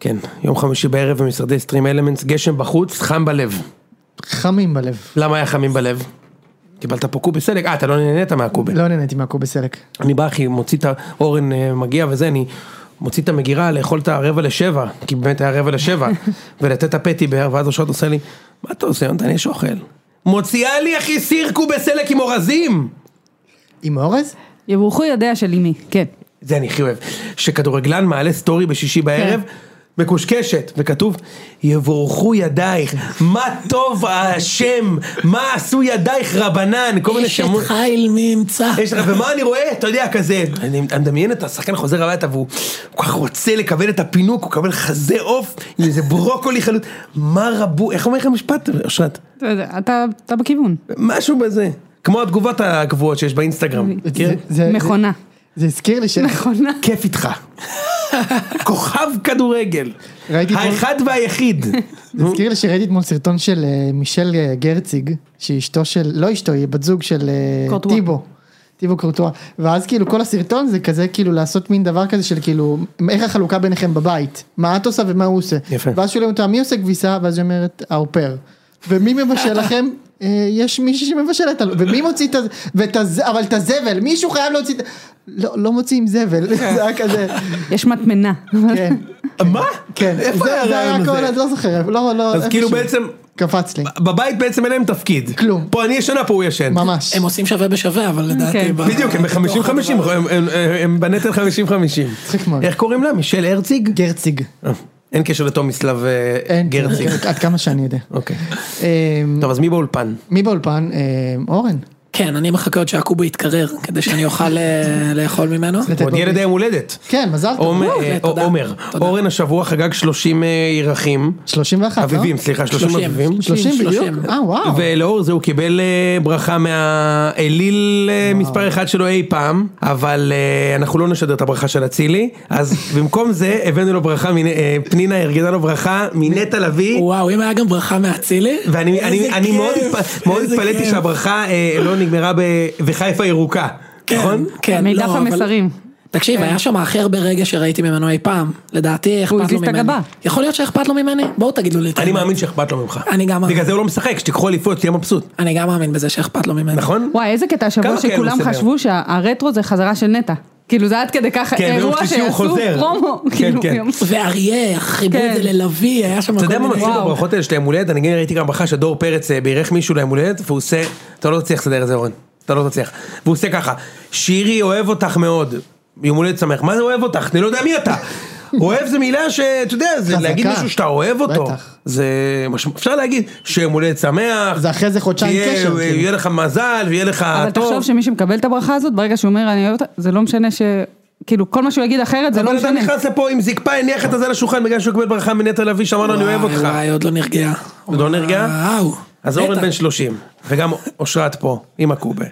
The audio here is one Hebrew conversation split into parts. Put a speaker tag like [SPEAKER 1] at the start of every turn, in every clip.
[SPEAKER 1] כן, יום חמישי בערב במשרדי סטרים אלמנטס, גשם בחוץ, חם בלב.
[SPEAKER 2] חמים בלב.
[SPEAKER 1] למה היה חמים בלב? קיבלת פה קובי סלק, אה, אתה לא נהנית מהקובי.
[SPEAKER 2] לא נהניתי מהקובי סלק.
[SPEAKER 1] אני בא אחי, מוציא את ה... אורן אה, מגיע וזה, אני מוציא את המגירה לאכול את הרבע לשבע, כי באמת היה רבע לשבע, ולתת את הפטי בהר, ואז השעות עושה לי, מה אתה עושה, יונתן, יש אוכל. מוציאה לי אחי סיר קובי סלק עם אורזים!
[SPEAKER 2] עם אורז?
[SPEAKER 3] יבורכו יודע של אמי, כן.
[SPEAKER 1] זה אני הכי אוהב, שכדורגלן מעלה סטורי בשישי בערב, מקושקשת, וכתוב, יבורכו ידייך, מה טוב השם, מה עשו ידייך רבנן, כל מיני שמות.
[SPEAKER 4] חיל מי ימצא.
[SPEAKER 1] יש לך, ומה אני רואה, אתה יודע, כזה, אני אני מדמיין את השחקן חוזר הביתה והוא כל כך רוצה לקבל את הפינוק, הוא מקבל חזה עוף עם איזה ברוקולי חלוט, מה רבו, איך אומר לך המשפט, אושרת?
[SPEAKER 3] אתה יודע, אתה אתה בכיוון.
[SPEAKER 1] משהו בזה, כמו התגובות הקבועות שיש באינסטגרם, כן?
[SPEAKER 2] זה- זה- כן.
[SPEAKER 3] מכונה.
[SPEAKER 2] זה הזכיר לי ש...
[SPEAKER 3] מכונה.
[SPEAKER 1] כיף איתך. כוכב כדורגל,
[SPEAKER 2] ראיתי אתמול-
[SPEAKER 1] האחד והיחיד.
[SPEAKER 2] זה הזכיר לי שראיתי אתמול סרטון של אה, מישל אה, גרציג, שהיא אשתו של, לא אשתו, היא בת זוג של אה,
[SPEAKER 3] קורטואה.
[SPEAKER 2] טיבו. טיבו קורטואה. ואז כאילו כל הסרטון זה כזה כאילו לעשות מין דבר כזה של כאילו, איך החלוקה ביניכם בבית? מה את עושה ומה הוא עושה?
[SPEAKER 1] יפה.
[SPEAKER 2] ואז שואלים אותה, מי עושה כביסה? ואז היא אומרת, האופר. ומי מבשל לכם? "אה, יש מישהי שמבשלת, עליו." ומי מוציא את ה... ואת הז... אבל את הזבל, מישהו חייב להוציא את... ה- לא, לא מוציאים זבל,
[SPEAKER 1] כן.
[SPEAKER 2] זה היה כזה,
[SPEAKER 3] יש מטמנה.
[SPEAKER 2] כן,
[SPEAKER 1] מה?
[SPEAKER 2] כן,
[SPEAKER 1] איפה
[SPEAKER 2] זה-
[SPEAKER 1] היה
[SPEAKER 2] זה היה
[SPEAKER 1] הרעיון
[SPEAKER 2] הכל,
[SPEAKER 1] הזה?
[SPEAKER 2] אני לא זוכר, לא, לא,
[SPEAKER 1] אז כאילו
[SPEAKER 2] איפשהו.
[SPEAKER 1] בעצם,
[SPEAKER 2] קפץ לי.
[SPEAKER 1] בבית בעצם אין להם תפקיד.
[SPEAKER 2] כלום.
[SPEAKER 1] פה אני ישנה, פה הוא ישן.
[SPEAKER 2] ממש. לא,
[SPEAKER 4] הם עושים שווה בשווה, אבל לדעתי...
[SPEAKER 3] כן.
[SPEAKER 4] ב-
[SPEAKER 1] בדיוק, הם ב-50-50, הם- הם- הם בנטל 50-50.
[SPEAKER 2] מצחיק מאוד.
[SPEAKER 1] איך קוראים לה? מישל הרציג?
[SPEAKER 2] גרציג.
[SPEAKER 1] אה, אין קשר לתומיסלב אה,
[SPEAKER 2] אין, כן.
[SPEAKER 1] גרציג.
[SPEAKER 2] גרציג. עד כמה שאני יודע.
[SPEAKER 1] אוקיי.
[SPEAKER 2] אמ,
[SPEAKER 1] טוב, אז מי באולפן?
[SPEAKER 2] מי באולפן? אמ, אורן.
[SPEAKER 4] כן, אני מחכה עוד שהקובה יתקרר, כדי שאני אוכל אה, לאכול ממנו.
[SPEAKER 2] לתת
[SPEAKER 1] הוא עוד
[SPEAKER 2] לו-
[SPEAKER 1] ילד היום הולדת.
[SPEAKER 2] כן, מזל טוב.
[SPEAKER 1] עומר,
[SPEAKER 4] וואו,
[SPEAKER 1] אה,
[SPEAKER 4] תודה.
[SPEAKER 1] עומר,
[SPEAKER 4] תודה.
[SPEAKER 1] אורן השבוע חגג 30 אה, ירחים,
[SPEAKER 2] 31, לא?
[SPEAKER 1] אביבים, סליחה, 30
[SPEAKER 4] שלושים.
[SPEAKER 1] אביבים.
[SPEAKER 2] 30
[SPEAKER 4] שלושים.
[SPEAKER 2] בדיוק? אה, וואו.
[SPEAKER 1] ולאור זה הוא קיבל אה, ברכה מהאליל אה, מספר אחד שלו אי פעם, אבל אה, אנחנו לא נשדר את הברכה של אצילי, אז במקום זה הבאנו לו ברכה, מנ- אה, פנינה ארגנה לו ברכה מנטע לביא.
[SPEAKER 4] וואו, אם היה גם ברכה מאצילי.
[SPEAKER 1] ואני
[SPEAKER 4] איזה
[SPEAKER 1] אני, אני
[SPEAKER 4] כיף,
[SPEAKER 1] מאוד, התפ... מאוד
[SPEAKER 4] איזה
[SPEAKER 1] התפלאתי
[SPEAKER 4] כיף.
[SPEAKER 1] שהברכה אה, לא נגמרה ב... וחיפה ירוקה,
[SPEAKER 4] כן,
[SPEAKER 1] נכון?
[SPEAKER 4] כן,
[SPEAKER 3] מידף
[SPEAKER 4] לא, אבל-
[SPEAKER 3] המסרים.
[SPEAKER 4] תקשיב, היה שם הכי הרבה רגע שראיתי ממנו אי פעם. לדעתי, אכפת לו
[SPEAKER 3] כן. הוא
[SPEAKER 4] ממני.
[SPEAKER 3] הזיז את הגבה.
[SPEAKER 4] יכול להיות שאכפת לו ממני? בואו תגידו לי. את
[SPEAKER 1] אני
[SPEAKER 4] האמת.
[SPEAKER 1] מאמין שאכפת לו ממך.
[SPEAKER 4] אני גם מאמין.
[SPEAKER 1] בגלל זה הוא לא משחק, שתיקחו אליפות, תהיה מבסוט,
[SPEAKER 4] אני גם מאמין בזה שאכפת לו ממני.
[SPEAKER 1] נכון?
[SPEAKER 3] וואי, איזה קטע השבוע
[SPEAKER 1] כמה כאלה
[SPEAKER 3] שכולם
[SPEAKER 1] הוא עושה
[SPEAKER 3] חשבו שהרטרו זה חזרה של נטע. כאילו זה עד כדי ככה
[SPEAKER 1] כן, ביום
[SPEAKER 3] אירוע
[SPEAKER 1] שלישי הוא
[SPEAKER 3] שיעשו
[SPEAKER 1] חוזר.
[SPEAKER 3] פרומו.
[SPEAKER 1] כן,
[SPEAKER 3] כאילו,
[SPEAKER 1] כן.
[SPEAKER 3] יום-
[SPEAKER 4] ואריה, חיברו את
[SPEAKER 3] כן.
[SPEAKER 4] זה ללוי, היה שם
[SPEAKER 1] אתה יודע
[SPEAKER 4] כל
[SPEAKER 1] מה
[SPEAKER 4] מיני...
[SPEAKER 1] מצחיק
[SPEAKER 3] וואו.
[SPEAKER 1] בברכות האלה של היום הולדת? אני גם ראיתי גם ברכה שדור פרץ אה, בירך מישהו ליום הולדת, והוא עושה, אתה לא תצליח לסדר את זה אורן, אתה לא תצליח. והוא עושה ככה, שירי אוהב אותך מאוד, יום הולדת שמח, מה זה אוהב אותך? אני לא יודע מי אתה. אוהב זה מילה שאתה יודע, זה
[SPEAKER 2] חזקה.
[SPEAKER 1] להגיד מישהו שאתה אוהב אותו.
[SPEAKER 2] בטח.
[SPEAKER 1] זה, משמע- אפשר להגיד שיום הולדת שמח.
[SPEAKER 2] זה אחרי זה חודשיים
[SPEAKER 1] תהיה-
[SPEAKER 2] קשר, כאילו.
[SPEAKER 1] יהיה לך מזל ויהיה לך אה, טוב.
[SPEAKER 3] אבל תחשוב שמי שמקבל את הברכה הזאת, ברגע שהוא אומר אני אוהב אותה, זה לא משנה ש... כאילו כל מה שהוא יגיד אחרת זה לא
[SPEAKER 1] אבל אתה
[SPEAKER 3] משנה.
[SPEAKER 1] נכנס לפה עם זקפה, הניח את הזה לשולחן בגלל שהוא קיבל ברכה מנטע לביא, שאמרנו אני אוהב אותך.
[SPEAKER 4] וואי, וואי, עוד לא נרגעה.
[SPEAKER 1] עוד לא נרגעה?
[SPEAKER 4] וואו.
[SPEAKER 1] אז
[SPEAKER 4] בטח.
[SPEAKER 1] אורן בן 30, וגם אושרת פה, עם הקובה,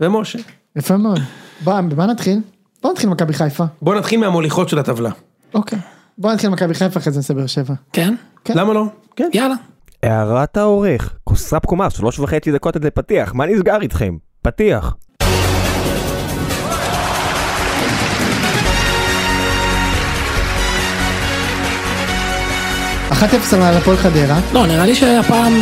[SPEAKER 1] ומשה.
[SPEAKER 2] יפה מאוד. בוא, במה נתחיל? בוא נתחיל מכבי חיפה.
[SPEAKER 1] בוא נתחיל מהמוליכות של הטבלה.
[SPEAKER 2] אוקיי. בוא נתחיל מכבי חיפה, אחרי זה נעשה באר שבע.
[SPEAKER 4] כן?
[SPEAKER 2] כן.
[SPEAKER 1] למה לא? כן.
[SPEAKER 4] יאללה.
[SPEAKER 5] הערת העורך, כוסף קומה, שלוש וחצי דקות עד לפתיח, מה נסגר איתכם? פתיח.
[SPEAKER 2] אחת אפס על הפועל חדרה.
[SPEAKER 4] לא, נראה לי שהפעם...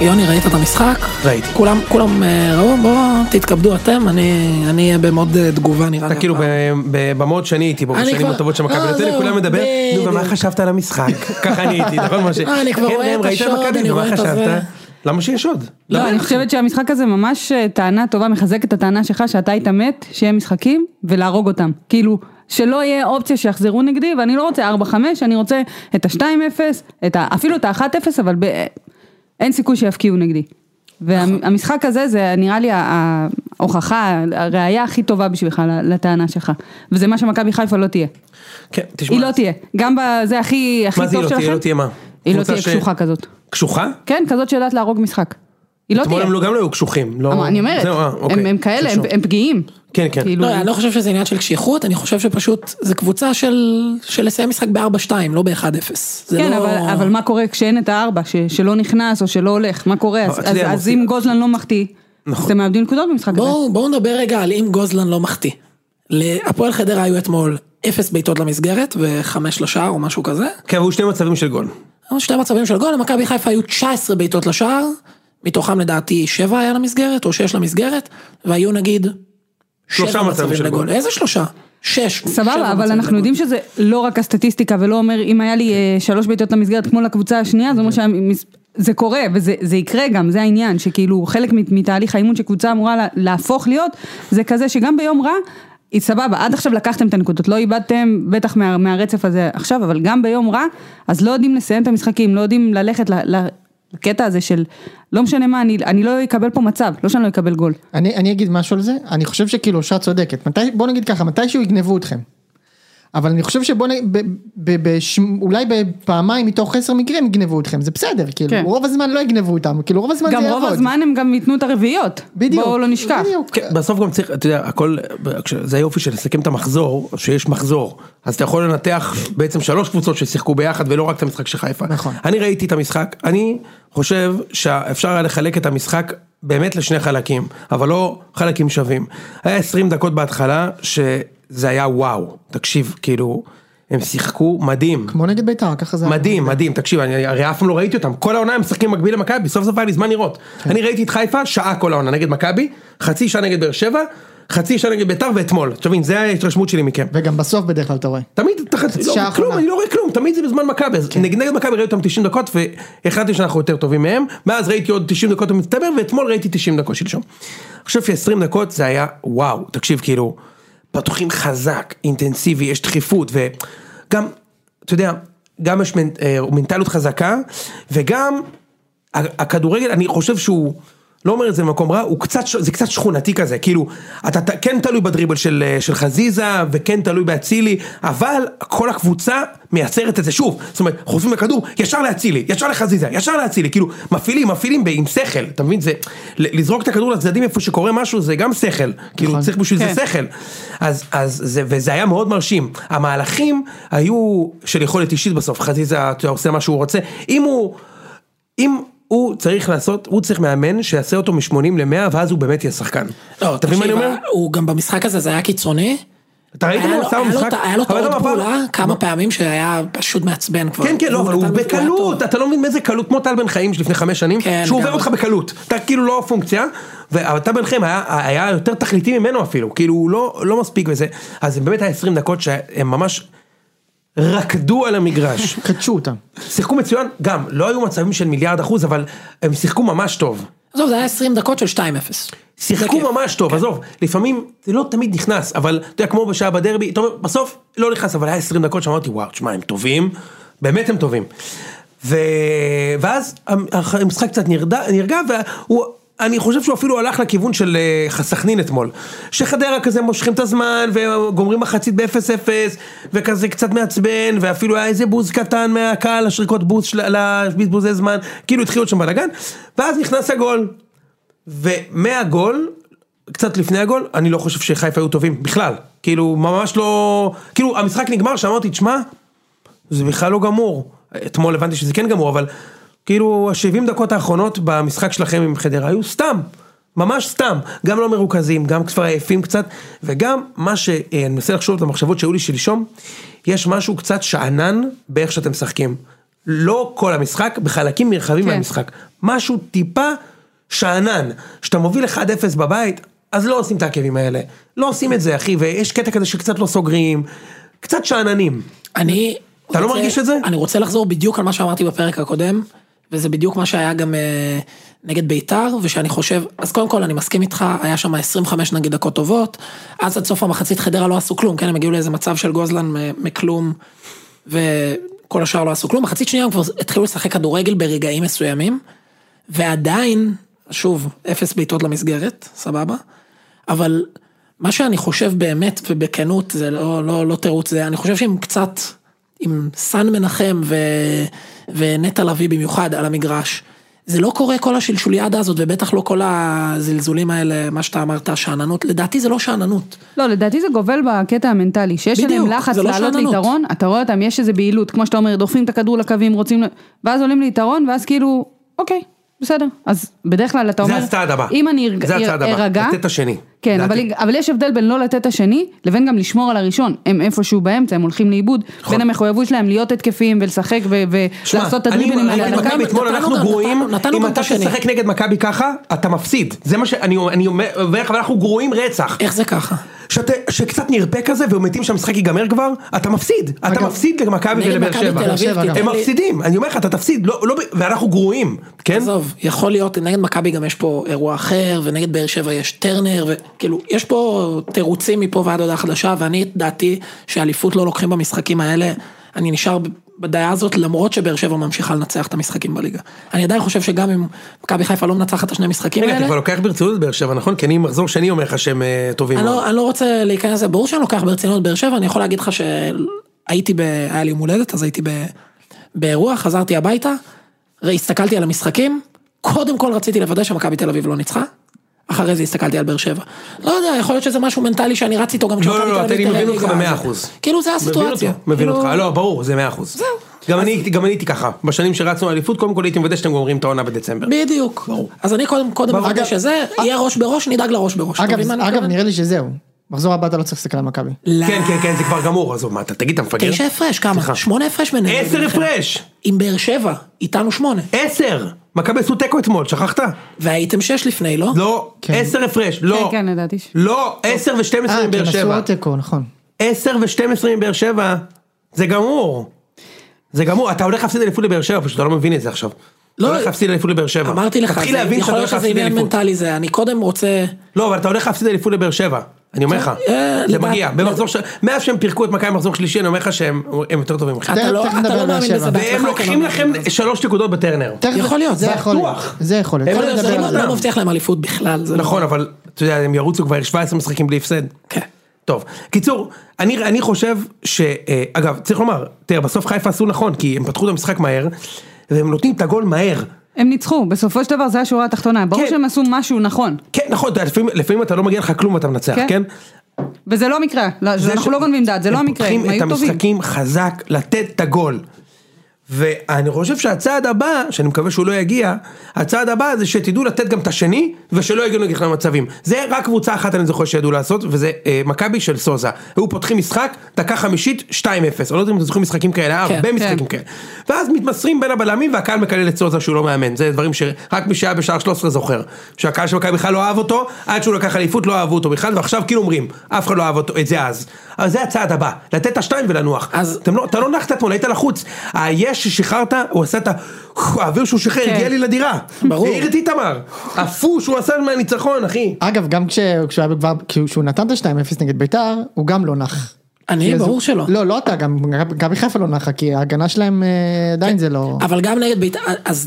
[SPEAKER 4] יוני, ראית את המשחק?
[SPEAKER 1] ראיתי.
[SPEAKER 4] כולם, כולם אה, ראו, בואו תתכבדו אתם, אני אני אהיה במוד אה, תגובה נראה לי.
[SPEAKER 1] אתה כאילו
[SPEAKER 4] הפעם.
[SPEAKER 3] אה,
[SPEAKER 1] ב- ב- במוד שאני הייתי בו,
[SPEAKER 4] אני
[SPEAKER 1] בשנים
[SPEAKER 4] כבר-
[SPEAKER 1] הטובות של מכבי,
[SPEAKER 4] אה,
[SPEAKER 1] יוצא
[SPEAKER 3] לא,
[SPEAKER 4] זהו,
[SPEAKER 1] לכולם לדבר, נו ומה
[SPEAKER 4] בדיוק.
[SPEAKER 1] חשבת על המשחק? ככה אני הייתי, נכון משה?
[SPEAKER 4] אה, אני כבר
[SPEAKER 1] כן,
[SPEAKER 4] רואה
[SPEAKER 1] ראם,
[SPEAKER 4] את
[SPEAKER 1] ראית
[SPEAKER 4] השוד,
[SPEAKER 1] מכבי,
[SPEAKER 4] אני
[SPEAKER 1] נו,
[SPEAKER 4] רואה
[SPEAKER 1] מה
[SPEAKER 4] את
[SPEAKER 1] חשבת?
[SPEAKER 4] הזה.
[SPEAKER 1] למה שיש עוד?
[SPEAKER 3] לא, אני חושבת שהמשחק הזה ממש אה, טענה טובה, מחזק את הטענה שלך שאתה היית מת, שיהיה משחקים ולהרוג אותם. כאילו, שלא יהיה אופציה שיחזרו נגדי, ואני לא רוצה 4-5, אני רוצה את ה-2-0, את ה- אפילו את ה-1-0, אבל ב- אה, אין סיכוי שיפקיעו נגדי. והמשחק הזה זה נראה לי ה- ה- ההוכחה, הראייה הכי טובה בשבילך לטענה שלך. וזה מה שמכבי חיפה לא תהיה.
[SPEAKER 1] כן, תשמע.
[SPEAKER 3] היא לא תהיה. גם בזה הכי הכי
[SPEAKER 1] מה זה
[SPEAKER 3] טוב
[SPEAKER 1] היא לא
[SPEAKER 3] שלכם.
[SPEAKER 1] תהיה? היא לא תהיה מה?
[SPEAKER 3] היא לא
[SPEAKER 1] קבוצה
[SPEAKER 3] תהיה
[SPEAKER 1] ש-
[SPEAKER 3] קשוחה כזאת.
[SPEAKER 1] קשוחה?
[SPEAKER 3] כן, כזאת שיודעת להרוג משחק. היא לא
[SPEAKER 1] אתמול
[SPEAKER 3] תהיה.
[SPEAKER 1] הם לא- גם לא היו קשוחים. לא-
[SPEAKER 3] אבל אני אומרת,
[SPEAKER 1] זהו, אה, אוקיי.
[SPEAKER 3] הם, הם כאלה, הם,
[SPEAKER 1] שלשום.
[SPEAKER 3] הם פגיעים.
[SPEAKER 1] כן, כן.
[SPEAKER 3] כאילו,
[SPEAKER 4] לא, אני לא חושב שזה עניין של קשיחות, אני חושב שפשוט זה קבוצה של של לסיים משחק ב-4-2, לא ב-1-0. זה
[SPEAKER 3] כן,
[SPEAKER 4] לא-
[SPEAKER 3] אבל, אבל מה קורה כשאין את הארבע, ש, שלא נכנס או שלא הולך, מה קורה? אז,
[SPEAKER 1] אתה
[SPEAKER 3] אז,
[SPEAKER 1] יודע,
[SPEAKER 3] אז
[SPEAKER 1] מופיע.
[SPEAKER 3] אם גוזלן לא מחטיא,
[SPEAKER 1] נכון.
[SPEAKER 3] אז אתם מאבדים נקודות במשחק הזה.
[SPEAKER 4] בואו בואו נדבר רגע על אם גוזלן לא מחטיא. להפועל חדרה היו אתמול אפס בעיטות למסגרת וחמש לשער או משהו כזה.
[SPEAKER 1] כן, היו שני מצבים של גול.
[SPEAKER 4] היו שתי מצבים של גול, למכבי חיפה היו 19 בעיטות לשער, מתוכם לדעתי 7 היה למסגרת או 6 למסגרת, והיו נגיד
[SPEAKER 1] שלושה
[SPEAKER 4] שבע
[SPEAKER 1] מצבים של גול.
[SPEAKER 4] איזה שלושה? שש. שבע
[SPEAKER 3] סבבה, אבל
[SPEAKER 4] מצבים
[SPEAKER 3] אנחנו
[SPEAKER 4] לגול.
[SPEAKER 3] יודעים שזה לא רק הסטטיסטיקה ולא אומר אם היה לי אה, שלוש בעיטות למסגרת כמו לקבוצה השנייה, זה אומר שזה קורה וזה זה יקרה גם, זה העניין, שכאילו חלק מת- מתהליך האימון שקבוצה אמורה לה- להפוך להיות, זה כזה שגם ביום רע, היא סבבה, עד עכשיו לקחתם את הנקודות, לא איבדתם בטח מה, מהרצף הזה עכשיו, אבל גם ביום רע, אז לא יודעים לסיים את המשחקים, לא יודעים ללכת ל... ל הקטע הזה של לא משנה מה, אני, אני לא אקבל פה מצב, לא שאני לא אקבל גול.
[SPEAKER 2] אני, אני אגיד משהו על זה, אני חושב שכאילו אושרת צודקת, מתי, בוא נגיד ככה, מתישהו יגנבו אתכם. אבל אני חושב שבוא נגיד, ב- ב- ב- ש- אולי בפעמיים מתוך עשר מקרים יגנבו אתכם, זה בסדר, כאילו,
[SPEAKER 3] כן.
[SPEAKER 2] רוב הזמן לא יגנבו אותם, כאילו רוב הזמן
[SPEAKER 3] גם
[SPEAKER 2] זה
[SPEAKER 3] רוב
[SPEAKER 2] יעבוד.
[SPEAKER 3] הזמן הם גם ייתנו את הרביעיות.
[SPEAKER 2] בדיוק.
[SPEAKER 3] בואו לא נשכח.
[SPEAKER 2] בדיוק.
[SPEAKER 1] כן, בסוף גם צריך, אתה יודע, הכל, כש- זה היופי של לסכם את המחזור, שיש מחזור, אז אתה יכול לנתח בעצם שלוש קבוצות ששיחקו ביחד ולא רק את המשחק של חיפה.
[SPEAKER 2] נכון.
[SPEAKER 1] אני ראיתי את המשחק, אני חושב שאפשר היה לחלק את המשחק באמת לשני חלקים, אבל לא חלקים שווים. היה 20 דקות בהתחלה, שזה היה וואו, תקשיב, כאילו, הם שיחקו מדהים.
[SPEAKER 2] כמו נגד בית"ר, ככה זה...
[SPEAKER 1] מדהים, מדהים, תקשיב, אני הרי אף פעם לא ראיתי אותם, כל העונה הם משחקים מקביל למכבי, סוף סוף היה לי זמן לראות. אני ראיתי את חיפה שעה כל העונה נגד מכבי, חצי שעה נגד באר שבע, חצי שעה נגד ביתר ואתמול, תבין, זה ההתרשמות שלי מכם.
[SPEAKER 2] וגם בסוף בדרך כלל אתה רואה.
[SPEAKER 1] תמיד, אתה חצי, לא,
[SPEAKER 2] שעה
[SPEAKER 1] כלום,
[SPEAKER 2] האחרונה.
[SPEAKER 1] אני לא רואה כלום, תמיד זה בזמן מכבי, אז נגד נגד מכבי ראיתי אותם 90 דקות והחלטתי שאנחנו יותר טובים מהם, מאז ראיתי עוד 90 דקות במצטבר ואתמול ראיתי 90 דקות שלשום. אני חושב ש-20 דקות זה היה וואו, תקשיב כאילו, פתוחים חזק, אינטנסיבי, יש דחיפות וגם, אתה יודע, גם יש מנ- אה, מנטליות חזקה וגם הכדורגל, אני חושב שהוא, לא אומר את זה במקום רע, הוא קצת, זה קצת שכונתי כזה, כאילו, אתה ת- כן תלוי בדריבל של, אה, של חזיזה, וכן תלוי באצילי, אבל כל הקבוצה מייצרת את זה שוב, זאת אומרת, חוטפים לכדור, ישר לאצילי, ישר לחזיזה, ישר לאצילי, כאילו, מפעילים, מפעילים ב- עם שכל, אתה מבין? זה, ל- לזרוק את הכדור לצדדים איפה שקורה משהו, זה גם שכל, כאילו, צריך בשביל זה
[SPEAKER 3] כן.
[SPEAKER 1] שכל. שכל. אז, אז זה, וזה היה מאוד מרשים. המהלכים היו של יכולת אישית בסוף, חזיזה אתה יודע, עושה מה שהוא רוצה. אם הוא, אם הוא צריך לעשות, הוא צריך מאמן שיעשה אותו מ-80 ל-100 ואז הוא באמת יהיה שחקן.
[SPEAKER 4] לא,
[SPEAKER 1] אתה מבין מה אני
[SPEAKER 4] תקשיב,
[SPEAKER 1] אומר?
[SPEAKER 4] הוא גם במשחק הזה זה היה קיצוני.
[SPEAKER 1] אתה ראית מה
[SPEAKER 4] היה
[SPEAKER 1] הוא
[SPEAKER 4] לו-
[SPEAKER 1] עשה
[SPEAKER 4] היה לו
[SPEAKER 1] במשחק?
[SPEAKER 4] את- היה לו את
[SPEAKER 1] אבל
[SPEAKER 4] העוד
[SPEAKER 1] גם הפעם-
[SPEAKER 4] פעולה כמה פעמים שהיה פשוט מעצבן כבר.
[SPEAKER 1] לא. כן כן לא אבל הוא
[SPEAKER 4] נתן נקודה
[SPEAKER 1] בקלות
[SPEAKER 4] טוב.
[SPEAKER 1] אתה לא מבין מאיזה קלות כמו טל בן חיים שלפני חמש שנים
[SPEAKER 4] כן,
[SPEAKER 1] שהוא עובר
[SPEAKER 4] גם.
[SPEAKER 1] אותך בקלות אתה כאילו לא פונקציה ואתה בן חיים היה- היה יותר תכליתי ממנו אפילו כאילו הוא לא לא מספיק וזה אז זה באמת היה 20 דקות שהם ממש רקדו על המגרש
[SPEAKER 2] קדשו אותם.
[SPEAKER 1] שיחקו מצוין גם לא היו מצבים של מיליארד אחוז אבל הם שיחקו ממש טוב.
[SPEAKER 4] עזוב, זה היה 20 דקות של 2-0.
[SPEAKER 1] שיחקו
[SPEAKER 4] כן.
[SPEAKER 1] ממש טוב, עזוב, לפעמים זה לא תמיד נכנס, אבל אתה יודע, כמו בשעה בדרבי, אתה אומר, בסוף לא נכנס, אבל היה 20 דקות שאמרתי, וואו, תשמע, הם טובים, באמת הם טובים. ו... ואז המ- הח- המשחק קצת נרגע, נרגע והוא... אני חושב שהוא אפילו הלך לכיוון של אה, סכנין אתמול. שחדרה כזה מושכים את הזמן, וגומרים מחצית ב-0-0, וכזה קצת מעצבן, ואפילו היה איזה בוז קטן מהקהל, השריקות בוז, של... לבזבוזי זמן, כאילו התחיל להיות שם בלאגן, ואז נכנס הגול. ומהגול, קצת לפני הגול, אני לא חושב שחיפה היו טובים בכלל. כאילו, ממש לא... כאילו, המשחק נגמר, שאמרתי, תשמע, זה בכלל לא גמור. אתמול הבנתי שזה כן גמור, אבל כאילו, ה-70 דקות האחרונות במשחק שלכם עם חדרה היו סתם. ממש סתם, גם לא מרוכזים, גם כבר עייפים קצת, וגם מה שאני מנסה לחשוב את המחשבות שהיו לי שלשום, יש משהו קצת שאנן באיך שאתם משחקים. לא כל המשחק, בחלקים נרחבים
[SPEAKER 3] כן.
[SPEAKER 1] מהמשחק. משהו טיפה שאנן, שאתה מוביל 1-0 בבית, אז לא עושים את העקבים האלה. לא עושים את זה, אחי, ויש קטע כזה שקצת לא סוגרים, קצת שאננים.
[SPEAKER 4] אני...
[SPEAKER 1] אתה לא
[SPEAKER 4] רוצה-
[SPEAKER 1] מרגיש את זה?
[SPEAKER 4] אני רוצה לחזור בדיוק על מה שאמרתי בפרק הקודם, וזה בדיוק מה שהיה גם אה, נגד ביתר, ושאני חושב, אז קודם כל אני מסכים איתך, היה שם 25 נגיד דקות טובות, אז עד סוף המחצית חדרה לא עשו כלום, כן, הם הגיעו לאיזה מצב של גוזלן מ- מכלום, וכל השאר לא עשו כלום, מחצית שנייה הם כבר התחילו לשחק כדורגל ברגעים מסוימים, ועדיין, שוב, אפס בעיטות למסגרת, סבבה? אבל מה שאני חושב באמת ובכנות, זה לא, לא, לא תירוץ, זה, אני חושב שעם קצת, עם סן מנחם ו, ונטע לביא במיוחד על המגרש, זה לא קורה כל השלשוליאדה הזאת, ובטח לא כל הזלזולים האלה, מה שאתה אמרת, שאננות, לדעתי זה לא שאננות.
[SPEAKER 3] לא, לדעתי זה גובל בקטע המנטלי, שיש
[SPEAKER 4] בדיוק,
[SPEAKER 3] עליהם לחץ
[SPEAKER 4] זה לא
[SPEAKER 3] לעלות
[SPEAKER 4] שאננות.
[SPEAKER 3] ליתרון, אתה רואה אותם, יש איזה בהילות, כמו שאתה אומר, דוחפים את הכדור לקווים, רוצים, ל- ואז עולים ליתרון, ואז כאילו, אוקיי, בסדר. אז בדרך כלל אתה
[SPEAKER 1] זה
[SPEAKER 3] אומר,
[SPEAKER 1] הצעד הבא.
[SPEAKER 3] אם אני ארג-
[SPEAKER 1] זה הצעד הבא.
[SPEAKER 3] ארגע,
[SPEAKER 1] לתת את השני.
[SPEAKER 3] כן,
[SPEAKER 1] לדעתי.
[SPEAKER 3] אבל, אבל יש הבדל בין לא לתת השני, לבין גם לשמור על הראשון. הם איפשהו באמצע, הם הולכים לאיבוד. בין המחויבות שלהם להיות התקפיים ולשחק ו-
[SPEAKER 1] נכון. שמע,
[SPEAKER 3] ולעשות את
[SPEAKER 1] אני
[SPEAKER 3] הדריבלים
[SPEAKER 1] ראיתי
[SPEAKER 3] האלה. כן,
[SPEAKER 1] את
[SPEAKER 3] על הקו.
[SPEAKER 1] מכבי אתמול
[SPEAKER 4] נתנו
[SPEAKER 1] אנחנו
[SPEAKER 4] גם-
[SPEAKER 1] גרועים,
[SPEAKER 4] נתנו- נתנו
[SPEAKER 1] אם
[SPEAKER 4] גם את
[SPEAKER 1] אתה
[SPEAKER 4] השני.
[SPEAKER 1] תשחק נגד מכבי ככה, אתה מפסיד. זה מה שאני אני אומר אומר לך, אבל אנחנו גרועים רצח.
[SPEAKER 4] איך זה ככה?
[SPEAKER 1] שאת- שקצת נרפה כזה ומתים שהמשחק ייגמר כבר, אתה מפסיד. אתה
[SPEAKER 2] אגב,
[SPEAKER 1] מפסיד למכבי
[SPEAKER 4] נגד
[SPEAKER 1] ולבאר
[SPEAKER 4] מכבי
[SPEAKER 1] שבע.
[SPEAKER 4] תל אביב, אוקיי.
[SPEAKER 2] שבע גם.
[SPEAKER 4] תיתן
[SPEAKER 1] הם
[SPEAKER 4] לי-
[SPEAKER 1] מפסידים, אני אומר לך, אתה תפסיד, לא, לא, ב- ואנחנו גרועים, כן?
[SPEAKER 4] עזוב, יכול להיות, נגד מכבי גם יש פה אירוע אחר, ונגד באר שבע יש טרנר, וכאילו, יש פה תירוצים מפה ועד הודעה חדשה, ואני, את דעתי, שאליפות לא לוקחים במשחקים האלה, אני נשאר בדעה הזאת, למרות שבאר שבע ממשיכה לנצח את המשחקים בליגה. אני עדיין חושב שגם אם מכבי חיפה לא מנצחת את השני משחקים
[SPEAKER 1] רגע, אתה כבר
[SPEAKER 4] האלה,
[SPEAKER 1] לוקח ברצינות את באר שבע, נכון? כי אני מחזור שני אומר לך שהם אה, טובים.
[SPEAKER 4] אני לא, אני לא רוצה להיכנס לזה, ברור שאני לוקח ברצינות באר שבע, אני יכול להגיד לך שהייתי ב... היה לי יום הולדת, אז הייתי ב... באירוע, חזרתי הביתה, הסתכלתי על המשחקים, קודם כל רציתי לוודא שמכבי תל אביב לא ניצחה, אחרי זה הסתכלתי על באר שבע. לא יודע, יכול להיות שזה משהו מנטלי שאני רץ איתו גם
[SPEAKER 1] לא, לא, לא,
[SPEAKER 4] תל
[SPEAKER 1] אני
[SPEAKER 4] אביב תרד
[SPEAKER 1] מבין אותך
[SPEAKER 4] ליגה.
[SPEAKER 1] במאה אחוז.
[SPEAKER 4] כאילו זה
[SPEAKER 1] מבין אותך,
[SPEAKER 4] הסיטואציה.
[SPEAKER 1] מבין
[SPEAKER 4] כאילו-
[SPEAKER 1] אותך, לא, ברור, זה מאה אחוז. גם אני הייתי- גם אני הייתי ככה, בשנים שרצנו אליפות, קודם כל הייתי מוודא שאתם גומרים את העונה בדצמבר.
[SPEAKER 4] בדיוק. אז אני קודם, קודם
[SPEAKER 2] ברור.
[SPEAKER 4] מוודא
[SPEAKER 2] אגב,
[SPEAKER 4] שזה,
[SPEAKER 1] אה,
[SPEAKER 4] יהיה ראש בראש, נדאג לראש בראש. אתה
[SPEAKER 2] אגב,
[SPEAKER 4] מבין מה אני
[SPEAKER 2] אגב,
[SPEAKER 4] מתכוון?
[SPEAKER 2] נראה לי שזהו. מחזור הבא אתה לא צריך להסתכל על מכבי.
[SPEAKER 4] לא.
[SPEAKER 1] כן, כן, כן, זה כבר גמור, עזוב, מה אתה, תגיד, אתה מפגר?
[SPEAKER 4] תשע הפרש,
[SPEAKER 1] סליחה.
[SPEAKER 4] כמה? שמונה הפרש בינינו.
[SPEAKER 1] עשר הפרש!
[SPEAKER 4] עם באר שבע, איתנו שמונה.
[SPEAKER 1] עשר! מכבי עשו תיקו אתמול, שכחת?
[SPEAKER 4] והייתם שש לפני, לא?
[SPEAKER 1] לא,
[SPEAKER 2] כן.
[SPEAKER 1] עשר הפרש, לא.
[SPEAKER 3] כן, כן, לדעתי ש-
[SPEAKER 1] לא, עשר ושתים
[SPEAKER 2] אה,
[SPEAKER 1] עשרה עם
[SPEAKER 2] כי
[SPEAKER 1] באר
[SPEAKER 2] הם עשו
[SPEAKER 1] שבע.
[SPEAKER 2] עוד תיקו, נכון.
[SPEAKER 1] 10 ו-12 עם באר שבע, זה גמור. זה גמור, אתה הולך להפסיד אליפות לבאר שבע, פשוט אתה לא מבין את זה עכשיו.
[SPEAKER 4] לא,
[SPEAKER 1] אתה הולך להפסיד אליפות לבאר שבע.
[SPEAKER 4] אמרתי לך,
[SPEAKER 1] תתחיל
[SPEAKER 4] זה-
[SPEAKER 1] להבין שאתה לא
[SPEAKER 4] יכול להיות
[SPEAKER 1] הולך
[SPEAKER 4] שזה
[SPEAKER 1] להפסיד
[SPEAKER 4] עניין
[SPEAKER 1] אליפות.
[SPEAKER 4] מנטלי זה, אני קודם רוצה,
[SPEAKER 1] לא, אבל אתה הולך להפסיד אליפות לבאר שבע. אני אומר לך,
[SPEAKER 4] אה,
[SPEAKER 1] זה
[SPEAKER 4] לדעת-
[SPEAKER 1] מגיע, במחזור ש... מאז שהם פירקו את מכבי במחזור שלישי, אני אומר לך שהם הם יותר טובים ממך.
[SPEAKER 2] תכף-
[SPEAKER 4] אתה לא
[SPEAKER 2] תכף
[SPEAKER 4] אתה
[SPEAKER 2] נדבר
[SPEAKER 4] לא
[SPEAKER 2] על
[SPEAKER 4] מאמין
[SPEAKER 2] שבע.
[SPEAKER 4] בזה
[SPEAKER 2] והם
[SPEAKER 4] בעצמך,
[SPEAKER 1] והם
[SPEAKER 4] כי
[SPEAKER 1] לוקחים
[SPEAKER 4] לא מאמין
[SPEAKER 1] לכם
[SPEAKER 4] בזה.
[SPEAKER 1] שלוש נקודות בטרנר.
[SPEAKER 2] תכף-
[SPEAKER 4] יכול להיות,
[SPEAKER 2] זה
[SPEAKER 4] זה
[SPEAKER 2] יכול להיות.
[SPEAKER 1] בטוח.
[SPEAKER 2] זה יכול להיות.
[SPEAKER 1] הם
[SPEAKER 2] תכף
[SPEAKER 1] לא
[SPEAKER 2] נדבר
[SPEAKER 1] יחזרו
[SPEAKER 2] על זה.
[SPEAKER 1] אותם.
[SPEAKER 4] לא מבטיח להם אליפות בכלל, זה לא-
[SPEAKER 1] נכון, אבל אתה יודע, הם ירוצו כבר 17 משחקים בלי הפסד.
[SPEAKER 4] כן.
[SPEAKER 1] טוב, קיצור, אני, אני חושב ש... אה, אגב, צריך לומר, תראה, בסוף חיפה עשו נכון, כי הם פתחו את המשחק מהר, והם נותנים את הגול מהר.
[SPEAKER 3] הם ניצחו, בסופו של דבר זה השורה התחתונה. ברור
[SPEAKER 1] כן.
[SPEAKER 3] שהם עשו משהו נכון,
[SPEAKER 1] כן, נכון, אתה יודע, לפעמים, לפעמים אתה לא מגיע לך כלום ואתה מנצח, כן?
[SPEAKER 3] כן. וזה לא המקרה. לא,
[SPEAKER 1] זה
[SPEAKER 3] אנחנו
[SPEAKER 1] ש-
[SPEAKER 3] לא גונבים דעת, זה לא המקרה, הם היו
[SPEAKER 1] הם פותחים את
[SPEAKER 3] טובים.
[SPEAKER 1] המשחקים חזק, לתת את הגול. ואני חושב שהצעד הבא, שאני מקווה שהוא לא יגיע, הצעד הבא זה שתדעו לתת גם את השני, ושלא יגיעו נגדכם למצבים. זה רק קבוצה אחת אני זוכר שידעו לעשות, וזה אה, מכבי של סוזה. היו פותחים משחק, דקה חמישית, 2-0. אני לא יודע אם אתם זוכרים משחקים כאלה,
[SPEAKER 4] כן,
[SPEAKER 1] הרבה
[SPEAKER 4] כן.
[SPEAKER 1] משחקים כאלה. ואז מתמסרים בין הבלמים, והקהל מקלל את סוזה שהוא לא מאמן. זה דברים שרק מי שהיה בשער 13 זוכר. שהקהל של מכבי בכלל לא אהב אותו, עד שהוא לקח אליפות לא אהבו אותו בכלל, ועכשיו כאילו אומרים, אף אחד לא אהב אותו, את זה אז. אז זה הצעד הבא, לתת את השתיים ולנוח.
[SPEAKER 4] אז-
[SPEAKER 1] אתם לא, אתה לא נחת אתמול, היית לחוץ. היש ששחררת, הוא עשה את ה... האוויר שהוא שחרר,
[SPEAKER 3] כן.
[SPEAKER 1] הגיע לי לדירה.
[SPEAKER 4] ברור.
[SPEAKER 1] העיר את איתמר. הפו שהוא עשה מהניצחון, אחי.
[SPEAKER 2] אגב, גם כש- כשהוא היה כבר, כשהוא נתן את ה-2-0 נגד ביתר, הוא גם לא נח.
[SPEAKER 4] אני,
[SPEAKER 2] כאילו, זה-
[SPEAKER 4] ברור שלא.
[SPEAKER 2] לא, לא אתה, גם מכבי חיפה לא נחה, כי ההגנה שלהם אה, עדיין זה לא...
[SPEAKER 4] אבל גם נגד ביתר, אז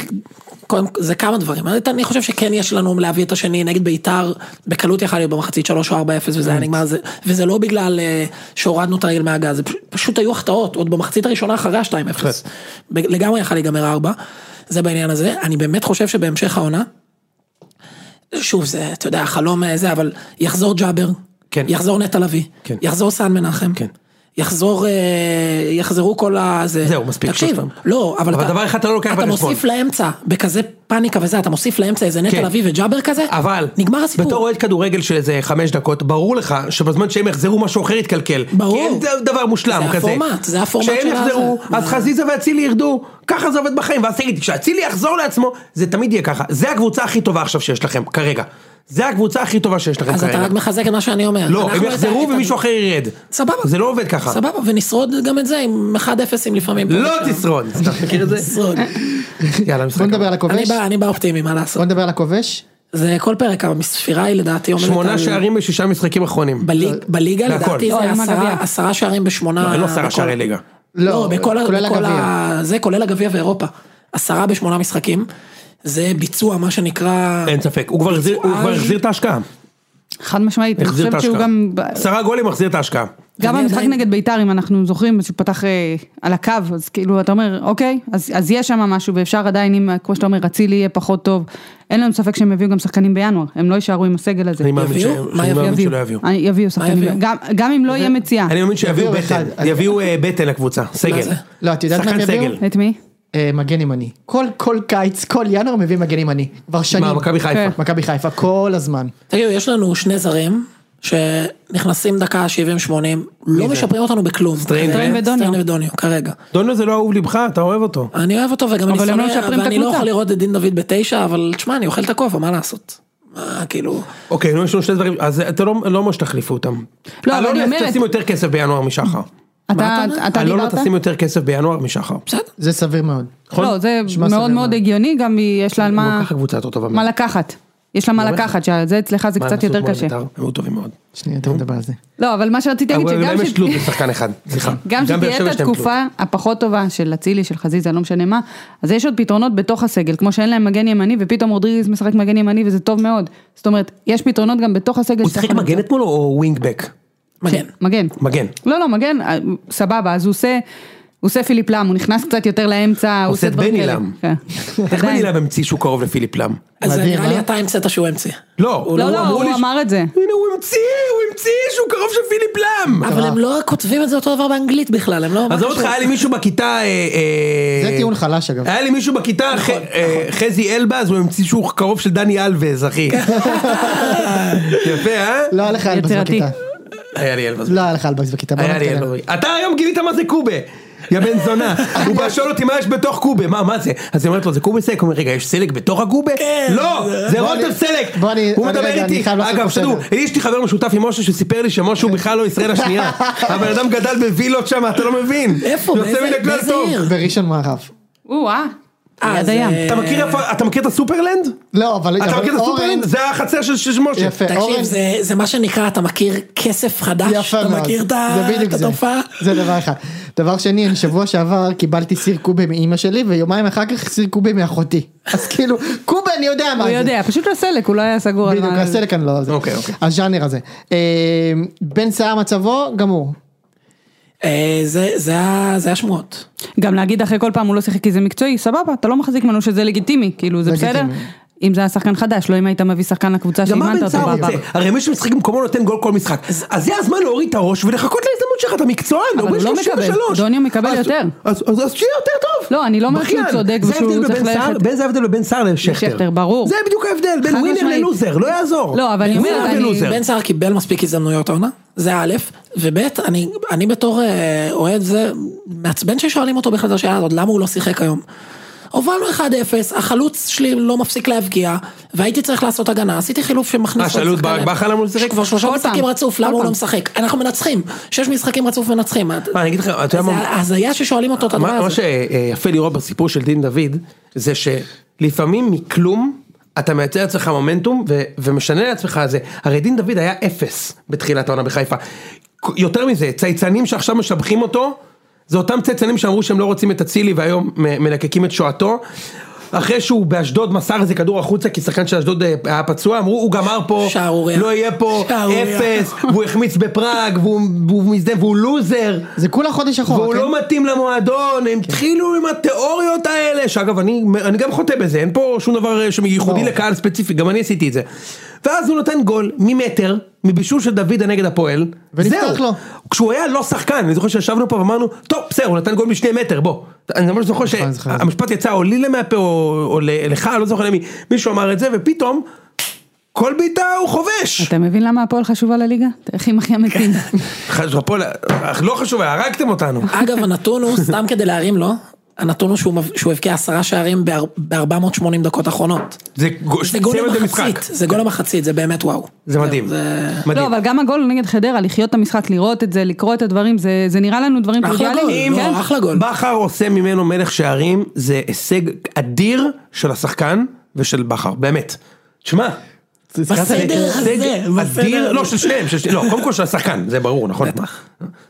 [SPEAKER 4] קודם, זה כמה דברים, אני חושב שכן יש לנו להביא את השני נגד ביתר, בקלות יכל להיות במחצית 3 או 4-0 וזה היה נגמר, זה- וזה לא בגלל אה, שהורדנו את הרגל מהגז, זה פש- פשוט היו החטאות, עוד במחצית הראשונה אחרי ה-2-0,
[SPEAKER 1] כן.
[SPEAKER 4] לגמרי יכל להיגמר 4, זה בעניין הזה, אני באמת חושב שבהמשך העונה, שוב זה, אתה יודע, החלום אה, זה, אבל יחזור ג'אבר,
[SPEAKER 1] כן.
[SPEAKER 4] יחזור נטע לביא,
[SPEAKER 1] כן.
[SPEAKER 4] יחזור סאן מנחם,
[SPEAKER 1] כן.
[SPEAKER 4] יחזור, אה, יחזרו כל ה... זה-
[SPEAKER 1] זהו, מספיק,
[SPEAKER 4] תקשיב,
[SPEAKER 1] שלושתם.
[SPEAKER 4] לא, אבל
[SPEAKER 1] אבל דבר אחד אתה לא לוקח
[SPEAKER 4] אתה
[SPEAKER 1] בחשבון.
[SPEAKER 4] מוסיף לאמצע, בכזה פאניקה וזה, אתה מוסיף לאמצע איזה נטע
[SPEAKER 1] כן.
[SPEAKER 4] לביא וג'אבר כזה,
[SPEAKER 1] אבל,
[SPEAKER 4] נגמר הסיפור.
[SPEAKER 1] בתור אוהד כדורגל של איזה חמש דקות, ברור לך שבזמן שהם יחזרו משהו אחר יתקלקל.
[SPEAKER 4] ברור.
[SPEAKER 1] כי אין ד- דבר מושלם
[SPEAKER 4] זה
[SPEAKER 1] כזה.
[SPEAKER 4] הפורמט, זה הפורמט
[SPEAKER 1] כשהם
[SPEAKER 4] של הזה.
[SPEAKER 1] יחזרו, אז
[SPEAKER 4] זה-
[SPEAKER 1] חזיזה ואצילי ירדו, ככה זה עובד בחיים, ואז תגיד, כשאצילי יחזור לעצמו, זה תמיד יהיה ככה. זה הקבוצה הכי טובה עכשיו שיש לכם, כרגע. זה הקבוצה הכי טובה שיש לכם
[SPEAKER 4] אז אתה
[SPEAKER 1] כרגע.
[SPEAKER 4] רק מחזק את מה שאני אומר.
[SPEAKER 1] לא,
[SPEAKER 4] אנחנו
[SPEAKER 1] הם
[SPEAKER 4] את ה-
[SPEAKER 1] יחזרו
[SPEAKER 4] את ה-
[SPEAKER 1] ומישהו אחר ירד.
[SPEAKER 4] סבבה.
[SPEAKER 1] זה לא עובד ככה.
[SPEAKER 4] סבבה, ונשרוד גם את זה עם 1-0 עם לפעמים. פה
[SPEAKER 1] לא
[SPEAKER 4] ושם.
[SPEAKER 1] תשרוד. אתה מכיר את זה?
[SPEAKER 4] נשרוד.
[SPEAKER 1] יאללה, משחק.
[SPEAKER 2] בוא נדבר על
[SPEAKER 4] אני
[SPEAKER 2] הכובש.
[SPEAKER 4] בא- אני בא אופטימי, מה
[SPEAKER 2] בוא
[SPEAKER 4] לעשות?
[SPEAKER 2] נדבר על הכובש.
[SPEAKER 4] זה כל פרק, הספירה היא לדעתי עומדת על-
[SPEAKER 1] שמונה שערים בשישה משחקים אחרונים.
[SPEAKER 4] בליג- בליגה
[SPEAKER 1] להכל.
[SPEAKER 4] לדעתי
[SPEAKER 3] לא,
[SPEAKER 4] זה
[SPEAKER 3] עם
[SPEAKER 4] עשרה-
[SPEAKER 3] הגביע.
[SPEAKER 4] עשרה שערים
[SPEAKER 1] לא,
[SPEAKER 4] בשמונה.
[SPEAKER 1] אין לו עשרה
[SPEAKER 4] בכל-
[SPEAKER 1] שערי ליגה.
[SPEAKER 2] לא,
[SPEAKER 4] לא, בכל ה-
[SPEAKER 2] כולל
[SPEAKER 4] בכל
[SPEAKER 2] הגביע.
[SPEAKER 4] ה... זה כולל הגביע ואירופה. עשרה בשמונה משחקים. זה ביצוע מה שנקרא...
[SPEAKER 1] אין ספק, הוא כבר החזיר- הוא
[SPEAKER 4] אה,
[SPEAKER 1] כבר החזיר את ההשקעה.
[SPEAKER 3] חד משמעית, אני
[SPEAKER 1] החזיר את
[SPEAKER 3] חושבת שהוא
[SPEAKER 1] ההשקעה.
[SPEAKER 3] גם...
[SPEAKER 1] עשרה גולים מחזיר את ההשקעה.
[SPEAKER 3] גם
[SPEAKER 4] אני
[SPEAKER 3] המשחק
[SPEAKER 4] עדיין-
[SPEAKER 3] נגד ביתר, אם אנחנו זוכרים, שהוא פתח אה, על הקו, אז כאילו, אתה אומר, אוקיי, אז, אז יש שם משהו, ואפשר עדיין, אם, כמו שאתה אומר, אצילי יהיה פחות טוב. אין לנו ספק שהם יביאו גם שחקנים בינואר, הם לא יישארו עם הסגל הזה.
[SPEAKER 1] אני מאמין
[SPEAKER 4] יביאו?
[SPEAKER 1] שהם-
[SPEAKER 4] מה
[SPEAKER 1] אני מאמין
[SPEAKER 3] יביאו,
[SPEAKER 1] שלא יביאו.
[SPEAKER 3] אני- יביאו שחקנים,
[SPEAKER 4] יביאו?
[SPEAKER 3] גם, גם אם לא יהיה מציאה.
[SPEAKER 1] אני מאמין שיביאו
[SPEAKER 2] יביאו
[SPEAKER 1] בטן,
[SPEAKER 2] אחד.
[SPEAKER 1] יביאו אה, בטן לקבוצה, סגל.
[SPEAKER 4] זה?
[SPEAKER 2] לא, את יודעת מה
[SPEAKER 1] שחקן
[SPEAKER 2] הם יביאו?
[SPEAKER 1] סגל.
[SPEAKER 3] את מי?
[SPEAKER 2] אה, מגן ימני. כל, כל קיץ, כל ינואר מביא מגן ימני. כבר שנים.
[SPEAKER 1] מה, מכבי
[SPEAKER 3] כן.
[SPEAKER 1] חיפה.
[SPEAKER 2] מכבי חיפה, כל הזמן.
[SPEAKER 4] תגידו, יש לנו שני זרים שנכנסים דקה 70-80, לא משפרים אותנו בכלום.
[SPEAKER 1] סטריין
[SPEAKER 4] כרגע.
[SPEAKER 3] ודוניו.
[SPEAKER 4] סטריין ודוניו, כרגע.
[SPEAKER 1] דוניו זה לא אהוב לבך, אתה אוהב אותו.
[SPEAKER 4] אני אוהב אותו וגם אני
[SPEAKER 3] אבל הם לא
[SPEAKER 4] שונא,
[SPEAKER 3] משפרים את
[SPEAKER 4] ואני לא
[SPEAKER 3] הקבוצה.
[SPEAKER 4] יכול לראות את דין דוד בתשע, אבל תשמע, אני אוכל את הכובע, מה לעשות? מה, כאילו...
[SPEAKER 1] אוקיי, נו, יש לנו שני דברים, אז אתה לא לא אומר שתחליפו אותם.
[SPEAKER 3] לא, אבל
[SPEAKER 1] אלונה,
[SPEAKER 3] אני אומרת-
[SPEAKER 1] תשים יותר כסף בינואר משחר.
[SPEAKER 3] אתה אתה
[SPEAKER 1] אלונה
[SPEAKER 3] דיברת?
[SPEAKER 1] תשים יותר כסף בינואר משחר.
[SPEAKER 4] בסדר.
[SPEAKER 2] זה סביר מאוד.
[SPEAKER 3] לא,
[SPEAKER 1] נכון?
[SPEAKER 3] זה
[SPEAKER 2] נשמע סביר
[SPEAKER 3] מאוד מאוד
[SPEAKER 2] מאוד.
[SPEAKER 3] הגיוני, גם היא- יש לה על
[SPEAKER 1] גם
[SPEAKER 3] מה
[SPEAKER 1] ככה קבוצה יותר טובה.
[SPEAKER 3] מה לקחת. יש לה מה
[SPEAKER 1] באמת?
[SPEAKER 3] לקחת, שזה אצלך זה
[SPEAKER 1] מה,
[SPEAKER 3] קצת
[SPEAKER 1] עשו
[SPEAKER 3] יותר
[SPEAKER 1] אתמול
[SPEAKER 3] קשה.
[SPEAKER 1] בית"ר? הם היו טובים מאוד.
[SPEAKER 2] שנייה, אתה מדבר על זה.
[SPEAKER 3] לא, אבל מה שרציתי להגיד,
[SPEAKER 1] אבל
[SPEAKER 3] שגם
[SPEAKER 1] להם
[SPEAKER 3] ש-
[SPEAKER 1] יש תלות בשחקן אחד, סליחה.
[SPEAKER 3] גם
[SPEAKER 1] באר
[SPEAKER 3] שתהיה
[SPEAKER 1] שבע
[SPEAKER 3] את
[SPEAKER 1] יש להם תלות.
[SPEAKER 3] התקופה הפחות טובה של אצילי, של חזיזה, לא משנה מה, אז יש עוד פתרונות בתוך הסגל, כמו שאין להם מגן ימני, ופתאום רודריגז משחק מגן ימני וזה טוב מאוד. זאת אומרת, יש פתרונות גם בתוך הסגל.
[SPEAKER 1] הוא
[SPEAKER 3] שצריך
[SPEAKER 1] שיחק
[SPEAKER 3] למצוא.
[SPEAKER 1] מגן אתמול או ווינגבק?
[SPEAKER 4] מגן.
[SPEAKER 2] כן.
[SPEAKER 3] מגן.
[SPEAKER 1] מגן.
[SPEAKER 3] לא, לא, מגן, אה, סבבה, אז הוא עושה, הוא עושה פיליפ לאם, הוא נכנס קצת יותר לאמצע, אה, הוא
[SPEAKER 1] עושה
[SPEAKER 3] עושה
[SPEAKER 1] את
[SPEAKER 3] דברים
[SPEAKER 1] בני
[SPEAKER 3] כאלה.
[SPEAKER 1] לאם.
[SPEAKER 3] כן.
[SPEAKER 1] איך
[SPEAKER 3] עדיין.
[SPEAKER 1] בנילם המציא שהוא קרוב לפיליפ לאם?
[SPEAKER 4] אז
[SPEAKER 2] מדהים,
[SPEAKER 4] נראה לי
[SPEAKER 2] אה?
[SPEAKER 4] אתה המצאת שהוא המציא.
[SPEAKER 1] לא,
[SPEAKER 3] לא, לא,
[SPEAKER 1] אמרו
[SPEAKER 3] הוא
[SPEAKER 1] לי ש-
[SPEAKER 3] אמר את זה.
[SPEAKER 1] הנה הוא המציא, הוא המציא שהוא קרוב של פיליפ לאם.
[SPEAKER 4] אבל הם לא כותבים את זה אותו דבר באנגלית בכלל, הם לא... מה
[SPEAKER 1] עזוב
[SPEAKER 4] קשור?
[SPEAKER 1] אותך, היה לי מישהו בכיתה... אה, אה,
[SPEAKER 2] זה טיעון חלש אגב.
[SPEAKER 1] היה לי מישהו בכיתה,
[SPEAKER 3] נכון,
[SPEAKER 1] ח- אה, חזי אלבז, הוא המציא שהוא קרוב של דני אלבז, אחי. יפה, אה?
[SPEAKER 2] לא היה לך אלבס
[SPEAKER 3] יצירתי.
[SPEAKER 2] בכיתה.
[SPEAKER 1] היה לי אלבז.
[SPEAKER 2] לא היה לך אלבס בכיתה. בוא
[SPEAKER 1] היה לי
[SPEAKER 2] נתקדם.
[SPEAKER 1] אלבז. אתה היום גילית מה זה קובה. יא בן זונה, הוא בא שואל אותי מה יש בתוך קובה, מה מה זה? אז היא אומרת לו זה קובה סלק, הוא אומר רגע יש סלק בתוך הקובה? לא, זה
[SPEAKER 2] כן. בוא
[SPEAKER 1] רוטב
[SPEAKER 2] אני-
[SPEAKER 1] סלק,
[SPEAKER 2] בוא אני-
[SPEAKER 1] הוא
[SPEAKER 2] אני
[SPEAKER 1] מדבר
[SPEAKER 2] רגע, אני
[SPEAKER 1] איתי,
[SPEAKER 2] חייב לעשות
[SPEAKER 1] אגב
[SPEAKER 2] פה
[SPEAKER 1] שתדעו,
[SPEAKER 2] סדר.
[SPEAKER 1] יש לי חבר משותף עם משה שסיפר לי שמשה הוא בכלל לא ישראל השנייה, הבן אדם גדל בווילות שם, אתה לא מבין,
[SPEAKER 4] איפה?
[SPEAKER 1] יוצא
[SPEAKER 4] באיזה-
[SPEAKER 1] מן הכלל
[SPEAKER 4] באיזה
[SPEAKER 1] טוב.
[SPEAKER 4] עיר?
[SPEAKER 2] בראשון מערב.
[SPEAKER 3] או-אה,
[SPEAKER 4] אה,
[SPEAKER 3] יד
[SPEAKER 4] זה-
[SPEAKER 3] הים.
[SPEAKER 1] אתה מכיר איפה, אתה מכיר את הסופרלנד?
[SPEAKER 2] לא, אבל
[SPEAKER 1] אתה
[SPEAKER 2] אבל
[SPEAKER 1] מכיר את הסופרלנד? זה החצר של של משה.
[SPEAKER 2] יפה, אה,
[SPEAKER 4] תקשיב,
[SPEAKER 2] אורן.
[SPEAKER 4] זה- זה מה שנקרא, אתה מכיר כסף חדש?
[SPEAKER 2] יפה
[SPEAKER 4] אה, אתה
[SPEAKER 2] מאוד.
[SPEAKER 4] מכיר את ה-
[SPEAKER 2] זה בדיוק
[SPEAKER 4] את
[SPEAKER 2] זה.
[SPEAKER 4] התופעה?
[SPEAKER 2] זה דבר אחד. דבר שני, אני שבוע שעבר קיבלתי סיר קובה מאימא שלי, ויומיים אחר כך סיר קובה מאחותי. אז כאילו, קובה אני יודע מה
[SPEAKER 3] הוא
[SPEAKER 2] זה.
[SPEAKER 3] יודע, פשוט לא סלק, הוא לא היה סגור על
[SPEAKER 2] בדיוק,
[SPEAKER 3] מה...
[SPEAKER 2] הסלק אני לא... זה.
[SPEAKER 1] אוקיי, אוקיי.
[SPEAKER 2] הז'אנר הזה. אה, בן סער מצבו, גמור.
[SPEAKER 4] אה, זה- זה ה- זה השמועות.
[SPEAKER 3] גם להגיד אחרי כל פעם הוא לא שיחק כי זה מקצועי, סבבה, אתה לא מחזיק ממנו שזה לגיטימי, כאילו זה בסדר.
[SPEAKER 2] לגיטימי.
[SPEAKER 3] אם זה היה שחקן חדש, לא אם היית מביא שחקן לקבוצה
[SPEAKER 1] גם מה
[SPEAKER 3] שאימנת
[SPEAKER 1] בן
[SPEAKER 3] אותו
[SPEAKER 1] סער
[SPEAKER 3] בעבר.
[SPEAKER 1] רוצה? הרי מי שמשחק במקומו נותן גול כל משחק. אז זה הזמן להוריד את הראש ולחכות להזדמנות שלך, אתה מקצוען,
[SPEAKER 3] אבל
[SPEAKER 1] בן
[SPEAKER 3] הוא לא מקבל,
[SPEAKER 1] 33.
[SPEAKER 3] דוניו מקבל
[SPEAKER 1] אז-
[SPEAKER 3] יותר.
[SPEAKER 1] אז אז- אז שיהיה יותר טוב.
[SPEAKER 3] לא, אני לא אומרת שהוא
[SPEAKER 1] בכיין.
[SPEAKER 3] צודק
[SPEAKER 1] זה
[SPEAKER 3] ושהוא
[SPEAKER 1] ההבדל
[SPEAKER 3] צריך
[SPEAKER 1] בבין סער-
[SPEAKER 3] ללכת.
[SPEAKER 1] בין זה ההבדל לבין סער לשכטר.
[SPEAKER 3] לשכטר, ברור.
[SPEAKER 1] זה בדיוק ההבדל, בין
[SPEAKER 3] חד
[SPEAKER 1] ווינר
[SPEAKER 3] משמעית.
[SPEAKER 1] ללוזר, לא יעזור.
[SPEAKER 3] לא, אבל אני
[SPEAKER 1] בין
[SPEAKER 3] אומרת,
[SPEAKER 1] ווינר
[SPEAKER 3] אני-
[SPEAKER 1] ללוזר.
[SPEAKER 4] בן סער קיבל מספיק הזדמנויות העונה, זה א', וב', אני, אני בתור אה, אוהד זה, מעצבן ששואלים אותו בכלל את השאלה הזאת, למה הוא לא שיחק היום? הובלנו 1-0, החלוץ שלי לא מפסיק להבקיע, והייתי צריך לעשות הגנה, עשיתי חילוף שמכניס...
[SPEAKER 1] אה, שאלו
[SPEAKER 4] עוד
[SPEAKER 1] את ברק
[SPEAKER 4] שחקן.
[SPEAKER 1] בכר למה הוא לא שיחק?
[SPEAKER 4] כבר שלושה
[SPEAKER 3] כל
[SPEAKER 4] משחקים
[SPEAKER 3] פעם.
[SPEAKER 4] רצוף,
[SPEAKER 3] כל
[SPEAKER 4] למה הוא
[SPEAKER 3] פעם.
[SPEAKER 4] לא משחק? אנחנו מנצחים, שש משחקים רצוף מנצחים.
[SPEAKER 1] מה, אני אגיד לך, אתה יודע
[SPEAKER 4] זה
[SPEAKER 1] מה...
[SPEAKER 4] הזיה ששואלים אותו את הדבר
[SPEAKER 1] מה מה
[SPEAKER 4] הזה.
[SPEAKER 1] שיפה לראות בסיפור של דין דוד, זה שלפעמים מכלום אתה מייצר לעצמך מומנטום ו- ומשנה לעצמך את זה. הרי דין דוד היה אפס בתחילת העונה בחיפה. יותר מזה, צייצנים שעכשיו משבחים אותו, זה אותם צייצנים שאמרו שהם לא רוצים את אצילי והיום מ- מלקקים את שואתו. אחרי שהוא באשדוד מסר איזה כדור החוצה כי שחקן של אשדוד אה, היה פצוע, אמרו הוא גמר פה,
[SPEAKER 4] שערוריה.
[SPEAKER 1] לא יהיה פה,
[SPEAKER 4] שערוריה.
[SPEAKER 1] אפס, והוא החמיץ בפראג, והוא והוא מזדהה, והוא לוזר.
[SPEAKER 2] זה כולה חודש אחורה,
[SPEAKER 1] והוא
[SPEAKER 2] כן?
[SPEAKER 1] לא מתאים למועדון, הם התחילו עם התיאוריות האלה, שאגב אני, אני גם חוטא בזה, אין פה שום דבר אה, שייחודי
[SPEAKER 2] ברור.
[SPEAKER 1] לקהל ספציפי, גם אני עשיתי את זה. ואז הוא נותן גול ממטר, מבישול של דוידה נגד הפועל,
[SPEAKER 2] ונפתח
[SPEAKER 1] זהו.
[SPEAKER 2] לו.
[SPEAKER 1] כשהוא היה לא שחקן, אני זוכר שישבנו פה ואמרנו, טוב בסדר, הוא נתן גול משני מטר, בוא. אני ממש זוכר
[SPEAKER 2] נכון, זוכר.
[SPEAKER 1] שהמשפט יצא או לי למהפה או, או ל- לך, לא זוכר למי, מישהו אמר את זה, ופתאום, כל בעיטה הוא חובש.
[SPEAKER 3] אתה מבין למה הפועל חשובה לליגה? איך עם הכי המתים.
[SPEAKER 1] חשוב, הפועל, אך לא חשוב, הרגתם אותנו.
[SPEAKER 4] אגב, הנתון הוא, סתם כדי להרים לו, הנתון הוא שהוא מב- שהוא הבקיע עשרה שערים ב-480 דקות אחרונות.
[SPEAKER 1] זה גול,
[SPEAKER 4] זה גול
[SPEAKER 1] סיים את המשחק.
[SPEAKER 4] המחצית, זה גול המחצית, זה באמת וואו.
[SPEAKER 1] זה מדהים,
[SPEAKER 3] לא,
[SPEAKER 1] מדהים.
[SPEAKER 3] אבל גם הגול נגד חדרה, לחיות את המשחק, לראות את זה, לקרוא את הדברים, זה זה נראה לנו דברים
[SPEAKER 4] אחלה
[SPEAKER 3] טריוויאליים.
[SPEAKER 4] גול,
[SPEAKER 3] כן?
[SPEAKER 4] לא, אחלה גול.
[SPEAKER 1] בכר עושה ממנו מלך שערים, זה הישג אדיר של השחקן ושל בכר, באמת. שמע,
[SPEAKER 4] בסדר
[SPEAKER 1] הישג
[SPEAKER 4] הזה, בסדר.
[SPEAKER 1] אדיר, לא, של שניהם, של שניהם, לא, קודם כל של השחקן, זה ברור, נכון?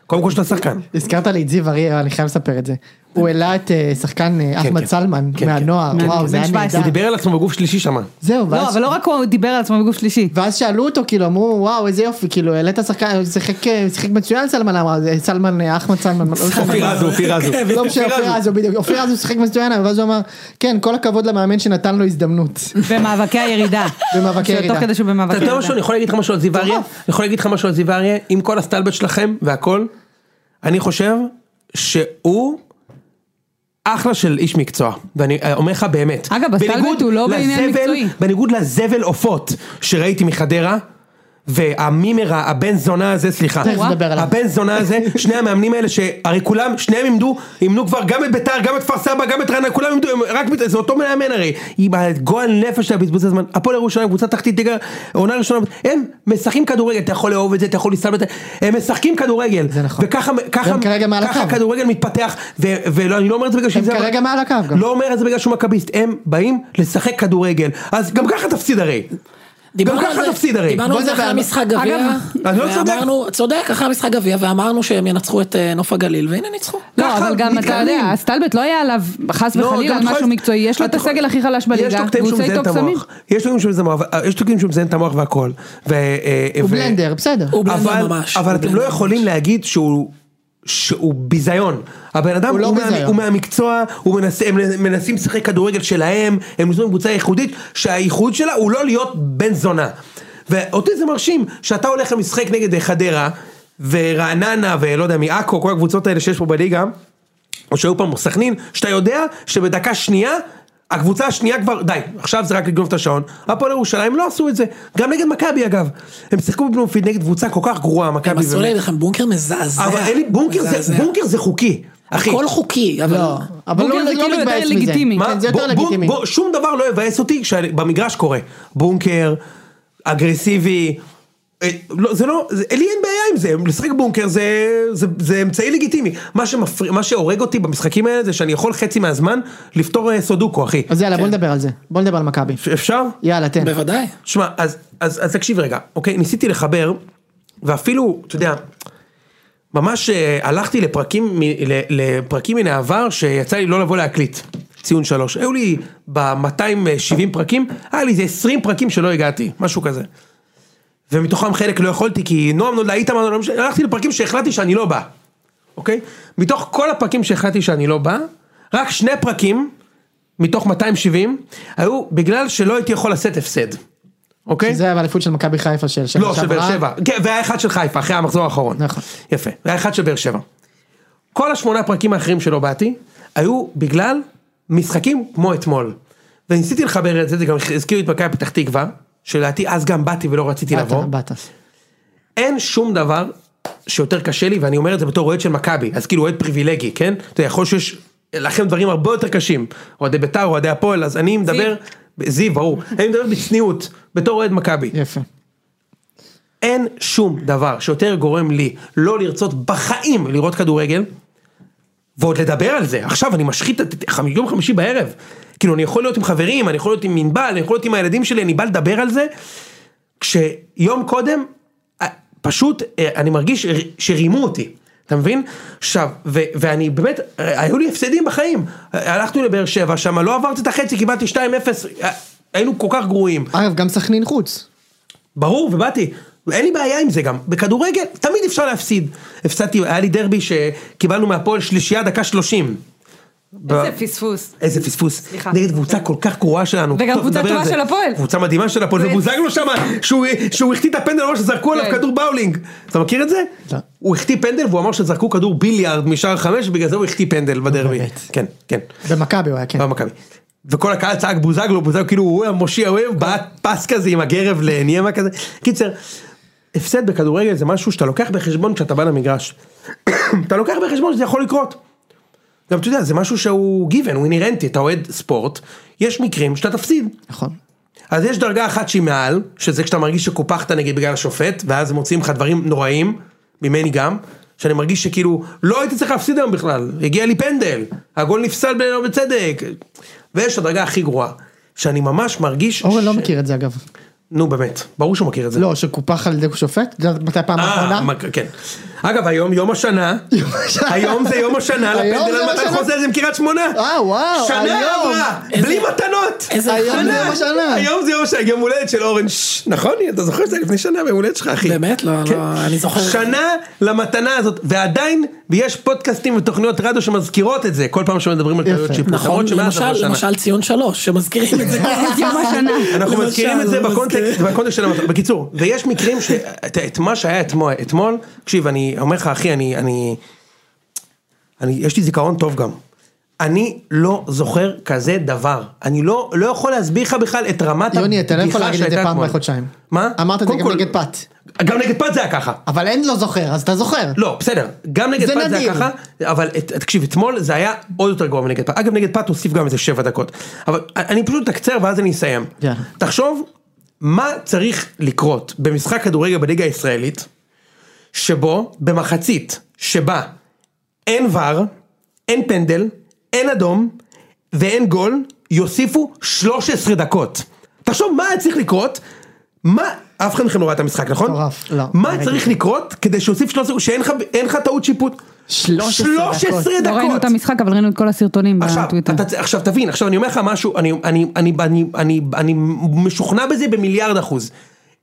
[SPEAKER 1] קודם כל של השחקן.
[SPEAKER 2] הזכרת לי את זיו אריה, אני חייב לספר את זה. הוא העלה את אה, שחקן אה, אחמד
[SPEAKER 1] כן.
[SPEAKER 2] סלמן
[SPEAKER 1] כן,
[SPEAKER 2] מהנוער,
[SPEAKER 3] כן.
[SPEAKER 2] וואו, זה
[SPEAKER 3] בן
[SPEAKER 2] היה
[SPEAKER 3] 17.
[SPEAKER 1] הוא
[SPEAKER 2] נהדר.
[SPEAKER 1] דיבר על עצמו בגוף שלישי שם.
[SPEAKER 2] זהו,
[SPEAKER 3] לא,
[SPEAKER 2] ואז
[SPEAKER 3] אבל לא רק הוא דיבר על עצמו בגוף שלישי.
[SPEAKER 2] ואז שאלו אותו כאילו אמרו וואו איזה יופי כאילו העלית שחקן הוא שיחק אה, שיחק מצוין סלמן אמר זה סלמן אה, אחמד סלמן לא משנה.
[SPEAKER 1] אופיר רזו, אופיר רזו.
[SPEAKER 2] לא משנה אופיר רזו בדיוק אופיר רזו שיחק מצוין אבל אז הוא אמר כן כל הכבוד למאמן שנתן לו הזדמנות.
[SPEAKER 3] במאבקי הירידה.
[SPEAKER 2] במאבקי הירידה.
[SPEAKER 3] תוך כדי שהוא במאבקי
[SPEAKER 1] אתה יודע משהו, אני
[SPEAKER 3] הירידה.
[SPEAKER 1] יכול להגיד לך משהו על זיו אריה? אני יכול להגיד לך משהו על זיו אריה, עם כל הסטלבט שלכם והכל, אני חושב שהוא אחלה של איש מקצוע, ואני אה, אומר לך באמת.
[SPEAKER 3] אגב, הסטלבט
[SPEAKER 1] בניגוד
[SPEAKER 3] הוא לא בעניין
[SPEAKER 1] לזבל-
[SPEAKER 3] מקצועי.
[SPEAKER 1] בניגוד לזבל עופות שראיתי מחדרה, והמימר, הבן זונה הזה, סליחה.
[SPEAKER 2] תכף נדבר עליו.
[SPEAKER 1] הבן זונה הזה, שני המאמנים האלה, שהרי כולם, שניהם אימדו, אימנו כבר גם את ביתר, גם את כפר סבא, גם את רעננה, כולם אימדו, הם רק, מת- זה אותו מאמן הרי. עם הגועל נפש של הבזבוז הזמן, הפועל ירושלים, קבוצה תחתית, ליגה, עונה ראשונה, הם משחקים כדורגל, אתה יכול לאהוב את זה, אתה יכול להסתלבט, הם משחקים כדורגל.
[SPEAKER 2] זה נכון.
[SPEAKER 1] וככה, ככה,
[SPEAKER 2] והם כרגע מעל
[SPEAKER 1] ככה
[SPEAKER 2] הקו.
[SPEAKER 1] הכדורגל מתפתח, ו- ואני לא אומר את זה בגלל
[SPEAKER 2] הם
[SPEAKER 1] שזה...
[SPEAKER 2] כרגע מעל הקו גם.
[SPEAKER 1] לא אומר את זה בגלל שהוא מכביסט, הם באים לשחק כדורגל, אז גם ככה תפסיד הרי.
[SPEAKER 4] דיברנו
[SPEAKER 1] גם
[SPEAKER 4] על
[SPEAKER 1] ככה
[SPEAKER 4] זה-
[SPEAKER 1] תפסיד הרי.
[SPEAKER 4] דיברנו
[SPEAKER 2] בוא
[SPEAKER 4] על זה
[SPEAKER 2] נדבר
[SPEAKER 4] אחרי
[SPEAKER 2] על-
[SPEAKER 4] המשחק גביע.
[SPEAKER 1] אני לא צודק.
[SPEAKER 4] ואמרנו, צודק, אחרי המשחק גביע, ואמרנו שהם ינצחו את אה, נוף הגליל, והנה ניצחו.
[SPEAKER 3] לא,
[SPEAKER 1] ככה
[SPEAKER 3] אבל גם אתה
[SPEAKER 1] מתקדמים.
[SPEAKER 3] יודע, הסטלבט לא היה עליו חס
[SPEAKER 1] לא,
[SPEAKER 3] וחלילה
[SPEAKER 1] גם
[SPEAKER 3] על
[SPEAKER 1] אתה
[SPEAKER 3] משהו
[SPEAKER 1] יכול-
[SPEAKER 3] מקצועי, יש לו את
[SPEAKER 1] אתה יכול-
[SPEAKER 3] הסגל הכי חלש
[SPEAKER 1] יש לו
[SPEAKER 3] בליגה,
[SPEAKER 1] קטעים
[SPEAKER 3] והוא
[SPEAKER 1] שהוא
[SPEAKER 3] עושה
[SPEAKER 1] מזיין
[SPEAKER 3] איתו
[SPEAKER 1] את
[SPEAKER 3] קסמים.
[SPEAKER 1] המוח, יש לו קטעים שהוא מזיין את המוח, אה, יש לו קטעים שהוא מזיין את המוח והכל. ו- אה, ו-
[SPEAKER 2] הוא בלנדר, בסדר.
[SPEAKER 4] הוא בלנדר
[SPEAKER 1] אבל-
[SPEAKER 4] ממש.
[SPEAKER 1] אבל
[SPEAKER 4] הוא
[SPEAKER 1] אתם
[SPEAKER 4] בלנדר
[SPEAKER 1] לא יכולים להגיד שהוא... שהוא ביזיון, הבן אדם
[SPEAKER 2] הוא לא
[SPEAKER 1] הוא, מה-
[SPEAKER 2] ביזיון.
[SPEAKER 1] הוא מהמקצוע, הוא מנס, הם מנסים לשחק כדורגל שלהם, הם נוסעים קבוצה ייחודית, שהייחוד שלה הוא לא להיות בן זונה. ואותי זה מרשים, שאתה הולך למשחק נגד חדרה, ורעננה, ולא יודע, מעכו, כל הקבוצות האלה שיש פה בליגה, או שהיו פעם סכנין, שאתה יודע שבדקה שנייה, הקבוצה השנייה כבר, די, עכשיו זה רק לגנוב את השעון. הפועל ירושלים לא עשו את זה, גם נגד מכבי אגב. הם שיחקו בבלומפיד נגד קבוצה כל כך גרועה,
[SPEAKER 4] הם
[SPEAKER 1] מכבי.
[SPEAKER 4] עשו
[SPEAKER 1] באמת.
[SPEAKER 4] להם בונקר מזעזע.
[SPEAKER 1] אבל אין לי, בונקר זה,
[SPEAKER 4] מזעזע.
[SPEAKER 1] בונקר זה חוקי, אחי.
[SPEAKER 4] הכל חוקי, אבל...
[SPEAKER 2] לא, אבל
[SPEAKER 3] בונקר
[SPEAKER 2] לא
[SPEAKER 3] זה
[SPEAKER 2] לא
[SPEAKER 3] כאילו
[SPEAKER 2] מתבאס
[SPEAKER 3] יותר
[SPEAKER 2] מזה.
[SPEAKER 3] לגיטימי.
[SPEAKER 1] מה?
[SPEAKER 2] כן, זה יותר
[SPEAKER 1] בוא- בוא-
[SPEAKER 2] לגיטימי.
[SPEAKER 1] בוא, שום דבר לא יבאס אותי כשבמגרש קורה. בונקר, אגרסיבי. אה, לא, זה לא, זה, לי אין בעיה עם זה, לשחק בונקר זה, זה, זה אמצעי לגיטימי. מה, שמפר, מה שהורג אותי במשחקים האלה זה שאני יכול חצי מהזמן לפתור אה, סודוקו, אחי.
[SPEAKER 2] אז יאללה, בוא נדבר על זה. בוא נדבר על מכבי.
[SPEAKER 1] אפשר?
[SPEAKER 2] יאללה,
[SPEAKER 1] כן.
[SPEAKER 2] תן.
[SPEAKER 4] בוודאי.
[SPEAKER 1] שמע, אז, אז, אז תקשיב רגע, אוקיי? ניסיתי לחבר, ואפילו, אתה יודע, ממש אה, הלכתי לפרקים, מ- ל- לפרקים מן העבר שיצא לי לא לבוא להקליט, ציון שלוש. היו לי ב-270 פרקים, היה לי איזה 20 פרקים שלא הגעתי, משהו כזה. ומתוכם חלק לא יכולתי, כי נועם נולד, איתמר נולד, הלכתי לפרקים שהחלטתי שאני לא בא, אוקיי? מתוך כל הפרקים שהחלטתי שאני לא בא, רק שני פרקים, מתוך 270, היו בגלל שלא הייתי יכול לשאת הפסד, אוקיי?
[SPEAKER 2] זה היה באליפות של מכבי חיפה של שנה
[SPEAKER 1] לא, של באר
[SPEAKER 2] שעברה. אה,
[SPEAKER 1] שבע. כן, והיה אחד של חיפה, אחרי המחזור האחרון.
[SPEAKER 2] נכון.
[SPEAKER 1] יפה. והיה אחד של באר שבע. כל השמונה פרקים האחרים שלא באתי, היו בגלל משחקים כמו אתמול. וניסיתי לחבר את זה, זה גם הזכיר לי את מכבי פתח תקווה, שלדעתי אז גם באתי ולא רציתי
[SPEAKER 2] באת,
[SPEAKER 1] לבוא.
[SPEAKER 2] באת.
[SPEAKER 1] אין שום דבר שיותר קשה לי, ואני אומר את זה בתור אוהד של מכבי, אז כאילו אוהד פריבילגי, כן? אתה יודע, יכול שיש לכם דברים הרבה יותר קשים, אוהדי בית"ר, אוהדי הפועל, אז אני מדבר, זיו, ברור, אני מדבר בצניעות, בתור אוהד מכבי.
[SPEAKER 2] יפה.
[SPEAKER 1] אין שום דבר שיותר גורם לי לא לרצות בחיים לראות כדורגל, ועוד לדבר על זה. עכשיו אני משחית את את- חמ- יום חמישי בערב. כאילו, אני יכול להיות עם חברים, אני יכול להיות עם ענבל, אני יכול להיות עם הילדים שלי, אני בא לדבר על זה. כשיום קודם, אה, פשוט אה, אני מרגיש ש- שרימו אותי. אתה מבין? עכשיו, ו- ואני באמת, אה, היו לי הפסדים בחיים. אה, הלכנו לבאר שבע, שם לא עברתי את החצי, קיבלתי 2-0, אה, היינו כל כך גרועים.
[SPEAKER 2] אגב, גם סכנין חוץ.
[SPEAKER 1] ברור, ובאתי. אין לי בעיה עם זה גם. בכדורגל, תמיד אפשר להפסיד. הפסדתי, היה לי דרבי שקיבלנו מהפועל שלישייה דקה שלושים.
[SPEAKER 3] איזה פספוס.
[SPEAKER 1] איזה פספוס.
[SPEAKER 3] סליחה.
[SPEAKER 1] נגד קבוצה כל כך גרועה שלנו.
[SPEAKER 3] וגם
[SPEAKER 1] טוב,
[SPEAKER 3] קבוצה
[SPEAKER 1] נדבר על
[SPEAKER 3] טובה
[SPEAKER 1] זה.
[SPEAKER 3] של הפועל.
[SPEAKER 1] קבוצה מדהימה של הפועל.
[SPEAKER 3] ו-
[SPEAKER 1] ובוזגלו שמה, שהוא- שהוא החטיא את הפנדל, אמר שזרקו עליו
[SPEAKER 3] כן.
[SPEAKER 1] כדור באולינג. אתה מכיר את זה?
[SPEAKER 2] לא.
[SPEAKER 1] הוא החטיא פנדל והוא אמר שזרקו כדור ביליארד משער חמש, ובגלל זה הוא החטיא פנדל בדרבי.
[SPEAKER 2] באמת.
[SPEAKER 1] כן, כן.
[SPEAKER 2] במכבי הוא היה, כן.
[SPEAKER 1] לא במכבי. וכל הקהל צעק בוזגלו, בוזגלו כאילו הוא המושיע, הוא בעט פס כזה עם הגרב לניימה כזה. קיצר, הפסד בכדורגל זה משהו שאתה לוקח בחשבון כשאתה בא למגרש. אתה לוקח בחשבון שזה יכול לקרות. גם אתה יודע, זה משהו שהוא גיוון, הוא אינהרנטי, אתה אוהד ספורט, יש מקרים שאתה תפסיד.
[SPEAKER 2] נכון.
[SPEAKER 1] אז יש דרגה אחת שהיא מעל, שזה כשאתה מרגיש שקופחת נגיד בגלל השופט, ואז מוציאים לך דברים נוראים, ממני גם, שאני מרגיש שכאילו, לא הייתי צריך להפסיד היום בכלל, הגיע לי פנדל, הגול נפסל בלא בצדק, ויש את הדרגה הכי גרועה, שאני ממש מרגיש...
[SPEAKER 2] אורן לא
[SPEAKER 1] ש-
[SPEAKER 2] מכיר את זה אגב.
[SPEAKER 1] נו באמת, ברור שהוא מכיר את זה.
[SPEAKER 2] לא, שקופח על ידי שופט? אתה יודע מתי הפעם
[SPEAKER 1] אה,
[SPEAKER 2] האחרונה?
[SPEAKER 1] מק- כן. אגב, היום יום השנה,
[SPEAKER 2] יום השנה.
[SPEAKER 1] היום זה יום השנה
[SPEAKER 2] היום
[SPEAKER 1] לפנדל
[SPEAKER 2] זה
[SPEAKER 1] על
[SPEAKER 2] יום
[SPEAKER 1] מתן
[SPEAKER 2] השנה.
[SPEAKER 1] חוזז עם קריית שמונה.
[SPEAKER 2] אה, וואו,
[SPEAKER 1] שנה
[SPEAKER 2] היום.
[SPEAKER 1] עברה,
[SPEAKER 4] איזה-
[SPEAKER 1] בלי מתנות.
[SPEAKER 4] איזה
[SPEAKER 2] היום
[SPEAKER 4] חנה.
[SPEAKER 2] זה יום השנה.
[SPEAKER 1] היום זה יום השנה, יום הולדת של אורן, ש- נכון? אתה זוכר שזה לפני שנה ביום הולדת שלך אחי.
[SPEAKER 4] באמת? לא,
[SPEAKER 1] כן.
[SPEAKER 4] לא, אני זוכר.
[SPEAKER 1] שנה למתנה הזאת, ועדיין, ויש פודקאסטים ותוכניות רדיו שמזכירות את זה, כל פעם שמדברים על
[SPEAKER 2] יפה.
[SPEAKER 1] טעויות שיפוט.
[SPEAKER 4] נכון,
[SPEAKER 1] למרות שמאז עברה
[SPEAKER 4] למשל,
[SPEAKER 1] שנה.
[SPEAKER 4] למשל ציון שלוש, שמזכירים את זה.
[SPEAKER 3] יום השנה.
[SPEAKER 1] אנחנו
[SPEAKER 4] למשל,
[SPEAKER 1] מזכירים את זה
[SPEAKER 4] זה
[SPEAKER 1] בקונטקסט, בקונטקסט של המצב. בקיצור, ויש מקרים ש... את- את מה שהיה אתמול, אתמול, תקשיב, אני אומר לך, אחי, אני... אני... אני, יש לי זיכרון טוב גם. אני לא זוכר כזה דבר. אני לא, לא יכול להסביר לך בכלל את רמת
[SPEAKER 2] יוני, אתה לא יכול להגיד את זה
[SPEAKER 1] שהייתה
[SPEAKER 2] פעם
[SPEAKER 1] אתמול.
[SPEAKER 2] בחודשיים.
[SPEAKER 1] מה?
[SPEAKER 2] אמרת את זה
[SPEAKER 1] קודם
[SPEAKER 2] גם
[SPEAKER 1] כל-
[SPEAKER 2] נגד פת.
[SPEAKER 1] גם נגד פת זה היה ככה.
[SPEAKER 2] אבל אין לא זוכר, אז אתה זוכר.
[SPEAKER 1] לא, בסדר, גם נגד
[SPEAKER 2] זה
[SPEAKER 1] פת זה היה
[SPEAKER 2] נדיר.
[SPEAKER 1] ככה, אבל את- תקשיב, אתמול זה היה עוד יותר גרוע מנגד פת. אגב, נגד פת הוסיף גם איזה שבע דקות. אבל אני פשוט אקצר ואז אני אסיים.
[SPEAKER 2] יאללה.
[SPEAKER 1] תחשוב, מה צריך לקרות במשחק כדורגל בליגה הישראלית, שבו במחצית שבה אין ור, אין פנדל, אין אדום ואין גול, יוסיפו 13 דקות. תחשוב מה היה צריך לקרות, מה, אף אחד מכם לא ראה את המשחק, נכון?
[SPEAKER 2] מטורף, לא.
[SPEAKER 1] מה
[SPEAKER 2] רגע.
[SPEAKER 1] צריך לקרות כדי שיוסיף 13, שאין לך- אין לך טעות שיפוט?
[SPEAKER 2] 13 דקות.
[SPEAKER 1] 13
[SPEAKER 3] לא ראינו
[SPEAKER 1] דקות.
[SPEAKER 3] את המשחק, אבל ראינו את כל הסרטונים
[SPEAKER 1] עכשיו,
[SPEAKER 3] בטוויטר.
[SPEAKER 1] אתה, צ- עכשיו תבין, עכשיו אני אומר לך משהו, אני, אני, אני, אני, אני, אני משוכנע בזה במיליארד אחוז.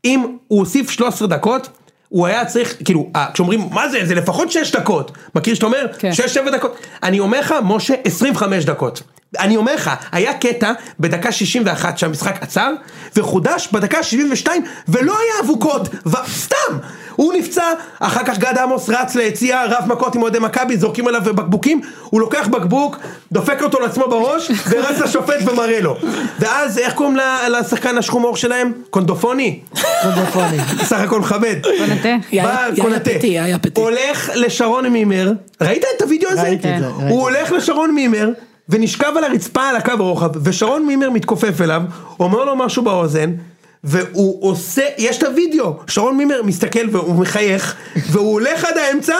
[SPEAKER 1] אם הוא הוסיף 13 דקות, הוא היה צריך, כאילו, אה, כשאומרים, מה זה, זה לפחות 6 דקות. מכיר שאתה אומר,
[SPEAKER 3] כן.
[SPEAKER 1] 6-7 דקות. אני אומר לך, משה, 25 דקות. אני אומר לך, היה קטע בדקה 61 שהמשחק עצר, וחודש בדקה 72, ולא היה אבוקות, ו- סתם! הוא נפצע, אחר כך גד עמוס רץ ליציע, רב מכות עם אוהדי מכבי, זורקים עליו בקבוקים, הוא לוקח בקבוק, דופק אותו לעצמו בראש, ורץ לשופט ומראה לו. ואז, איך קוראים ל- לשחקן השחום עור שלהם? קונדופוני.
[SPEAKER 2] לא קונדופוני.
[SPEAKER 1] סך הכל מכבד.
[SPEAKER 3] קונטה.
[SPEAKER 4] יאיה-
[SPEAKER 1] בא
[SPEAKER 4] יאיה
[SPEAKER 1] קונטה.
[SPEAKER 4] פטי, יאיה פטי.
[SPEAKER 1] הולך לשרון מימר, ראית את הוידאו הזה?
[SPEAKER 2] ראיתי את זה,
[SPEAKER 1] הוא
[SPEAKER 2] ראיתי.
[SPEAKER 1] הולך לשרון מימר, ונשכב על הרצפה על הקו הרוחב, ושרון מימר מתכופף אליו, אומר לו משהו באוזן. והוא עושה, יש את הוידאו, שרון מימר מסתכל והוא מחייך, והוא הולך עד האמצע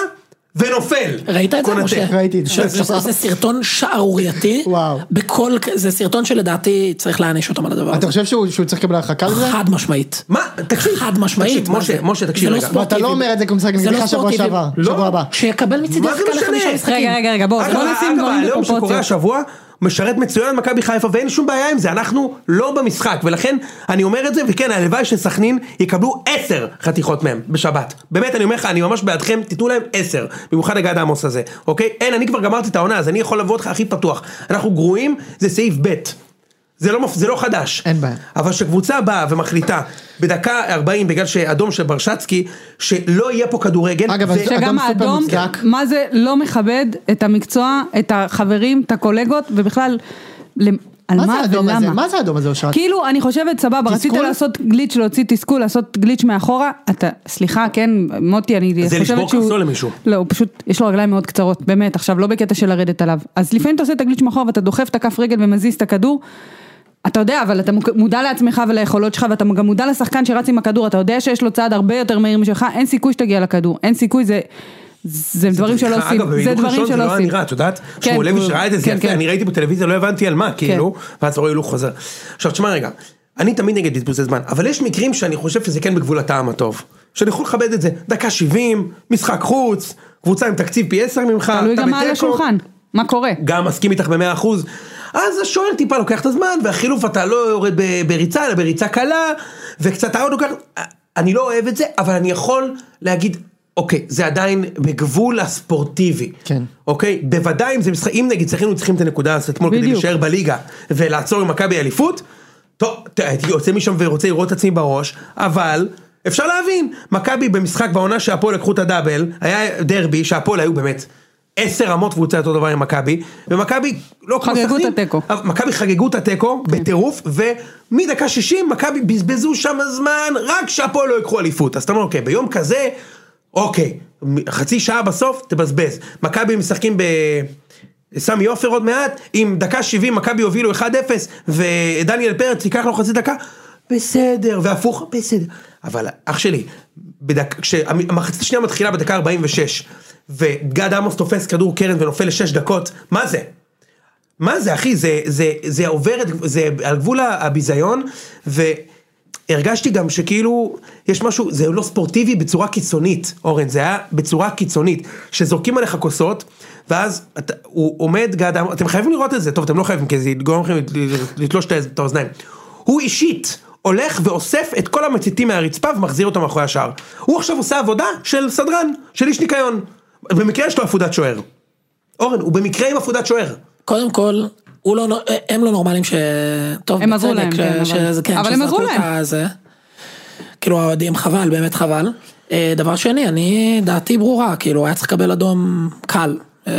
[SPEAKER 1] ונופל.
[SPEAKER 4] ראית את זה,
[SPEAKER 1] קונטה.
[SPEAKER 4] משה?
[SPEAKER 2] ראיתי את זה.
[SPEAKER 4] ש- ש- זה סרטון שערורייתי.
[SPEAKER 2] וואו.
[SPEAKER 4] בכל, זה סרטון שלדעתי צריך להעניש אותם על הדבר הזה.
[SPEAKER 2] אתה חושב שהוא שהוא צריך לקבל הרחקה על
[SPEAKER 3] אה,
[SPEAKER 2] זה?
[SPEAKER 4] חד משמעית.
[SPEAKER 1] מה, תקשיב,
[SPEAKER 4] חד משמעית.
[SPEAKER 1] תקשיב,
[SPEAKER 4] מה
[SPEAKER 1] משה,
[SPEAKER 4] זה?
[SPEAKER 1] משה, תקשיב
[SPEAKER 4] זה לא
[SPEAKER 1] רגע.
[SPEAKER 4] ספורט.
[SPEAKER 2] אתה לא אומר את זה כי הוא משחק
[SPEAKER 4] זה
[SPEAKER 2] נגדך
[SPEAKER 4] לא
[SPEAKER 2] שבוע
[SPEAKER 4] ספורטיבי.
[SPEAKER 2] שעבר,
[SPEAKER 1] לא.
[SPEAKER 2] שבוע הבא.
[SPEAKER 4] שיקבל מצידי
[SPEAKER 1] מה זה
[SPEAKER 4] הרחקה לחמישה
[SPEAKER 1] משנה?
[SPEAKER 4] משחקים.
[SPEAKER 3] רגע, רגע, רגע, בואו,
[SPEAKER 1] אגב,
[SPEAKER 3] בואו נשים
[SPEAKER 1] אגב,
[SPEAKER 3] דברים
[SPEAKER 1] העליהום שקורה
[SPEAKER 3] בפרופורציות.
[SPEAKER 1] השבוע משרת מצוין מכבי חיפה ואין שום בעיה עם זה, אנחנו לא במשחק ולכן אני אומר את זה וכן הלוואי שסכנין יקבלו עשר חתיכות מהם בשבת. באמת אני אומר לך, אני ממש בעדכם, תיתנו להם עשר, במיוחד הגד עמוס הזה, אוקיי? אין, אני כבר גמרתי את העונה אז אני יכול לבוא אותך הכי פתוח. אנחנו גרועים, זה סעיף ב'. זה לא, מפ- זה לא חדש.
[SPEAKER 2] אין בעיה.
[SPEAKER 1] אבל כשקבוצה באה ומחליטה בדקה 40 בגלל שאדום של ברשצקי, שלא יהיה פה כדורגל,
[SPEAKER 2] אגב,
[SPEAKER 1] ו-
[SPEAKER 2] אז-
[SPEAKER 3] שגם
[SPEAKER 2] אדם סופר
[SPEAKER 3] האדום,
[SPEAKER 2] מוצדק.
[SPEAKER 3] מה זה לא מכבד את המקצוע, את החברים, את הקולגות, ובכלל, למ- על
[SPEAKER 2] מה
[SPEAKER 3] מה
[SPEAKER 2] זה האדום הזה?
[SPEAKER 3] ולמה.
[SPEAKER 2] מה זה האדום הזה, אושרת?
[SPEAKER 3] כאילו, אני חושבת, סבבה, רצית
[SPEAKER 2] תסכול?
[SPEAKER 3] לעשות גליץ', להוציא תסכול, לעשות גליץ' מאחורה, אתה, סליחה, כן, מוטי, אני חושבת
[SPEAKER 1] זה
[SPEAKER 3] שהוא...
[SPEAKER 1] לשבור קרסול למישהו.
[SPEAKER 3] לא, הוא פשוט, יש לו רגליים מאוד קצרות, באמת, עכשיו, לא בקטע של לרדת עליו. אז לפעמים אתה עושה את הגליץ' מאחורה ואתה דוחף את הכף רגל ומזיז את הכדור, אתה יודע, אבל אתה מוק- מודע לעצמך וליכולות שלך, ואתה גם מודע לשחקן שרץ עם הכדור, אתה יודע שיש לו צעד הרבה יותר מהיר משלך, אין סיכוי שתגיע לכדור, אין סיכוי, זה... זה דברים שלא עושים,
[SPEAKER 1] אגב,
[SPEAKER 3] זה
[SPEAKER 1] בהילוך
[SPEAKER 3] דברים
[SPEAKER 1] ראשון זה
[SPEAKER 3] שלא
[SPEAKER 1] לא היה
[SPEAKER 3] עושים.
[SPEAKER 1] נראה, את יודעת?
[SPEAKER 3] כן,
[SPEAKER 1] שמואל לוי
[SPEAKER 3] הוא-
[SPEAKER 1] שראה את זה, זה
[SPEAKER 3] כן,
[SPEAKER 1] יפה,
[SPEAKER 3] כן.
[SPEAKER 1] אני ראיתי בטלוויזיה, לא הבנתי על מה, כאילו, ואז אתה רואה הילוך חוזר. עכשיו, תשמע רגע, אני תמיד נגד בזבוזי זמן, אבל יש מקרים שאני חושב שזה כן בגבול הטעם הטוב. שאני יכול לכבד את זה, דקה 70, משחק חוץ, קבוצה עם תקציב פי 10 ממך, אתה
[SPEAKER 3] תלוי גם מה על
[SPEAKER 1] בתיקו.
[SPEAKER 3] השולחן, מה קורה.
[SPEAKER 1] גם מסכים איתך במאה אחוז. אז השוער טיפה לוקח את הזמן, והחילוף אתה לא יורד ב- בריצה, אלא בריצה קלה, וקצת האוט לוקח... אני לא אוהב את זה, אבל אני יכול להגיד, אוקיי, זה עדיין בגבול הספורטיבי.
[SPEAKER 2] כן.
[SPEAKER 1] אוקיי? בוודאי אם זה משחק, אם נגיד צריכים, צריכים את הנקודה הזאת אתמול כדי
[SPEAKER 3] בדיוק.
[SPEAKER 1] להישאר בליגה, ולעצור עם מכבי אליפות, טוב, ת- הייתי יוצא משם ורוצה לראות את עצמי בראש, אבל... אפשר להבין, מכבי במשחק בעונה שהפועל לקחו את הדאבל, היה דרבי שהפועל היו באמת עשר רמות והוא יוצא אותו דבר עם מכבי, ומכבי לא כמו
[SPEAKER 3] חגגו את
[SPEAKER 1] סכנין,
[SPEAKER 3] התיקו. כן.
[SPEAKER 1] אבל מכבי חגגו את התיקו בטירוף, ומדקה 60 מכבי בזבזו שם זמן רק שהפועל לא יקחו אליפות. אז אתה אומר, אוקיי, ביום כזה, אוקיי, מ- חצי שעה בסוף תבזבז. מכבי משחקים ב... סמי עופר עוד מעט, עם דקה 70 מכבי הובילו 1-0, ודניאל פרץ ייקח לו חצי דקה, בסדר, והפוך, בסדר. אבל אח שלי, בדק... כשהמחצית השנייה מתחילה בדקה 46, וגד עמוס תופס כדור קרן ונופל לשש דקות, מה זה? מה זה אחי, זה, זה, זה עובר, את, זה על גבול הביזיון, והרגשתי גם שכאילו, יש משהו, זה לא ספורטיבי בצורה קיצונית, אורן, זה היה בצורה קיצונית, שזורקים עליך כוסות, ואז אתה, הוא עומד, גד, אמר, אתם חייבים לראות את זה, טוב, אתם לא חייבים, כי זה יגרום לכם לתלוש את האוז- את האוזניים. הוא אישית. הולך ואוסף את כל המציתים מהרצפה ומחזיר אותו מאחורי השער. הוא עכשיו עושה עבודה של סדרן, של איש ניקיון. במקרה יש לו עפודת שוער. אורן, הוא במקרה עם עפודת שוער.
[SPEAKER 4] קודם כל, הוא לא, הם לא נורמלים ש... טוב,
[SPEAKER 3] הם עזרו
[SPEAKER 4] בצדק,
[SPEAKER 3] להם, כן,
[SPEAKER 4] ש-
[SPEAKER 3] אבל-
[SPEAKER 4] שזה- כן,
[SPEAKER 3] אבל הם עזרו
[SPEAKER 4] שזרקו את
[SPEAKER 3] להם.
[SPEAKER 4] הזה. כאילו האוהדים, חבל, באמת חבל. אה, דבר שני, אני, דעתי ברורה, כאילו, היה צריך לקבל אדום קל. אה,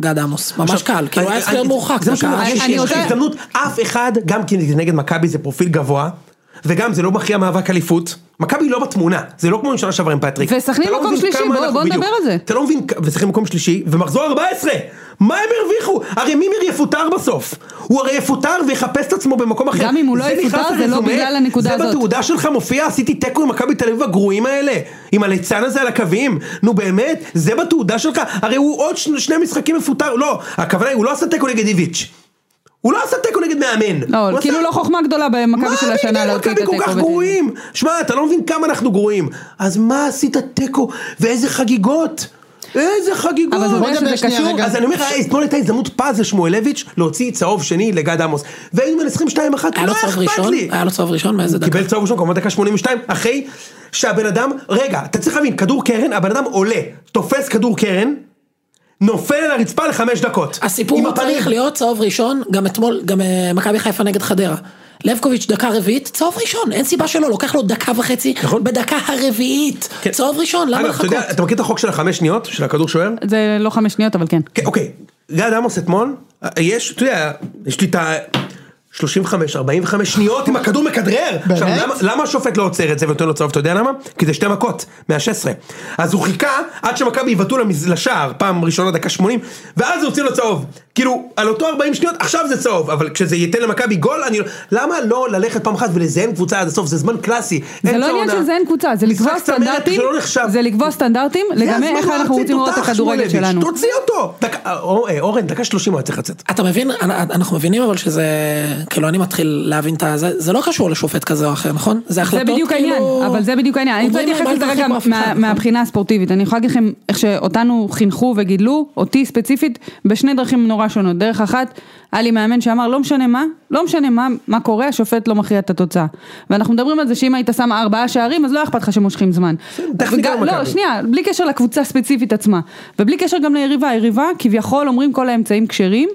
[SPEAKER 4] גד עמוס, ממש קל, כאילו היה הסדר מורחק,
[SPEAKER 1] זה מה
[SPEAKER 4] דקה
[SPEAKER 1] שאני אומר,
[SPEAKER 4] שישית.
[SPEAKER 1] אני רוצה...
[SPEAKER 3] רוצה-
[SPEAKER 1] הזדמנות, אף אחד, גם כי זה נגד מכבי זה פרופיל גבוה, וגם זה לא מכריע מאבק אליפות. מכבי לא בתמונה, זה לא כמו עם שנה שעברה עם פטריק.
[SPEAKER 3] וסכנין
[SPEAKER 1] אתה לא
[SPEAKER 3] מקום
[SPEAKER 1] מבין
[SPEAKER 3] שלישי,
[SPEAKER 1] כמה
[SPEAKER 3] בוא-
[SPEAKER 1] אנחנו-
[SPEAKER 3] בוא נדבר
[SPEAKER 1] בדיוק.
[SPEAKER 3] על זה.
[SPEAKER 1] אתה לא מבין, כ- וסכנין מקום שלישי, ומחזור 14! מה הם הרוויחו? הרי מימיר יפוטר בסוף. הוא הרי יפוטר ויחפש את עצמו במקום אחר.
[SPEAKER 3] גם אם הוא לא
[SPEAKER 1] אוקיי. זה
[SPEAKER 3] יפוטר,
[SPEAKER 1] נכנס
[SPEAKER 3] זה לא
[SPEAKER 1] לרזומה,
[SPEAKER 3] בגלל הנקודה
[SPEAKER 1] זה
[SPEAKER 3] הזאת.
[SPEAKER 1] בתעודה שלך מופיע, עשיתי תיקו עם מכבי תל אביב הגרועים האלה. עם הליצן הזה על הקווים. נו באמת, זה בתעודה שלך? הרי הוא עוד שני שני משחקים מפוטר, לא, הכוונה היא, הוא לא עשה תיקו נגד איביץ'. הוא לא עשה תיקו נגד מאמן. הוא
[SPEAKER 3] לא, כאילו
[SPEAKER 1] עשה-
[SPEAKER 3] לא חוכמה גדולה במכבי של השנה
[SPEAKER 1] מה
[SPEAKER 3] להוציא את
[SPEAKER 1] מכבי
[SPEAKER 3] התיקו.
[SPEAKER 1] כל כך
[SPEAKER 3] וזה.
[SPEAKER 1] גרועים? שמע, אתה לא מבין כמה אנחנו גרועים. אז מה עשית תיקו? ואיזה חגיגות? איזה חגיגות?
[SPEAKER 3] אבל זה
[SPEAKER 2] בוא
[SPEAKER 3] אומר
[SPEAKER 2] נדבר
[SPEAKER 3] שזה
[SPEAKER 2] שנייה,
[SPEAKER 3] קשור,
[SPEAKER 2] רגע.
[SPEAKER 1] אז אני אומר לך, אתמול הייתה הזדמנות פז לשמואלביץ' להוציא צהוב שני לגד עמוס. והיינו מנצחים 2-1, לא
[SPEAKER 4] היה
[SPEAKER 1] היה
[SPEAKER 4] לו
[SPEAKER 1] אכפת
[SPEAKER 4] צהוב ראשון? אה, אוקיי.
[SPEAKER 1] לי.
[SPEAKER 4] היה לו צהוב ראשון? מאיזה
[SPEAKER 1] הוא
[SPEAKER 4] דקה?
[SPEAKER 1] קיבל צהוב ראשון כמובן דקה 82, אחרי שהבן אדם, רגע, אתה צריך להבין, כדור קרן, הבן אדם עולה, תופס כדור קרן, נופל על הרצפה לחמש דקות.
[SPEAKER 4] הסיפור
[SPEAKER 1] עם
[SPEAKER 4] הוא
[SPEAKER 1] הפנים.
[SPEAKER 4] צריך להיות צהוב ראשון, גם אתמול, גם אה, מכבי חיפה נגד חדרה. לבקוביץ' דקה רביעית, צהוב ראשון, אין סיבה שלא, לוקח לו דקה וחצי,
[SPEAKER 1] נכון.
[SPEAKER 4] בדקה הרביעית,
[SPEAKER 1] כן.
[SPEAKER 4] צהוב ראשון, למה
[SPEAKER 1] אגב, אתה
[SPEAKER 4] לחכות?
[SPEAKER 1] יודע, אתה מכיר את החוק של החמש שניות, של הכדור שוער?
[SPEAKER 3] זה לא חמש שניות, אבל כן.
[SPEAKER 1] כן, אוקיי, גד עמוס אתמול, יש, אתה יודע, יש לי את ה... 35, 45 שניות עם הכדור מכדרר. עכשיו,
[SPEAKER 2] באמת?
[SPEAKER 1] למה, למה השופט לא עוצר את זה ונותן לו צהוב, אתה יודע למה? כי זה שתי מכות, מה-16. אז הוא חיכה עד שמכבי יבעטו למז- לשער, פעם ראשונה דקה 80, ואז הוא הוציא לו צהוב. כאילו, על אותו 40 שניות, עכשיו זה צהוב, אבל כשזה ייתן למכבי גול, אני לא... למה לא ללכת פעם אחת ולזיין קבוצה עד הסוף? זה זמן קלאסי.
[SPEAKER 3] זה לא עניין של זה אין קבוצה, זה לקבוע סטנדרטים,
[SPEAKER 1] זה לא נחשב.
[SPEAKER 3] זה לקבוע סטנדרטים לגבי איך אנחנו רוצים לראות את הכדורגל שלנו.
[SPEAKER 1] תוציא אותו! אה, אורן, דקה שלושים הוא היה צריך לצאת.
[SPEAKER 4] אתה מבין, אנ- אנחנו מבינים אבל שזה, כאילו אני מתחיל להבין את ה... זה, זה לא קשור לשופט כזה או אחר, נכון? זה
[SPEAKER 3] זה
[SPEAKER 4] החלטות
[SPEAKER 3] בדיוק העניין, אבל זה בדיוק העניין. אני רוצה
[SPEAKER 4] אומרים
[SPEAKER 3] להתייחס
[SPEAKER 4] להם,
[SPEAKER 3] לזה
[SPEAKER 4] אל
[SPEAKER 3] רגע
[SPEAKER 4] תרחקו אף אחד,
[SPEAKER 3] מה-
[SPEAKER 4] נכון?
[SPEAKER 3] מהבחינה הספורטיבית. אני יכולה להגיד לכם איך שאותנו חינכו וגידלו, אותי ספציפית, בשני דרכים נורא שונות. דרך אחת, היה לי מאמן שאמר לא משנה מה, לא משנה מה, מה קורה, השופט לא מכריע את התוצאה. ואנחנו מדברים על זה שאם היית שם ארבעה שערים, אז לא היה אכפת לך שמושכים זמן.
[SPEAKER 1] טכניקה
[SPEAKER 3] וגם-
[SPEAKER 1] במכבי.
[SPEAKER 3] לא, שנייה, בלי קשר לקבוצה הספציפית עצמה. ובלי קשר גם ליריבה, היריבה כביכול אומרים כל האמצעים כשרים.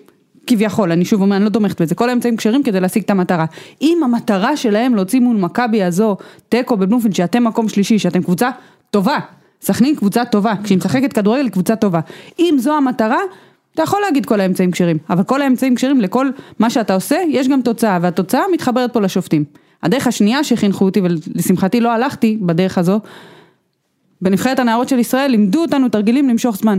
[SPEAKER 3] כביכול, אני שוב אומר, אני לא תומכת בזה, כל האמצעים כשרים כדי להשיג את המטרה. אם המטרה שלהם להוציא מול מכבי הזו תיקו בבלומפילד, שאתם מקום שלישי, שאתם קבוצה טובה, סכנין קבוצה טובה, כשהיא משחקת כדורגל היא קבוצה טובה. אם זו המטרה, אתה יכול להגיד כל האמצעים כשרים, אבל כל האמצעים כשרים לכל מה שאתה עושה, יש גם תוצאה, והתוצאה מתחברת פה לשופטים. הדרך השנייה שחינכו אותי, ולשמחתי לא הלכתי בדרך הזו, בנבחרת הנערות של ישראל לימדו אותנו תרגילים למשוך זמן.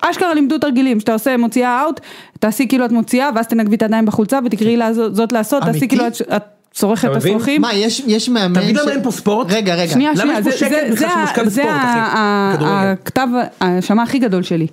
[SPEAKER 3] אשכרה לימדו תרגילים, שאתה עושה מוציאה אאוט, תעשי כאילו את מוציאה ואז תנגבי את הידיים בחולצה ותקראי לה זו- זאת לעשות, תעשי
[SPEAKER 2] אמיתי?
[SPEAKER 3] כאילו את- את צורכת
[SPEAKER 1] כן. אתה
[SPEAKER 3] את
[SPEAKER 1] מבין?
[SPEAKER 3] השרוכים.
[SPEAKER 2] מה, יש- יש מאמן...
[SPEAKER 1] אתה מבין למה
[SPEAKER 2] ש-
[SPEAKER 1] אין פה ספורט?
[SPEAKER 2] רגע, רגע.
[SPEAKER 3] שנייה,
[SPEAKER 1] למה
[SPEAKER 3] שנייה,
[SPEAKER 1] יש פה
[SPEAKER 3] זה-
[SPEAKER 1] שקט
[SPEAKER 3] זה-
[SPEAKER 1] בכלל
[SPEAKER 3] זה
[SPEAKER 1] שמושקע
[SPEAKER 3] ה- זה
[SPEAKER 1] בספורט, אחי?
[SPEAKER 3] ה-
[SPEAKER 1] כדורגל.
[SPEAKER 3] הכתב, ההאשמה הכי גדול שלי.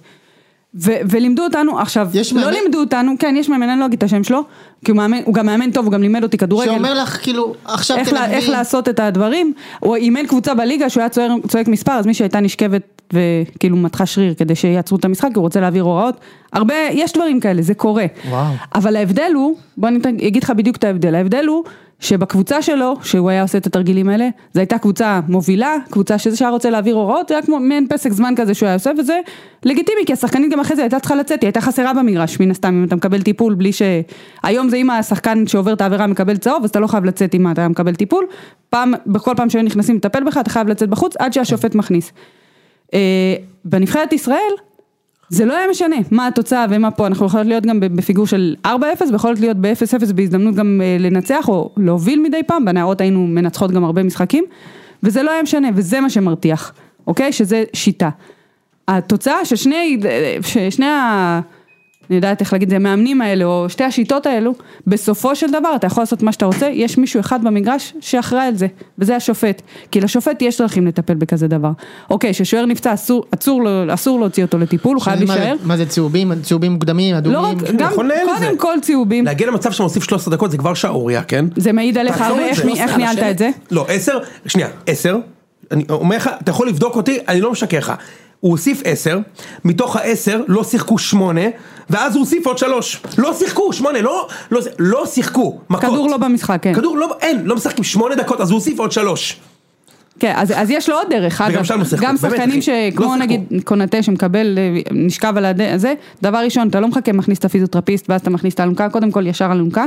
[SPEAKER 3] ו- ולימדו אותנו, עכשיו,
[SPEAKER 2] יש
[SPEAKER 3] לא
[SPEAKER 2] מאמן?
[SPEAKER 3] לימדו אותנו, כן, יש מאמן, אני לא אגיד את השם שלו, כי הוא מאמן- הוא גם מאמן טוב, הוא גם לימד אותי כדורגל.
[SPEAKER 2] שאומר לך, כאילו, עכשיו
[SPEAKER 3] איך,
[SPEAKER 2] תל
[SPEAKER 3] לה,
[SPEAKER 2] אביב-
[SPEAKER 3] איך לעשות את הדברים, או אם אין קבוצה בליגה שהוא היה צועק, צועק מספר, אז מישהי הייתה נשכבת וכאילו מתחה שריר כדי שיעצרו את המשחק, כי הוא רוצה להעביר הוראות. הרבה, יש דברים כאלה, זה קורה.
[SPEAKER 2] וואו.
[SPEAKER 3] אבל ההבדל הוא, בוא אני אתן- אגיד לך בדיוק את ההבדל, ההבדל הוא שבקבוצה שלו, שהוא היה עושה את התרגילים האלה, זו הייתה קבוצה מובילה, קבוצה שזה שהיה רוצה להעביר הוראות, זה היה כמו מעין פסק זמן כזה שהוא היה עושה, וזה לגיטימי, כי השחקנית גם אחרי זה הייתה צריכה לצאת, היא הייתה חסרה במגרש, מן הסתם, אם אתה מקבל טיפול בלי ש... היום זה אם השחקן שעובר את העבירה מקבל צהוב, אז אתה לא חייב לצאת אם אתה מקבל טיפול, פעם, בכל פעם שהיו נכנסים לטפל בך, אתה חייב לצאת בחוץ, עד שהשופט מכניס. אה, בנבחרת ישראל, זה לא היה משנה מה התוצאה ומה פה, אנחנו יכולות להיות גם בפיגור של 4-0 ויכולות להיות ב-0-0 בהזדמנות גם אה, לנצח או להוביל מדי פעם, בנערות היינו מנצחות גם הרבה משחקים, וזה לא היה משנה וזה מה שמרתיח, אוקיי? שזה שיטה. התוצאה של שני, שני ה... אני יודעת איך להגיד את זה, המאמנים האלו, או שתי השיטות האלו, בסופו של דבר אתה יכול לעשות מה שאתה רוצה, יש מישהו אחד במגרש שאחראי על זה, וזה השופט. כי לשופט יש דרכים לטפל בכזה דבר. אוקיי, ששוער נפצע אסור, אסור, לו- אסור להוציא אותו לטיפול, הוא חייב
[SPEAKER 2] שזה מה זה-
[SPEAKER 3] להישאר.
[SPEAKER 2] מה זה צהובים? צהובים מוקדמים,
[SPEAKER 3] לא
[SPEAKER 2] אדומים?
[SPEAKER 3] רק, גם,
[SPEAKER 1] נכון לילד זה.
[SPEAKER 3] קודם כל צהובים,
[SPEAKER 1] להגיע למצב שמוסיף 13 דקות זה כבר שערוריה, כן?
[SPEAKER 3] זה מעיד עליך
[SPEAKER 1] תעצור
[SPEAKER 3] הרבה,
[SPEAKER 1] את
[SPEAKER 3] איך,
[SPEAKER 1] זה.
[SPEAKER 3] מי- איך ניהלת את זה?
[SPEAKER 1] לא, 10, שנייה, 10, אני אומר לך, אתה יכול לבדוק אותי, אני לא משקר לך. הוא הוסיף 10, מתוך ה-10 לא שיחקו 8, ואז הוא הוסיף עוד 3. לא שיחקו, 8, לא, לא, לא שיחקו, מכות.
[SPEAKER 3] כדור לא במשחק, כן.
[SPEAKER 1] כדור לא, אין, לא משחקים 8 דקות, אז הוא הוסיף עוד 3.
[SPEAKER 3] כן, אז, אז יש לו עוד דרך, אגב,
[SPEAKER 1] שם לא שיחקו,
[SPEAKER 3] גם
[SPEAKER 1] באמת, אחי,
[SPEAKER 3] שחקנים
[SPEAKER 1] לא
[SPEAKER 3] שכמו
[SPEAKER 1] שיחקו.
[SPEAKER 3] נגיד קונטה שמקבל, אה, נשכב על הזה, דבר ראשון, אתה לא מחכה, מכניס את הפיזיותרפיסט ואז אתה מכניס את האלונקה, קודם כל ישר אלונקה,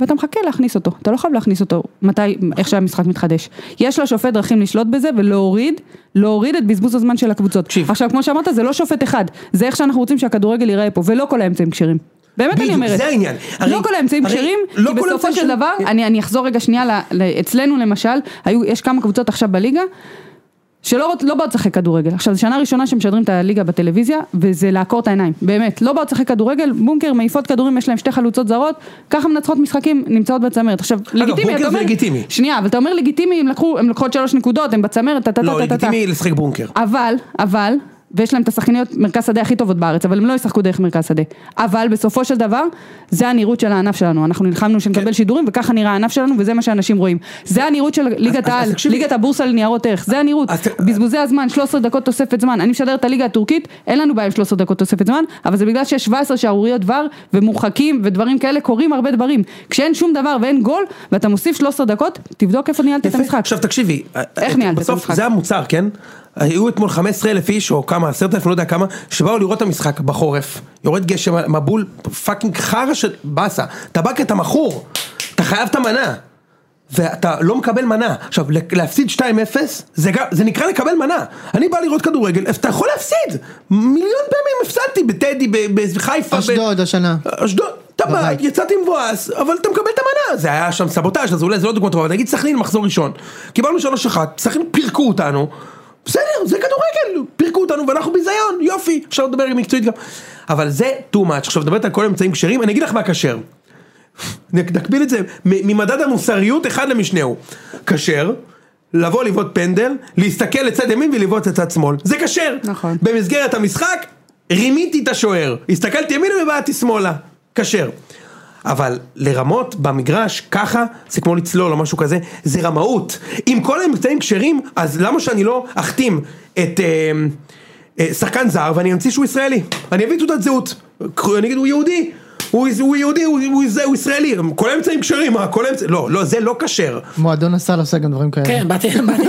[SPEAKER 3] ואתה מחכה להכניס אותו, אתה לא חייב להכניס אותו מתי, איך שהמשחק מתחדש. יש לשופט דרכים לשלוט בזה ולהוריד, להוריד את בזבוז הזמן של הקבוצות.
[SPEAKER 1] תקשיב.
[SPEAKER 3] עכשיו, כמו שאמרת, זה לא שופט אחד, זה איך שאנחנו רוצים שהכדורגל ייראה פה, ולא כל האמצעים כשרים. באמת אני
[SPEAKER 1] בדיוק,
[SPEAKER 3] אומרת.
[SPEAKER 1] זה העניין. הרי-
[SPEAKER 3] לא כל האמצעים
[SPEAKER 1] הרי
[SPEAKER 3] כשרים,
[SPEAKER 1] לא
[SPEAKER 3] כי
[SPEAKER 1] כל האמצעים
[SPEAKER 3] בסופו של
[SPEAKER 1] כשרים.
[SPEAKER 3] דבר, אני אני אחזור רגע שנייה ל- ל- אצלנו למשל, היו, יש כמה קבוצות עכשיו בליגה, שלא רוצ- לא באות לשחק כדורגל. עכשיו, זו שנה ראשונה שמשדרים את הליגה בטלוויזיה, וזה לעקור את העיניים, באמת. לא באות לשחק כדורגל, בונקר מעיפות כדורים, יש להם שתי חלוצות זרות, ככה מנצחות משחקים, נמצאות בצמרת. עכשיו, לגיטימי,
[SPEAKER 1] בונקר
[SPEAKER 3] אתה
[SPEAKER 1] זה
[SPEAKER 3] אומר...
[SPEAKER 1] לגיטימי.
[SPEAKER 3] שנייה, אבל אתה אומר לגיטימי, הם לקחו, הם לוקחות שלוש נקודות, הם בצמרת, טה טה טה טה טה.
[SPEAKER 1] לא, לגיטימי לשחק בונקר.
[SPEAKER 3] אבל, אבל, ויש להם את השחקניות מרכז שדה הכי טובות בארץ, אבל הם לא ישחקו דרך מרכז שדה. אבל בסופו של דבר, זה הנראות של הענף שלנו. אנחנו נלחמנו שנקבל
[SPEAKER 1] כן.
[SPEAKER 3] שידורים, וככה נראה הענף שלנו, וזה מה שאנשים רואים. זה הנראות של ליגת
[SPEAKER 1] אז- אז
[SPEAKER 3] העל,
[SPEAKER 1] תקשיבי.
[SPEAKER 3] ליגת הבורסה לניירות ערך, זה הנראות.
[SPEAKER 1] אז ת-
[SPEAKER 3] בזבוזי הזמן, 13 דקות תוספת זמן. אני משדרת את הליגה הטורקית, אין לנו בעיה עם 13 דקות תוספת זמן, אבל זה בגלל שיש 17 שערוריות ור, ומורחקים, ודברים כאלה, קורים הרבה דברים. כשאין שום דבר ואין גול, ואתה מוסיף 13 דקות, תבדוק איפה ניהלת את
[SPEAKER 1] יפה.
[SPEAKER 3] המשחק.
[SPEAKER 1] עכשיו תקשיבי,
[SPEAKER 3] איך ניהלת את
[SPEAKER 1] בסוף
[SPEAKER 3] המשחק?
[SPEAKER 1] זה המוצר, כן? היו אתמול 15 אלף איש, או כמה, 10 אלף, לא יודע כמה, שבאו לראות את המשחק בחורף, יורד גשם, מבול, פאקינג חרא של באסה, אתה בא כי אתה מכור, אתה חייב את המנה, ואתה לא מקבל מנה. עכשיו, להפסיד 2-0, זה, גם- זה נקרא לקבל מנה. אני בא לראות כדורגל, אז אתה יכול להפסיד, מיליון פעמים הפסדתי בטדי, ב- בחיפה, ב-
[SPEAKER 2] אשדוד השנה.
[SPEAKER 1] אשדוד, אתה בית,
[SPEAKER 2] בבית.
[SPEAKER 1] יצאתי מבואס, אבל אתה מקבל את המנה, זה היה שם סבוטאז' אז אולי זה לא דוגמא טובה, אבל נגיד סכנין מחזור ראשון, קיבלנו 3-1, סכנין פירקו אותנו, בסדר, זה כדורגל, פירקו אותנו ואנחנו ביזיון, יופי, אפשר לדבר עם מקצועית גם, אבל זה too much, עכשיו מדברת על כל האמצעים כשרים, אני אגיד לך מה כשר, נק- נקביל את זה מ- ממדד המוסריות אחד למשנהו, כשר, לבוא לבעוט פנדל, להסתכל לצד ימין ולבעוט לצד שמאל, זה כשר,
[SPEAKER 3] נכון.
[SPEAKER 1] במסגרת המשחק, רימיתי את השוער. הסתכלתי ימינה ובאתי שמאלה. כשר. אבל לרמות במגרש ככה, זה כמו לצלול או משהו כזה, זה רמאות. אם כל האמצעים כשרים, אז למה שאני לא אחתים את אה, אה, שחקן זר ואני אמציא שהוא ישראלי? אני אביא תעודת זהות. אני אגיד, הוא יהודי. הוא, הוא יהודי, הוא, הוא, זה, הוא ישראלי, כל האמצעים כשרים, מה, כל האמצעים, לא, לא, זה לא כשר.
[SPEAKER 2] מועדון הסל עושה גם דברים כאלה.
[SPEAKER 4] כן, באתי באתי להגיד.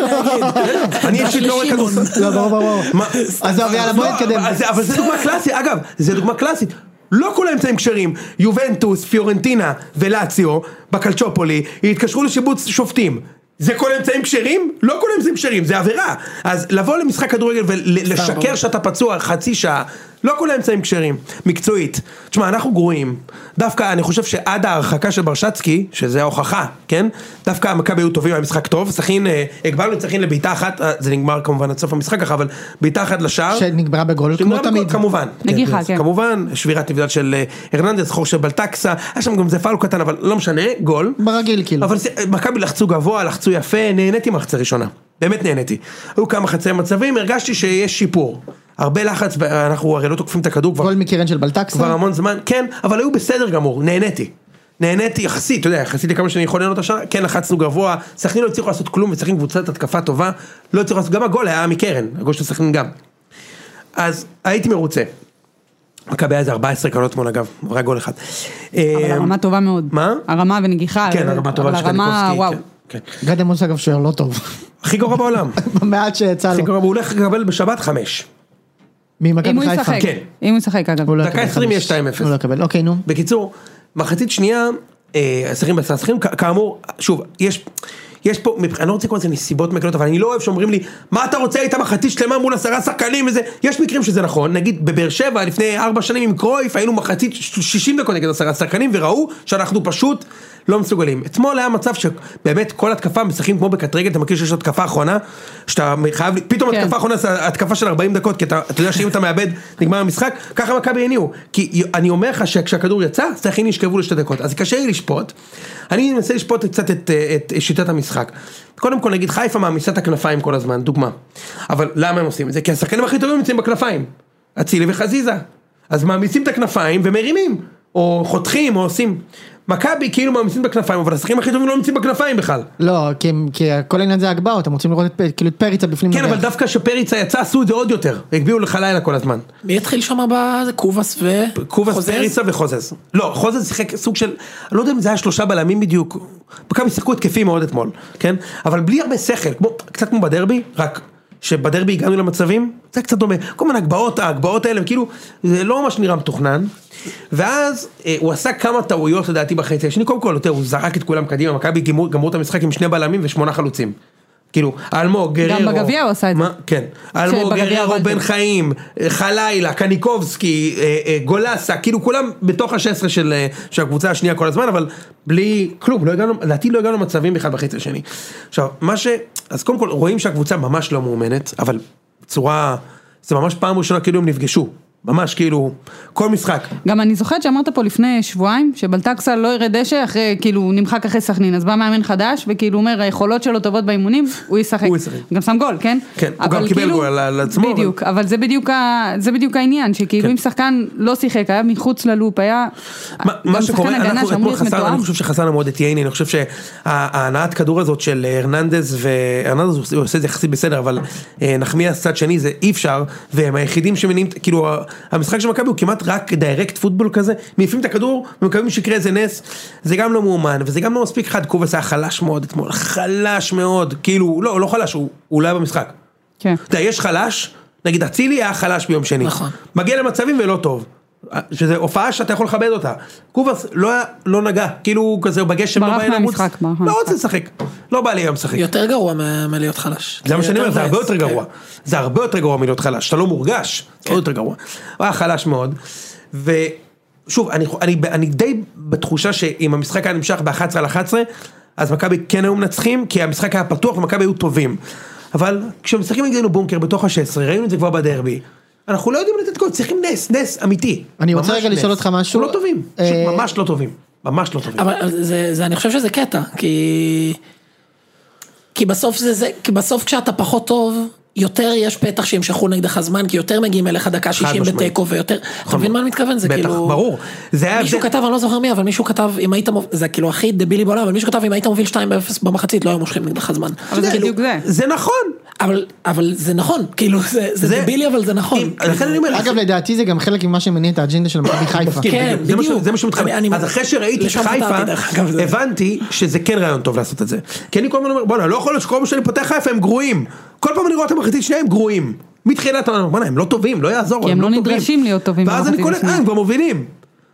[SPEAKER 1] אני אישית לא רואה
[SPEAKER 4] לשמעון.
[SPEAKER 1] כדורסל.
[SPEAKER 2] לא, ברור, ברור.
[SPEAKER 1] מה-
[SPEAKER 2] עזוב, יאללה, בוא
[SPEAKER 1] לא,
[SPEAKER 2] נתקדם.
[SPEAKER 1] אבל זה- אבל זה דוגמה קלאסית, אגב, זה דוגמה קלאסית. לא כל האמצעים כשרים, יובנטוס, פיורנטינה ולאציו, בקלצ'ופולי, התקשרו לשיבוץ שופטים. זה כל האמצעים כשרים? לא כל האמצעים כשרים, זה עבירה. אז לבוא למשחק כדורגל ולשקר שאתה פצוע חצי שעה, לא כל האמצעים כשרים, מקצועית. תשמע, אנחנו גרועים. דווקא אני חושב שעד ההרחקה של ברשצקי, שזה ההוכחה, כן? דווקא המכבי היו טובים, היה משחק טוב. סכין, אה, הגבלנו את סכין לבעיטה אחת, אה, זה נגמר כמובן עד סוף המשחק ככה, אבל בעיטה אחת לשער.
[SPEAKER 2] שנגמרה בגול, כמו
[SPEAKER 1] שנגמר
[SPEAKER 2] תמיד.
[SPEAKER 1] בגול, אה? כמובן.
[SPEAKER 3] נגיחה,
[SPEAKER 1] אז
[SPEAKER 3] כן.
[SPEAKER 1] כמובן, שבירת נבדל של אה, הרננדז, חור של בלטקסה, היה שם גם איזה פאול קטן, אבל לא משנה, גול.
[SPEAKER 2] ברגיל כאילו.
[SPEAKER 1] אבל זה- אה, מכבי לחצו גבוה, לחצו יפה, נהניתי מהחצי הראשונה. באמת נהניתי. היו כמה חצי מצבים, הרגשתי שיש שיפור. הרבה לחץ, אנחנו הרי לא תוקפים את הכדור כבר
[SPEAKER 2] גול מקרן של בלטקסה.
[SPEAKER 1] כבר המון זמן, כן, אבל היו בסדר גמור, נהניתי. נהניתי יחסית, אתה יודע, יחסית לכמה שאני יכול ליהנות השנה, כן לחצנו גבוה, סכנין לא הצליחו לעשות כלום, וסכנין קבוצת התקפה טובה, לא הצליחו לעשות, גם הגול היה מקרן, הגול של סכנין גם. אז הייתי מרוצה. מכבי היה איזה 14 קלות אתמול אגב, רק גול אחד.
[SPEAKER 3] אבל הרמה טובה מאוד.
[SPEAKER 1] אמ, מה?
[SPEAKER 3] הרמה ונגיחה.
[SPEAKER 1] כן, הרמה טובה
[SPEAKER 3] אבל
[SPEAKER 1] של
[SPEAKER 3] הרמה, וואו.
[SPEAKER 1] קניקובסקי. כן, כן.
[SPEAKER 2] גד עמוס אגב שוער לא טוב.
[SPEAKER 1] הכי גרוע בעולם,
[SPEAKER 2] במעט שיצא
[SPEAKER 1] הכי
[SPEAKER 2] לו.
[SPEAKER 1] גרוע, הוא הולך לקבל בשבת חמש.
[SPEAKER 3] אם
[SPEAKER 2] ממכבי
[SPEAKER 3] הוא
[SPEAKER 2] חיפה.
[SPEAKER 3] ישחק,
[SPEAKER 1] כן.
[SPEAKER 3] אם הוא ישחק אגב.
[SPEAKER 2] הוא לא
[SPEAKER 1] דקה
[SPEAKER 2] יקבל
[SPEAKER 1] 20
[SPEAKER 2] חמש.
[SPEAKER 1] יש 2-0.
[SPEAKER 2] הוא לא יקבל, אוקיי נו.
[SPEAKER 1] בקיצור, מחצית שנייה, אה, שחקים בעשרה שחקים, כ- כאמור, שוב, יש, יש פה, מבח- אני לא רוצה לקרוא לזה נסיבות מקלות, אבל אני לא אוהב שאומרים לי, מה אתה רוצה, הייתה מחצית שלמה מול עשרה שחקנים וזה, יש מקרים שזה נכון, נגיד בבאר שבע לפני ארבע שנים עם קרויף, היינו מחצית ש- 60 דקות נגד עשרה שחקנים, וראו שאנחנו פשוט לא מסוגלים. אתמול היה מצב שבאמת כל התקפה משחקים כמו בקט רגל, אתה מכיר שיש התקפה אחרונה, שאתה חייב, פתאום
[SPEAKER 3] כן.
[SPEAKER 1] התקפה האחרונה זה התקפה של 40 דקות, כי אתה, אתה יודע שאם אתה מאבד, נגמר המשחק, ככה מכבי הניעו. כי אני אומר לך שכשהכדור יצא, סכין נשכבו לשתי דקות. אז קשה לי לשפוט. אני מנסה לשפוט קצת את, אה, את שיטת המשחק. קודם כל נגיד חיפה מעמיסה את הכנפיים כל הזמן, דוגמה. אבל למה הם עושים את זה? כי השחקנים הכי טובים נמצאים בכנפיים. אצילי וחזיזה. אז מעמיסים את הכנפיים ומרימים. או חותכים, או עושים. מכבי כאילו מעמיסים בכנפיים, אבל השחקנים הכי טובים לא נמצאים בכנפיים בכלל.
[SPEAKER 2] לא, כי- כי כל העניין זה הגבהות, הם רוצים לראות את פ- כאילו את פריצה בפנים.
[SPEAKER 1] כן,
[SPEAKER 2] לדרך.
[SPEAKER 1] אבל דווקא כשפריצה יצא עשו את זה עוד יותר. הגביאו לך לילה כל הזמן.
[SPEAKER 4] מי התחיל שם בזה? קובס ו...
[SPEAKER 1] קובס
[SPEAKER 4] חוזז?
[SPEAKER 1] פריצה וחוזז. לא, חוזז שיחק סוג של, אני לא יודע אם זה היה שלושה בלמים בדיוק. מכבי שיחקו התקפי מאוד אתמול, כן? אבל בלי הרבה שכל, כמו, קצת כמו בדרבי, רק שבדרבי הגענו למצבים, זה היה קצת דומה, כל מיני הגבהות, ההגבהות האלה, כאילו, זה לא ממש נראה מתוכנן. ואז אה, הוא עשה כמה טעויות לדעתי בחצי השני, קודם כל, תראה, הוא זרק את כולם קדימה, מכבי גמרו, גמרו את המשחק עם שני בלמים ושמונה חלוצים. כאילו, אלמוג, גררו.
[SPEAKER 3] בגביע הוא עשה את זה.
[SPEAKER 1] מה- כן. אלמוג,
[SPEAKER 3] שבגביע
[SPEAKER 1] גררו,
[SPEAKER 3] הובלתם.
[SPEAKER 1] בן חיים, אה, חלילה, קניקובסקי, אה, אה, גולסה, כאילו כולם בתוך ה-16 של, אה, של הקבוצה השנייה כל הזמן, אבל בלי כלום, לא הגענו, לדעתי לא הגענו למצבים בכלל בחצי השני. עכשיו, מה ש... אז קודם כל רואים שהקבוצה ממש לא מאומנת, אבל צורה... זה ממש פעם ראשונה כאילו הם נפגשו. ממש כאילו, כל משחק.
[SPEAKER 3] גם אני זוכרת שאמרת פה לפני שבועיים, שבלטקסה לא יראה דשא אחרי, כאילו, הוא נמחק אחרי סכנין, אז בא מאמן חדש, וכאילו אומר, היכולות שלו טובות באימונים, הוא ישחק.
[SPEAKER 1] הוא ישחק.
[SPEAKER 3] גם שם גול, כן?
[SPEAKER 1] כן, הוא
[SPEAKER 3] אבל
[SPEAKER 1] גם קיבל גול על- על עצמו, אבל-
[SPEAKER 3] בדיוק, אבל זה בדיוק, ה... זה בדיוק העניין, שכאילו
[SPEAKER 1] כן.
[SPEAKER 3] אם שחקן לא שיחק, היה מחוץ ללופ, היה...
[SPEAKER 1] מה- מה
[SPEAKER 3] גם
[SPEAKER 1] שקורה,
[SPEAKER 3] שחקן הגנה
[SPEAKER 1] אנחנו
[SPEAKER 3] שאמור
[SPEAKER 1] אתמול
[SPEAKER 3] להיות
[SPEAKER 1] חסרנו,
[SPEAKER 3] מתואם.
[SPEAKER 1] אני חושב שחסרנו מאוד את ייני, אני חושב שההנעת כדור הזאת של אה, הרננדז, והרננדז הוא עושה- הוא עושה את זה יחסית בסדר, אבל אה, נחמיאס צד שני זה אי אפשר, והם היחידים שמניעים, כאילו ה- המשחק של מכבי הוא כמעט רק דיירקט פוטבול כזה, מעיפים את הכדור ומקווים שיקרה איזה נס, זה גם לא מאומן, וזה גם לא מספיק חד, קובס היה חלש מאוד אתמול, חלש מאוד, כאילו, לא, הוא לא חלש, הוא הוא לא היה במשחק.
[SPEAKER 3] כן.
[SPEAKER 1] אתה יודע, יש חלש, נגיד אצילי היה חלש ביום שני.
[SPEAKER 4] נכון.
[SPEAKER 1] מגיע למצבים ולא טוב. שזה הופעה שאתה יכול לכבד אותה. קובאס לא, היה- לא נגע, כאילו הוא כזה בגשם,
[SPEAKER 3] ברח
[SPEAKER 1] לא בא אליי לרוץ.
[SPEAKER 3] מהמשחק, ברח
[SPEAKER 1] לא
[SPEAKER 3] מהמשחק.
[SPEAKER 1] רוצה לשחק. לא בא לי היום לשחק.
[SPEAKER 4] יותר גרוע מ- מלהיות חלש.
[SPEAKER 1] זה מה שאני אומר, זה הרבה יותר
[SPEAKER 4] מבאס,
[SPEAKER 1] גרוע.
[SPEAKER 2] כן.
[SPEAKER 1] זה הרבה יותר גרוע מלהיות חלש, אתה לא מורגש, זה עוד יותר גרוע. הוא היה חלש מאוד. ושוב, אני, אני, אני די בתחושה שאם המשחק היה נמשך ב-11 על 11, אז מכבי כן היו מנצחים, כי המשחק היה פתוח ומכבי היו טובים. אבל כשמשחקים נגדנו בונקר בתוך ה-16, ראינו את זה כבר בדרבי. אנחנו לא יודעים לתת גול, צריכים נס, נס אמיתי.
[SPEAKER 2] אני רוצה
[SPEAKER 1] ממש
[SPEAKER 2] רגע
[SPEAKER 1] נס.
[SPEAKER 2] לשאול אותך משהו.
[SPEAKER 1] אנחנו לא טובים,
[SPEAKER 2] אה,
[SPEAKER 1] פשוט ממש לא טובים. ממש לא טובים.
[SPEAKER 4] אבל זה, זה, אני חושב שזה קטע, כי... כי בסוף זה זה, כי בסוף כשאתה פחות טוב, יותר יש פתח שימשכו נגדך זמן, כי יותר מגיעים אליך דקה 60
[SPEAKER 1] משמעית. נכון.
[SPEAKER 4] בתיקו ויותר, אתה מבין מה אני מתכוון? זה
[SPEAKER 1] בטח,
[SPEAKER 4] כאילו...
[SPEAKER 1] ברור. זה היה...
[SPEAKER 4] מישהו
[SPEAKER 1] זה-
[SPEAKER 4] כתב, אני לא זוכר מי, אבל מישהו כתב, אם היית מוביל, זה כאילו הכי דבילי בעולם, אבל מישהו כתב, אם היית מוביל 2-0 במחצית, לא היו מושכים נגדך זמן.
[SPEAKER 3] אבל זה
[SPEAKER 4] כאילו,
[SPEAKER 3] בדיוק זה.
[SPEAKER 1] זה נכון.
[SPEAKER 4] אבל, אבל זה נכון, כאילו, זה, זה,
[SPEAKER 1] זה-
[SPEAKER 4] דבילי, אבל זה נכון.
[SPEAKER 1] אם- לכן אני אומר,
[SPEAKER 2] אגב לדעתי זה גם חלק ממה שמניע את האג'נדה של מכבי חיפה.
[SPEAKER 1] מסכים,
[SPEAKER 4] כן,
[SPEAKER 1] בדיוק, זה מה ש-
[SPEAKER 4] בדיוק.
[SPEAKER 1] זה מה שמתחבר.
[SPEAKER 4] אני- אני-
[SPEAKER 1] אז אחרי שראיתי את
[SPEAKER 4] לשם חתרתי,
[SPEAKER 1] חיפה,
[SPEAKER 4] דרך אגב, זה-
[SPEAKER 1] הבנתי שזה כן רעיון טוב לעשות את זה. כי אני כל הזמן אומר, בואנה, לא יכול להיות שכל פעם שאני פותח חיפה הם גרועים. כל פעם אני רואה את המחצית שנייה הם גרועים. מתחילת העונה, בואנה, הם לא טובים, לא יעזור,
[SPEAKER 3] כי הם לא
[SPEAKER 1] טובים."
[SPEAKER 3] נדרשים להיות טובים
[SPEAKER 1] ואז אני
[SPEAKER 3] במחצית
[SPEAKER 1] קולט, אה,
[SPEAKER 3] השנייה.
[SPEAKER 1] הם כבר מובילים.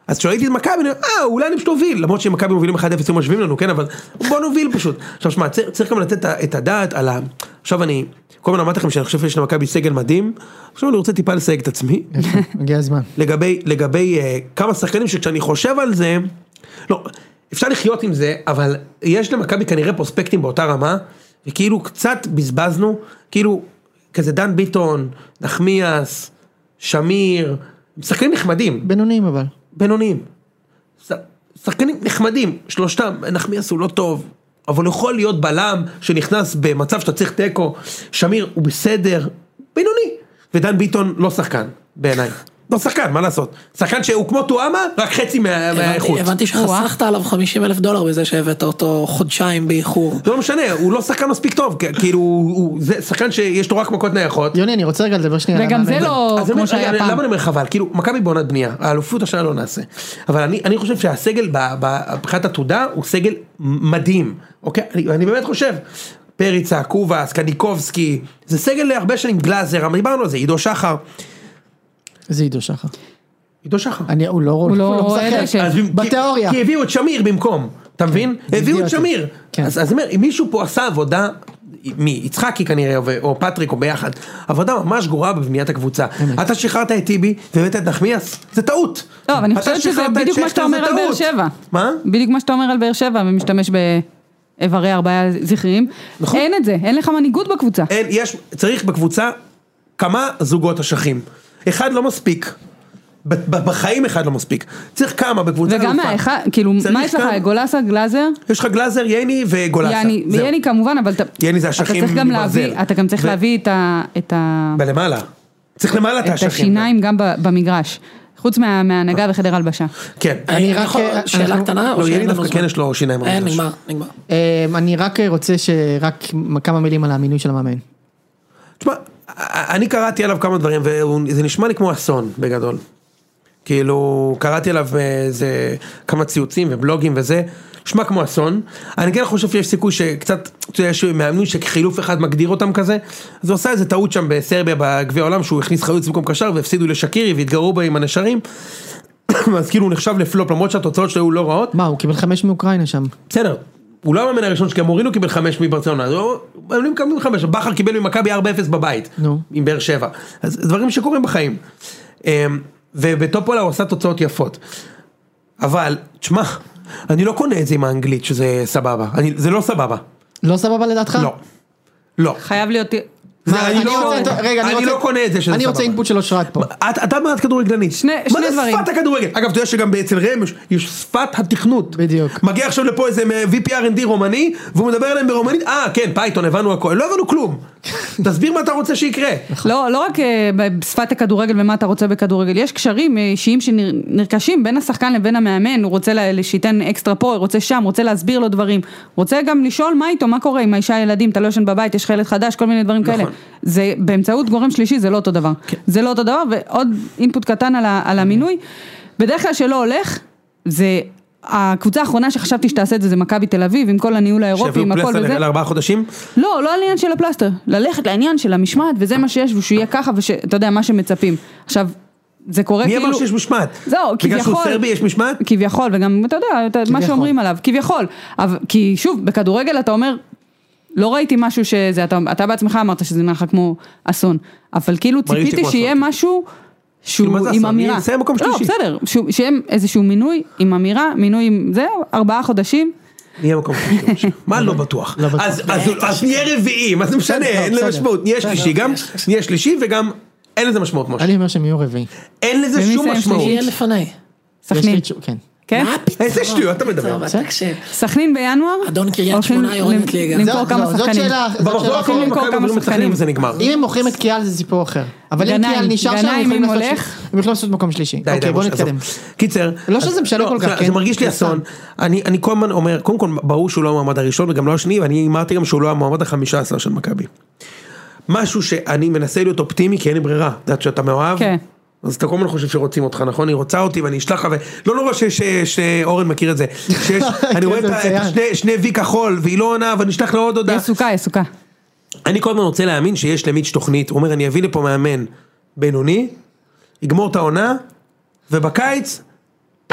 [SPEAKER 1] אז כשראיתי את מכבי, אני אומר, אה, אולי אני פשוט אוביל, למרות שמכבי מובילים 1-0 הם משווים לנו, כן, אבל בוא נוביל פשוט. עכשיו שמע, צריך- צריך גם לתת את הדעת על ה... עכשיו אני, כל הזמן אמרתי לכם שאני חושב שיש למכבי סגל מדהים, עכשיו אני רוצה טיפה לסייג את עצמי,
[SPEAKER 2] הגיע הזמן.
[SPEAKER 1] לגבי, לגבי אה, כמה שחקנים שכשאני חושב על זה, לא, אפשר לחיות עם זה, אבל יש למכבי כנראה פרוספקטים באותה רמה, וכאילו קצת בזבזנו, כאילו, כזה דן ביטון, נחמיאס, שמיר, שחקנים נחמדים,
[SPEAKER 2] בינוניים אבל.
[SPEAKER 1] בינוניים. ש- שחקנים נחמדים, שלושתם, נחמיאס הוא לא טוב, אבל הוא יכול להיות בלם שנכנס במצב שאתה צריך תיקו, שמיר הוא בסדר, בינוני, ודן ביטון לא שחקן, בעיניי. לא שחקן, מה לעשות? שחקן שהוא כמו טועמה, רק חצי מה-
[SPEAKER 4] הבנתי,
[SPEAKER 1] מהאיכות.
[SPEAKER 4] הבנתי שחסכת עליו 50 אלף דולר בזה שהבאת אותו חודשיים באיחור.
[SPEAKER 1] זה לא משנה, הוא לא שחקן מספיק טוב, כ- כאילו, הוא- הוא- זה שחקן שיש לו רק מכות נייחות.
[SPEAKER 2] יוני אני רוצה רגע לדבר שנייה. על
[SPEAKER 3] וגם זה
[SPEAKER 2] המאמן.
[SPEAKER 3] לא
[SPEAKER 1] אז אני
[SPEAKER 3] כמו
[SPEAKER 1] אומר,
[SPEAKER 3] שהיה
[SPEAKER 1] רגע,
[SPEAKER 3] פעם.
[SPEAKER 1] למה אני אומר חבל? כאילו, מכבי בעונת בנייה, האלופות השנה לא נעשה. אבל אני, אני חושב שהסגל ב- ב- מבחינת עתודה הוא סגל מדהים, אוקיי? אני, אני באמת חושב. פריצה, קובאס, קניקובסקי, זה סגל להרבה שנים, גלאזר, אבל דיברנו על זה, עידו שחר.
[SPEAKER 2] זה עידו שחר.
[SPEAKER 1] עידו שחר.
[SPEAKER 2] אני הוא לא הוא
[SPEAKER 3] לא
[SPEAKER 2] לא
[SPEAKER 3] רואה
[SPEAKER 2] משחק.
[SPEAKER 3] דשא.
[SPEAKER 1] אז במ- כי-
[SPEAKER 2] בתיאוריה.
[SPEAKER 1] כי הביאו את שמיר במקום,
[SPEAKER 3] כן,
[SPEAKER 1] אתה מבין? הביאו את
[SPEAKER 2] אידיוטי.
[SPEAKER 1] שמיר.
[SPEAKER 2] כן.
[SPEAKER 1] אז אז אני אומר, אם מישהו פה עשה עבודה, מי, יצחקי כנראה, או- או פטריק, או ביחד, עבודה ממש גרועה בבניית הקבוצה. אתה שחררת את טיבי, והבאת את נחמיאס, זה טעות.
[SPEAKER 3] לא, אבל אני
[SPEAKER 1] אתה
[SPEAKER 3] חושבת שזה
[SPEAKER 1] שחררת את
[SPEAKER 3] בדיוק
[SPEAKER 1] שכטר,
[SPEAKER 3] מה שאתה
[SPEAKER 1] זה
[SPEAKER 3] אומר על באר
[SPEAKER 1] טעות.
[SPEAKER 3] שבע.
[SPEAKER 1] מה?
[SPEAKER 3] בדיוק מה שאתה אומר על באר שבע, ומשתמש באיברי ארבעה זכריים.
[SPEAKER 1] נכון.
[SPEAKER 3] אין את זה, אין לך מנהיגות בקבוצה.
[SPEAKER 1] אין, יש, צריך בקבוצה כמה זוגות אשכים. אחד לא מספיק. ב- ב- בחיים אחד לא מספיק. צריך כמה בקבוצה
[SPEAKER 3] וגם
[SPEAKER 1] אלופה.
[SPEAKER 3] האחד, כאילו,
[SPEAKER 1] צריך
[SPEAKER 3] מה יש לך,
[SPEAKER 1] כמה.
[SPEAKER 3] גולסה, גלאזר?
[SPEAKER 1] יש לך גלאזר, ייני וגולסה.
[SPEAKER 3] יעני,
[SPEAKER 1] זהו.
[SPEAKER 3] יעני כמובן, אבל אתה
[SPEAKER 1] יעני זה
[SPEAKER 3] אתה
[SPEAKER 1] אשכים
[SPEAKER 3] צריך גם
[SPEAKER 1] מברזל.
[SPEAKER 3] להביא, אתה גם צריך
[SPEAKER 1] ו-
[SPEAKER 3] להביא את ה- את ה-
[SPEAKER 1] בלמעלה. צריך למעלה את
[SPEAKER 3] את
[SPEAKER 1] האשכים.
[SPEAKER 3] השיניים גם ב- במגרש. חוץ מה- מההנהגה וחדר הלבשה.
[SPEAKER 1] כן.
[SPEAKER 4] אני אה,
[SPEAKER 2] רק-
[SPEAKER 4] יכול-
[SPEAKER 2] אנחנו-
[SPEAKER 4] שאלה קטנה? או
[SPEAKER 1] לא,
[SPEAKER 4] שאין
[SPEAKER 1] יני
[SPEAKER 4] לנו
[SPEAKER 1] דווקא
[SPEAKER 4] זמן?
[SPEAKER 1] כן יש לו שיניים.
[SPEAKER 4] אין,
[SPEAKER 1] ארוכות.
[SPEAKER 4] אה, נגמר, נגמר.
[SPEAKER 2] אמ, אני רק רוצה שרק כמה מילים על המינוי של המאמן.
[SPEAKER 1] תשמע, אני קראתי עליו כמה דברים, וזה נשמע לי כמו אסון בגדול. כאילו, קראתי עליו איזה כמה ציוצים ובלוגים וזה, נשמע כמו אסון. אני כן חושב שיש סיכוי שקצת, אתה יודע, יש מאמנים שחילוף אחד מגדיר אותם כזה, אז הוא עשה איזה טעות שם בסרביה בגביע העולם, שהוא הכניס חלוץ במקום קשר והפסידו לשקירי והתגרו בו עם הנשרים. אז כאילו הוא נחשב לפלופ, למרות שהתוצאות שלו היו לא רעות.
[SPEAKER 2] מה, הוא קיבל חמש מאוקראינה שם.
[SPEAKER 1] בסדר, הוא לא המאמן הראשון שגם מורינו קיבל חמש מברצלונה, אז הוא- הם מקבלים חמש, בכר קיבל ממכבי 4-0 בבית,
[SPEAKER 2] נו.
[SPEAKER 1] עם באר שבע, אז דברים שקורים בחיים. אמ, ובטופולה הוא עשה תוצאות יפות. אבל, תשמע, אני לא קונה את זה עם האנגלית שזה סבבה, אני, זה לא סבבה,
[SPEAKER 2] לא סבבה לדעתך?
[SPEAKER 1] לא. לא.
[SPEAKER 3] חייב להיות...
[SPEAKER 2] מה, אני
[SPEAKER 1] אני לא-
[SPEAKER 2] רוצה... רגע, אני
[SPEAKER 1] אני
[SPEAKER 2] רוצה...
[SPEAKER 1] לא קונה את זה שזה
[SPEAKER 2] אני רוצה
[SPEAKER 1] סבבה.
[SPEAKER 2] אינפוט של אושרת פה.
[SPEAKER 1] את, אתה מעט כדורגלנית,
[SPEAKER 3] שני-
[SPEAKER 1] מה
[SPEAKER 3] שני
[SPEAKER 1] זה
[SPEAKER 3] דברים.
[SPEAKER 1] שפת הכדורגל? אגב, אתה יודע שגם אצל ראם יש, יש שפת התכנות.
[SPEAKER 2] בדיוק.
[SPEAKER 1] מגיע עכשיו לפה איזה VPRND רומני, והוא מדבר אליהם ברומנית, אה, כן, פייתון, הבנו הכל, לא הבנו כלום. תסביר מה אתה רוצה שיקרה.
[SPEAKER 3] לא, לא רק אה, בשפת הכדורגל ומה אתה רוצה בכדורגל, יש קשרים אה, אישיים שנרכשים בין השחקן לבין המאמן, הוא רוצה ל- שייתן אקסטרה פה, רוצה שם, רוצה להסביר לו דברים, רוצה גם לשאול מה איתו, מה קורה עם האישה ילדים, אתה לא ישן בבית, יש לך ילד חדש, כל מיני דברים כאלה.
[SPEAKER 1] נכון.
[SPEAKER 3] זה באמצעות גורם שלישי, זה לא אותו דבר.
[SPEAKER 1] כן.
[SPEAKER 3] זה לא אותו דבר, ועוד אינפוט קטן על ה- על המינוי. בדרך כלל שלא הולך, זה... הקבוצה האחרונה שחשבתי שתעשה את זה זה מכבי תל אביב, עם כל הניהול האירופי,
[SPEAKER 1] שיביאו
[SPEAKER 3] עם הכל
[SPEAKER 1] פלסטר
[SPEAKER 3] וזה.
[SPEAKER 1] לארבעה חודשים,
[SPEAKER 3] לא, לא על העניין של הפלסטר, ללכת לעניין של המשמעת וזה מה שיש ושהוא יהיה ככה ואתה יודע מה שמצפים. עכשיו, זה קורה
[SPEAKER 1] מי
[SPEAKER 3] כאילו...
[SPEAKER 1] אמר שיש משמעת?
[SPEAKER 3] זהו, כביכול.
[SPEAKER 1] בגלל שהוא סרבי יש משמעת?
[SPEAKER 3] כביכול, וגם אתה יודע, אתה- מה
[SPEAKER 2] כביכול.
[SPEAKER 3] שאומרים עליו, כביכול. אבל, כי שוב, בכדורגל אתה אומר, לא ראיתי משהו שזה, אתה, אתה בעצמך אמרת שזה נראה לך כמו אסון, אבל כאילו
[SPEAKER 1] מרגיש לי
[SPEAKER 3] ציפיתי
[SPEAKER 1] כמו
[SPEAKER 3] שיהיה
[SPEAKER 1] אסון.
[SPEAKER 3] משהו
[SPEAKER 1] כאילו,
[SPEAKER 3] שהוא
[SPEAKER 1] מה זה
[SPEAKER 3] עם
[SPEAKER 1] אסון?
[SPEAKER 3] אמירה.
[SPEAKER 1] אני אסיים מקום
[SPEAKER 3] לא,
[SPEAKER 1] שלישי.
[SPEAKER 3] בסדר, שהוא- שיהיה איזשהו מינוי עם אמירה, מינוי עם זה, ארבעה חודשים,
[SPEAKER 1] נהיה מקום שלישי. מה לא בטוח?
[SPEAKER 2] לא בטוח.
[SPEAKER 1] אז- אז- אז נהיה רביעי, מה זה משנה,
[SPEAKER 2] בסדר,
[SPEAKER 1] אין לזה
[SPEAKER 2] בסדר.
[SPEAKER 1] משמעות. נהיה שלישי גם, נהיה שלישי וגם, אין לזה משמעות משה.
[SPEAKER 2] אני אומר שהם יהיו רביעי.
[SPEAKER 1] אין לזה שום
[SPEAKER 3] ומי יסיים
[SPEAKER 1] משמעות.
[SPEAKER 3] שלישי?
[SPEAKER 4] יהיה לפניי.
[SPEAKER 2] יש
[SPEAKER 3] סכנין,
[SPEAKER 2] לי תשוב- כן.
[SPEAKER 3] כן?
[SPEAKER 4] מה פתאום?
[SPEAKER 1] איזה שטויות אתה מדבר.
[SPEAKER 4] פתאום,
[SPEAKER 2] בסדר.
[SPEAKER 4] תקשיב.
[SPEAKER 3] סכנין בינואר,
[SPEAKER 4] אדון קריית
[SPEAKER 3] הולכים
[SPEAKER 4] שמונה יורדת
[SPEAKER 3] למ-
[SPEAKER 4] ליגה.
[SPEAKER 3] למכור
[SPEAKER 2] זאת-
[SPEAKER 3] כמה
[SPEAKER 2] לא, זאת
[SPEAKER 3] שחקנים.
[SPEAKER 2] שאלה- זאת
[SPEAKER 1] במחזור
[SPEAKER 2] שאלה
[SPEAKER 1] האחרון
[SPEAKER 2] אחרת.
[SPEAKER 3] למכור
[SPEAKER 1] מכבי
[SPEAKER 3] כמה
[SPEAKER 1] עוברים את סכנין
[SPEAKER 3] שחקנים.
[SPEAKER 1] וזה נגמר.
[SPEAKER 2] אם הם מוכרים את קיאל זה סיפור אחר. אבל אם
[SPEAKER 3] גנאים,
[SPEAKER 2] קיאל נשאר שם, הם
[SPEAKER 3] גנאים,
[SPEAKER 2] יכולים
[SPEAKER 3] אם
[SPEAKER 2] לעשות-
[SPEAKER 3] הולך?
[SPEAKER 2] הם יכולים לעשות מקום שלישי.
[SPEAKER 1] די, די,
[SPEAKER 2] אוקיי, בוא
[SPEAKER 1] משה,
[SPEAKER 2] נתקדם.
[SPEAKER 1] עזוב. קיצר,
[SPEAKER 2] לא
[SPEAKER 1] אז-
[SPEAKER 2] שזה משנה כל
[SPEAKER 1] זה-
[SPEAKER 2] כך,
[SPEAKER 1] זה
[SPEAKER 2] כן?
[SPEAKER 1] מרגיש לי
[SPEAKER 2] זה סתם.
[SPEAKER 1] אסון, אני אני כל הזמן אומר, קודם כל ברור שהוא לא המועמד הראשון וגם לא השני, ואני אמרתי גם שהוא לא המועמד החמישה עשר של מכבי. משהו שאני מנסה להיות אופטימי כי אין לי ברירה, את יודעת שאתה מאוהב,
[SPEAKER 3] כן.
[SPEAKER 1] אז אתה כל הזמן חושב שרוצים אותך, נכון? היא רוצה אותי ואני אשלח לך, ולא נורא ש- ש- שאורן מכיר את זה, שיש- אני רואה את
[SPEAKER 2] כן, זה
[SPEAKER 1] ה- את
[SPEAKER 2] מצוין.
[SPEAKER 1] השני- שני וי כחול והיא לא עונה ואני אשלח לה עוד הודעה,
[SPEAKER 3] יש סוכה, יש סוכה.
[SPEAKER 1] אני כל הזמן רוצה להאמין שיש למיץ' תוכנית, הוא אומר אני אביא לפה מאמן בינוני, יגמור את העונה, ובקיץ,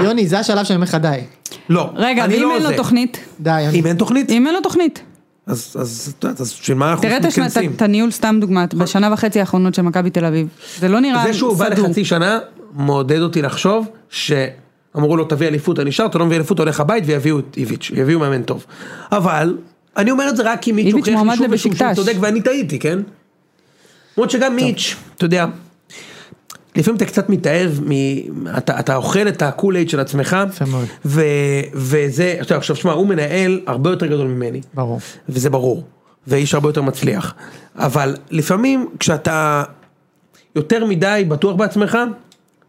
[SPEAKER 2] יוני, זה השלב שאני אומר לך די.
[SPEAKER 1] לא.
[SPEAKER 3] רגע,
[SPEAKER 1] אני
[SPEAKER 3] ואם
[SPEAKER 1] לא
[SPEAKER 3] אין לו
[SPEAKER 1] זה.
[SPEAKER 3] תוכנית?
[SPEAKER 2] די, יוני.
[SPEAKER 1] אם אין תוכנית,
[SPEAKER 3] אם אין לו תוכנית.
[SPEAKER 1] אז, אז, את יודעת, אז של מה אנחנו
[SPEAKER 3] תראה את השנה-
[SPEAKER 1] מתכנסים?
[SPEAKER 3] את הניהול, סתם דוגמא, בשנה וחצי האחרונות של מכבי תל אביב. זה לא נראה
[SPEAKER 1] זה שהוא בא
[SPEAKER 3] סדור.
[SPEAKER 1] לחצי שנה, מעודד אותי לחשוב שאמרו לו תביא אליפות, אני נשאר, אתה לא מביא אליפות, הולך הבית ויביאו את איביץ', יביאו מאמן טוב. אבל, אני אומר את זה רק כי מיץ'
[SPEAKER 3] איביץ'
[SPEAKER 1] הוכיח לי
[SPEAKER 3] מועמד
[SPEAKER 1] שוב ושוב שהוא
[SPEAKER 3] לבשיקטש.
[SPEAKER 1] צודק ואני טעיתי, כן? למרות שגם מיץ', אתה יודע, לפעמים אתה קצת מתאהב, מ... אתה, אתה אוכל את הקול-אייד של עצמך,
[SPEAKER 2] יפה מאוד.
[SPEAKER 1] ו... וזה, עכשיו, עכשיו, שמע, הוא מנהל הרבה יותר גדול ממני.
[SPEAKER 2] ברור.
[SPEAKER 1] וזה ברור, ואיש הרבה יותר מצליח. אבל לפעמים כשאתה יותר מדי בטוח בעצמך,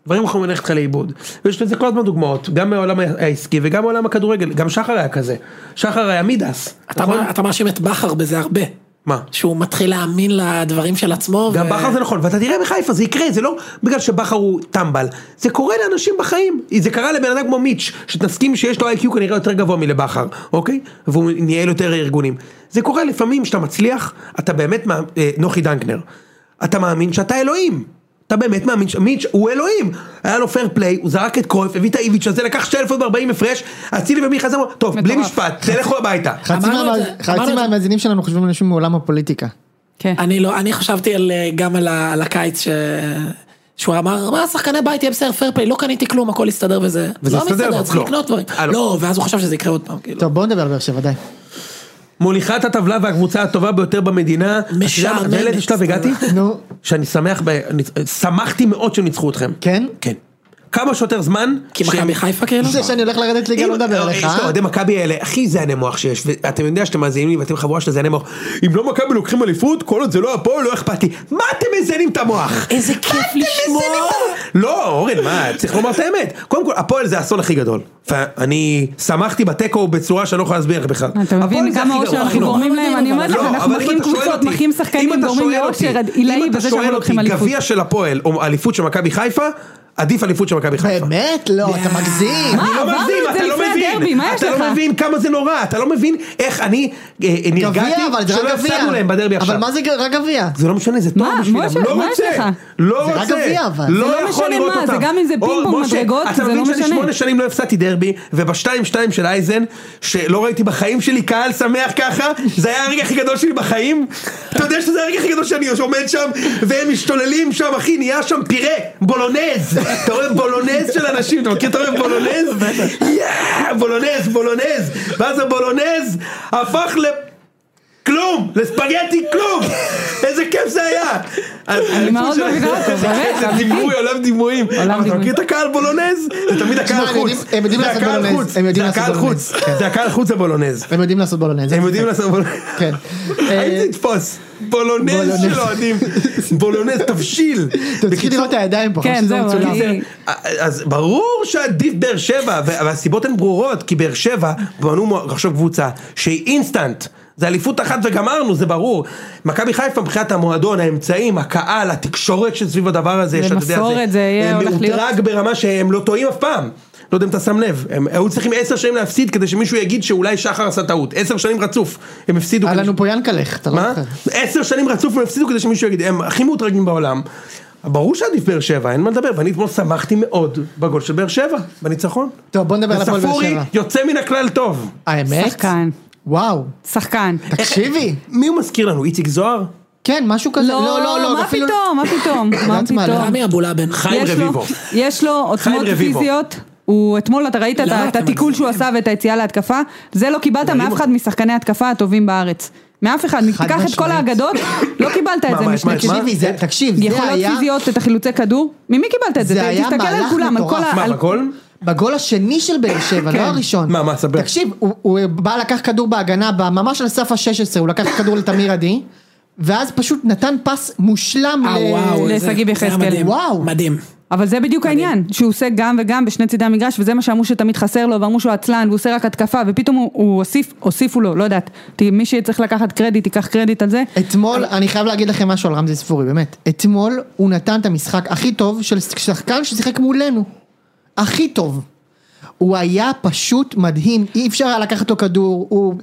[SPEAKER 1] דברים יכולים ללכת לך לאיבוד. ויש לזה כל הזמן דוגמאות, גם מהעולם העסקי וגם מעולם הכדורגל, גם שחר היה כזה. שחר היה מידס,
[SPEAKER 4] אתה
[SPEAKER 1] נכון?
[SPEAKER 4] מא- אתה מאשים את בכר בזה הרבה.
[SPEAKER 1] מה? שהוא...
[SPEAKER 4] שהוא מתחיל להאמין לדברים של עצמו.
[SPEAKER 1] גם
[SPEAKER 4] ו-
[SPEAKER 1] בכר זה נכון, ואתה תראה בחיפה, זה יקרה, זה לא בגלל שבכר הוא טמבל, זה קורה לאנשים בחיים, זה קרה לבן אדם כמו מיץ', שתסכים שיש לו איי-קיו כנראה יותר גבוה מלבכר, אוקיי? והוא ניהל יותר ארגונים. זה קורה לפעמים כשאתה מצליח, אתה באמת, מה- אה, נוחי דנקנר, אתה מאמין שאתה אלוהים. אתה באמת מאמין שמיץ' הוא אלוהים, היה לו פייר פליי, הוא זרק את קרויף, הביא את האיביץ' הזה, לקח שתי אלפות בארבעים הפרש, אצילי ומיכה זמר, טוב, בלי
[SPEAKER 3] מטורף.
[SPEAKER 1] משפט, תלכו הביתה.
[SPEAKER 2] חצי
[SPEAKER 4] אמרנו
[SPEAKER 2] מהמאז-
[SPEAKER 4] את זה, אמרנו
[SPEAKER 2] חצי
[SPEAKER 4] את זה.
[SPEAKER 2] מהמאזינים שלנו חושבים על אנשים מעולם הפוליטיקה.
[SPEAKER 3] כן.
[SPEAKER 4] אני לא, אני חשבתי על, אה, גם על, ה- על הקיץ ש... שהוא אמר, מה שחקני בית יהיה בסדר פייר פליי, לא קניתי כלום, הכל הסתדר וזה.
[SPEAKER 1] וזה
[SPEAKER 4] לא
[SPEAKER 1] הסתדר,
[SPEAKER 4] מסתדר, צריך
[SPEAKER 1] לא.
[SPEAKER 4] לקנות דברים.
[SPEAKER 1] אה, לא.
[SPEAKER 4] לא, ואז הוא חשב שזה יקרה עוד פעם, כאילו.
[SPEAKER 2] טוב, בואו נדבר על באר שבע, די.
[SPEAKER 1] מוליכת הטבלה והקבוצה הטובה ביותר במדינה,
[SPEAKER 4] משעממת.
[SPEAKER 1] ולאיזה שלב הגעתי?
[SPEAKER 2] נו,
[SPEAKER 1] שאני שמח, ב... אני- שמחתי מאוד שניצחו אתכם.
[SPEAKER 2] כן?
[SPEAKER 1] כן. כמה שיותר זמן.
[SPEAKER 4] כי
[SPEAKER 1] שהם-
[SPEAKER 4] מכבי חיפה כאילו?
[SPEAKER 2] זה שאני הולך לרדת ליגה
[SPEAKER 1] אם-
[SPEAKER 2] לא מדבר עליך,
[SPEAKER 1] יש לו
[SPEAKER 2] אה?
[SPEAKER 1] אוהדי מכבי האלה, הכי זעני מוח שיש, ואתם יודעים שאתם מאזינים לי ואתם חבורה של זעני מוח. אם לא מכבי לוקחים אליפות, כל עוד זה לא הפועל, לא אכפת לי. מה אתם מזיינים את המוח?
[SPEAKER 4] איזה כיף
[SPEAKER 1] מזיינים
[SPEAKER 4] לשמוע.
[SPEAKER 1] את ה- לא, אורן, מה, צריך לומר את האמת. קודם כל, הפועל זה האסון הכי גדול. ואני שמחתי בתיקו בצורה שאני לא יכול להסביר לך בכלל.
[SPEAKER 3] אתה
[SPEAKER 1] הפועל
[SPEAKER 3] מבין
[SPEAKER 1] זה
[SPEAKER 3] כמה
[SPEAKER 1] הכי
[SPEAKER 3] אושר
[SPEAKER 1] גרוע.
[SPEAKER 3] אנחנו גורמים להם, אני אומרת לך,
[SPEAKER 1] לא,
[SPEAKER 3] אנחנו
[SPEAKER 1] אבל אם
[SPEAKER 3] מחים
[SPEAKER 1] אתה שואל
[SPEAKER 3] קבוצות,
[SPEAKER 1] אותי-
[SPEAKER 3] מחים
[SPEAKER 1] אם
[SPEAKER 3] שחקנים,
[SPEAKER 1] אתה
[SPEAKER 3] גורמים
[SPEAKER 1] שואל
[SPEAKER 3] לאושר
[SPEAKER 1] אותי-
[SPEAKER 3] עד- עילאי
[SPEAKER 1] אם אתה
[SPEAKER 3] בזה שאנחנו
[SPEAKER 1] שואל
[SPEAKER 3] לוקחים
[SPEAKER 1] אותי,
[SPEAKER 3] אליפות.
[SPEAKER 1] גביע של הפועל, או אליפות של מכבי חיפה, עדיף אליפות של מכבי חיפה.
[SPEAKER 2] באמת? לא, אתה מגזים.
[SPEAKER 1] אני לא
[SPEAKER 3] עברנו
[SPEAKER 1] מבין,
[SPEAKER 3] את זה
[SPEAKER 1] אתה לא
[SPEAKER 3] לפני הדרבי,
[SPEAKER 1] מבין,
[SPEAKER 3] מה יש
[SPEAKER 1] אתה
[SPEAKER 3] לך?
[SPEAKER 1] לא מבין כמה זה נורא, אתה לא מבין איך אני אה, אה, נרגעתי
[SPEAKER 2] גביע,
[SPEAKER 3] לא
[SPEAKER 2] אבל זה
[SPEAKER 1] שלא
[SPEAKER 2] רק גביע.
[SPEAKER 1] הפסדנו להם בדרבי עכשיו.
[SPEAKER 2] אבל מה זה ג- רק גביע?
[SPEAKER 1] זה לא משנה, זה טוב
[SPEAKER 3] מה,
[SPEAKER 1] בשבילם,
[SPEAKER 3] משה,
[SPEAKER 1] לא
[SPEAKER 3] מה יש
[SPEAKER 1] רוצה,
[SPEAKER 3] לך?
[SPEAKER 1] לא
[SPEAKER 2] זה רק
[SPEAKER 1] רוצה,
[SPEAKER 2] גביע, אבל.
[SPEAKER 1] לא
[SPEAKER 3] זה לא
[SPEAKER 1] יכול
[SPEAKER 3] משנה
[SPEAKER 1] לראות
[SPEAKER 3] מה,
[SPEAKER 1] אותם.
[SPEAKER 3] זה גם אם זה
[SPEAKER 1] או,
[SPEAKER 3] פינג פונג
[SPEAKER 1] משה,
[SPEAKER 3] מדרגות, זה
[SPEAKER 1] אתה
[SPEAKER 3] לא
[SPEAKER 1] מבין שאני
[SPEAKER 3] משנה.
[SPEAKER 1] שמונה שנים לא הפסדתי דרבי, ובשתיים שתיים של אייזן, שלא ראיתי בחיים שלי קהל שמח ככה, זה היה הרגע הכי גדול שלי בחיים, אתה יודע שזה הרגע הכי גדול שאני עומד שם, והם משתוללים שם, אחי, נהיה שם פירה, בולונז, אתה רואה בולונז של אנשים, אתה מכיר, אתה רואה בולונז? יאה, בולונז, בולונז, ואז הבולונז הפך ל... כלום! לספגטי כלום! איזה כיף זה היה! אני
[SPEAKER 3] מאוד מבינה אותו, באמת, אמיתי.
[SPEAKER 1] דימוי, עולם דימויים. אבל אתה
[SPEAKER 3] דימויים.
[SPEAKER 1] מכיר את הקהל בולונז? זה תמיד הקהל
[SPEAKER 2] תשמע, הם
[SPEAKER 1] חוץ.
[SPEAKER 2] יודעים- הם יודעים
[SPEAKER 1] זה
[SPEAKER 2] לעשות
[SPEAKER 1] הקהל
[SPEAKER 2] בולונז,
[SPEAKER 1] חוץ.
[SPEAKER 2] הם יודעים
[SPEAKER 1] זה
[SPEAKER 2] לעשות
[SPEAKER 1] הקהל
[SPEAKER 2] בולונז, כן.
[SPEAKER 1] חוץ. זה הקהל חוץ הבולונז.
[SPEAKER 2] הם יודעים לעשות בולונז.
[SPEAKER 1] הם יודעים לעשות בולונז.
[SPEAKER 2] כן.
[SPEAKER 1] הייתי לתפוס. בולונז
[SPEAKER 2] בולונז.
[SPEAKER 1] של אוהדים. בולונז, תבשיל.
[SPEAKER 2] אתם צריכים לראות את הידיים פה,
[SPEAKER 3] כן,
[SPEAKER 2] חבל שזה
[SPEAKER 3] זהו,
[SPEAKER 2] מצולם.
[SPEAKER 3] אני-
[SPEAKER 1] זה- אז ברור שעדיף באר שבע, ו- והסיבות הן ברורות, כי באר שבע בנו מ- עכשיו קבוצה שהיא אינסטנט. זה אליפות אחת וגמרנו, זה ברור. מכבי חיפה מבחינת המועדון, האמצעים, הקהל, התקשורת שסביב הדבר הזה, שאתה יודע,
[SPEAKER 3] ומסורת, זה יהיה
[SPEAKER 1] אה,
[SPEAKER 3] הולך להיות-
[SPEAKER 1] מאותרג ברמה שהם לא טועים אף פעם. לא יודע אם אתה שם לב, הם היו צריכים עשר שנים להפסיד כדי שמישהו יגיד שאולי שחר עשה טעות. עשר שנים רצוף, הם הפסידו.
[SPEAKER 2] היה
[SPEAKER 1] כדי
[SPEAKER 2] לנו פה ינקלך, אתה לא
[SPEAKER 1] מה?
[SPEAKER 2] זוכר.
[SPEAKER 1] עשר שנים רצוף הם הפסידו כדי שמישהו יגיד, הם הכי מאותרגים בעולם. ברור שעדיף באר שבע, אין מה לדבר, ואני אתמול שמחתי מאוד בגול של באר שבע, בניצחון.
[SPEAKER 2] טוב, בוא נדבר על הפועל באר
[SPEAKER 1] וספורי
[SPEAKER 2] שבע.
[SPEAKER 1] יוצא מן הכלל טוב.
[SPEAKER 2] האמת?
[SPEAKER 3] שחקן,
[SPEAKER 2] וואו,
[SPEAKER 3] שחקן.
[SPEAKER 2] תקשיבי.
[SPEAKER 1] מי הוא מזכיר לנו? איציק זוהר?
[SPEAKER 2] כן, משהו כזה. לא, לא, לא,
[SPEAKER 3] מה
[SPEAKER 2] אפילו-
[SPEAKER 3] פתאום, מה פתאום, מה
[SPEAKER 2] יודעת מה,
[SPEAKER 3] פתאום.
[SPEAKER 2] לא.
[SPEAKER 4] רמי אה, אבולאבן.
[SPEAKER 1] חיים
[SPEAKER 3] יש לו-
[SPEAKER 1] רביבו.
[SPEAKER 3] יש לו עוצמות
[SPEAKER 1] רביבו.
[SPEAKER 3] פיזיות. הוא אתמול אתה ראית את
[SPEAKER 4] למה
[SPEAKER 3] ה- את
[SPEAKER 4] אתם
[SPEAKER 3] התיקול שהוא עשה ואת היציאה להתקפה, זה לא קיבלת מאף אחד משחקני התקפה הטובים בארץ. מאף אחד, תיקח את
[SPEAKER 2] משמעית.
[SPEAKER 3] כל האגדות, לא קיבלת את
[SPEAKER 1] מה,
[SPEAKER 3] זה
[SPEAKER 1] מה,
[SPEAKER 3] משני.
[SPEAKER 1] מה, מה? כן.
[SPEAKER 2] תקשיבי, זה- תקשיב, זה
[SPEAKER 3] יכולות
[SPEAKER 2] היה...
[SPEAKER 3] פיזיות, את החילוצי כדור, ממי קיבלת את זה?
[SPEAKER 2] זה היה
[SPEAKER 3] תסתכל על
[SPEAKER 2] מהלך
[SPEAKER 3] כולם, על
[SPEAKER 2] מטורף.
[SPEAKER 3] כל ה...
[SPEAKER 1] מה,
[SPEAKER 3] על-
[SPEAKER 1] בגול?
[SPEAKER 2] בגול השני של באר שבע,
[SPEAKER 3] כן.
[SPEAKER 2] לא הראשון.
[SPEAKER 1] מה, מה, ספר.
[SPEAKER 2] תקשיב, הוא- הוא בא לקח כדור בהגנה, ב- ממש על סף ה-16, הוא לקח כדור לתמיר עדי, ואז פשוט נתן פס מושלם
[SPEAKER 4] אה,
[SPEAKER 2] ל-
[SPEAKER 4] וואו, איזה-
[SPEAKER 3] לשגיב
[SPEAKER 4] זה היה
[SPEAKER 3] יחזקאל.
[SPEAKER 4] מדהים.
[SPEAKER 2] וואו.
[SPEAKER 4] מדהים.
[SPEAKER 3] אבל זה בדיוק העניין, שהוא עושה גם וגם בשני צידי המגרש, וזה מה שאמרו שתמיד חסר לו, ואמרו שהוא עצלן, והוא עושה רק התקפה, ופתאום הוא- הוא הוסיף, הוסיפו לו, לא יודעת. ת- מי שצריך לקחת קרדיט, ייקח קרדיט על זה.
[SPEAKER 2] אתמול, אני חייב להגיד לכם משהו על רמזי ספורי, באמת. אתמול הוא נתן את המשחק הכי טוב של שחקן ששיחק מולנו. הכי טוב. הוא היה פשוט מדהים, אי אפשר היה לקחת לו כדור, הוא,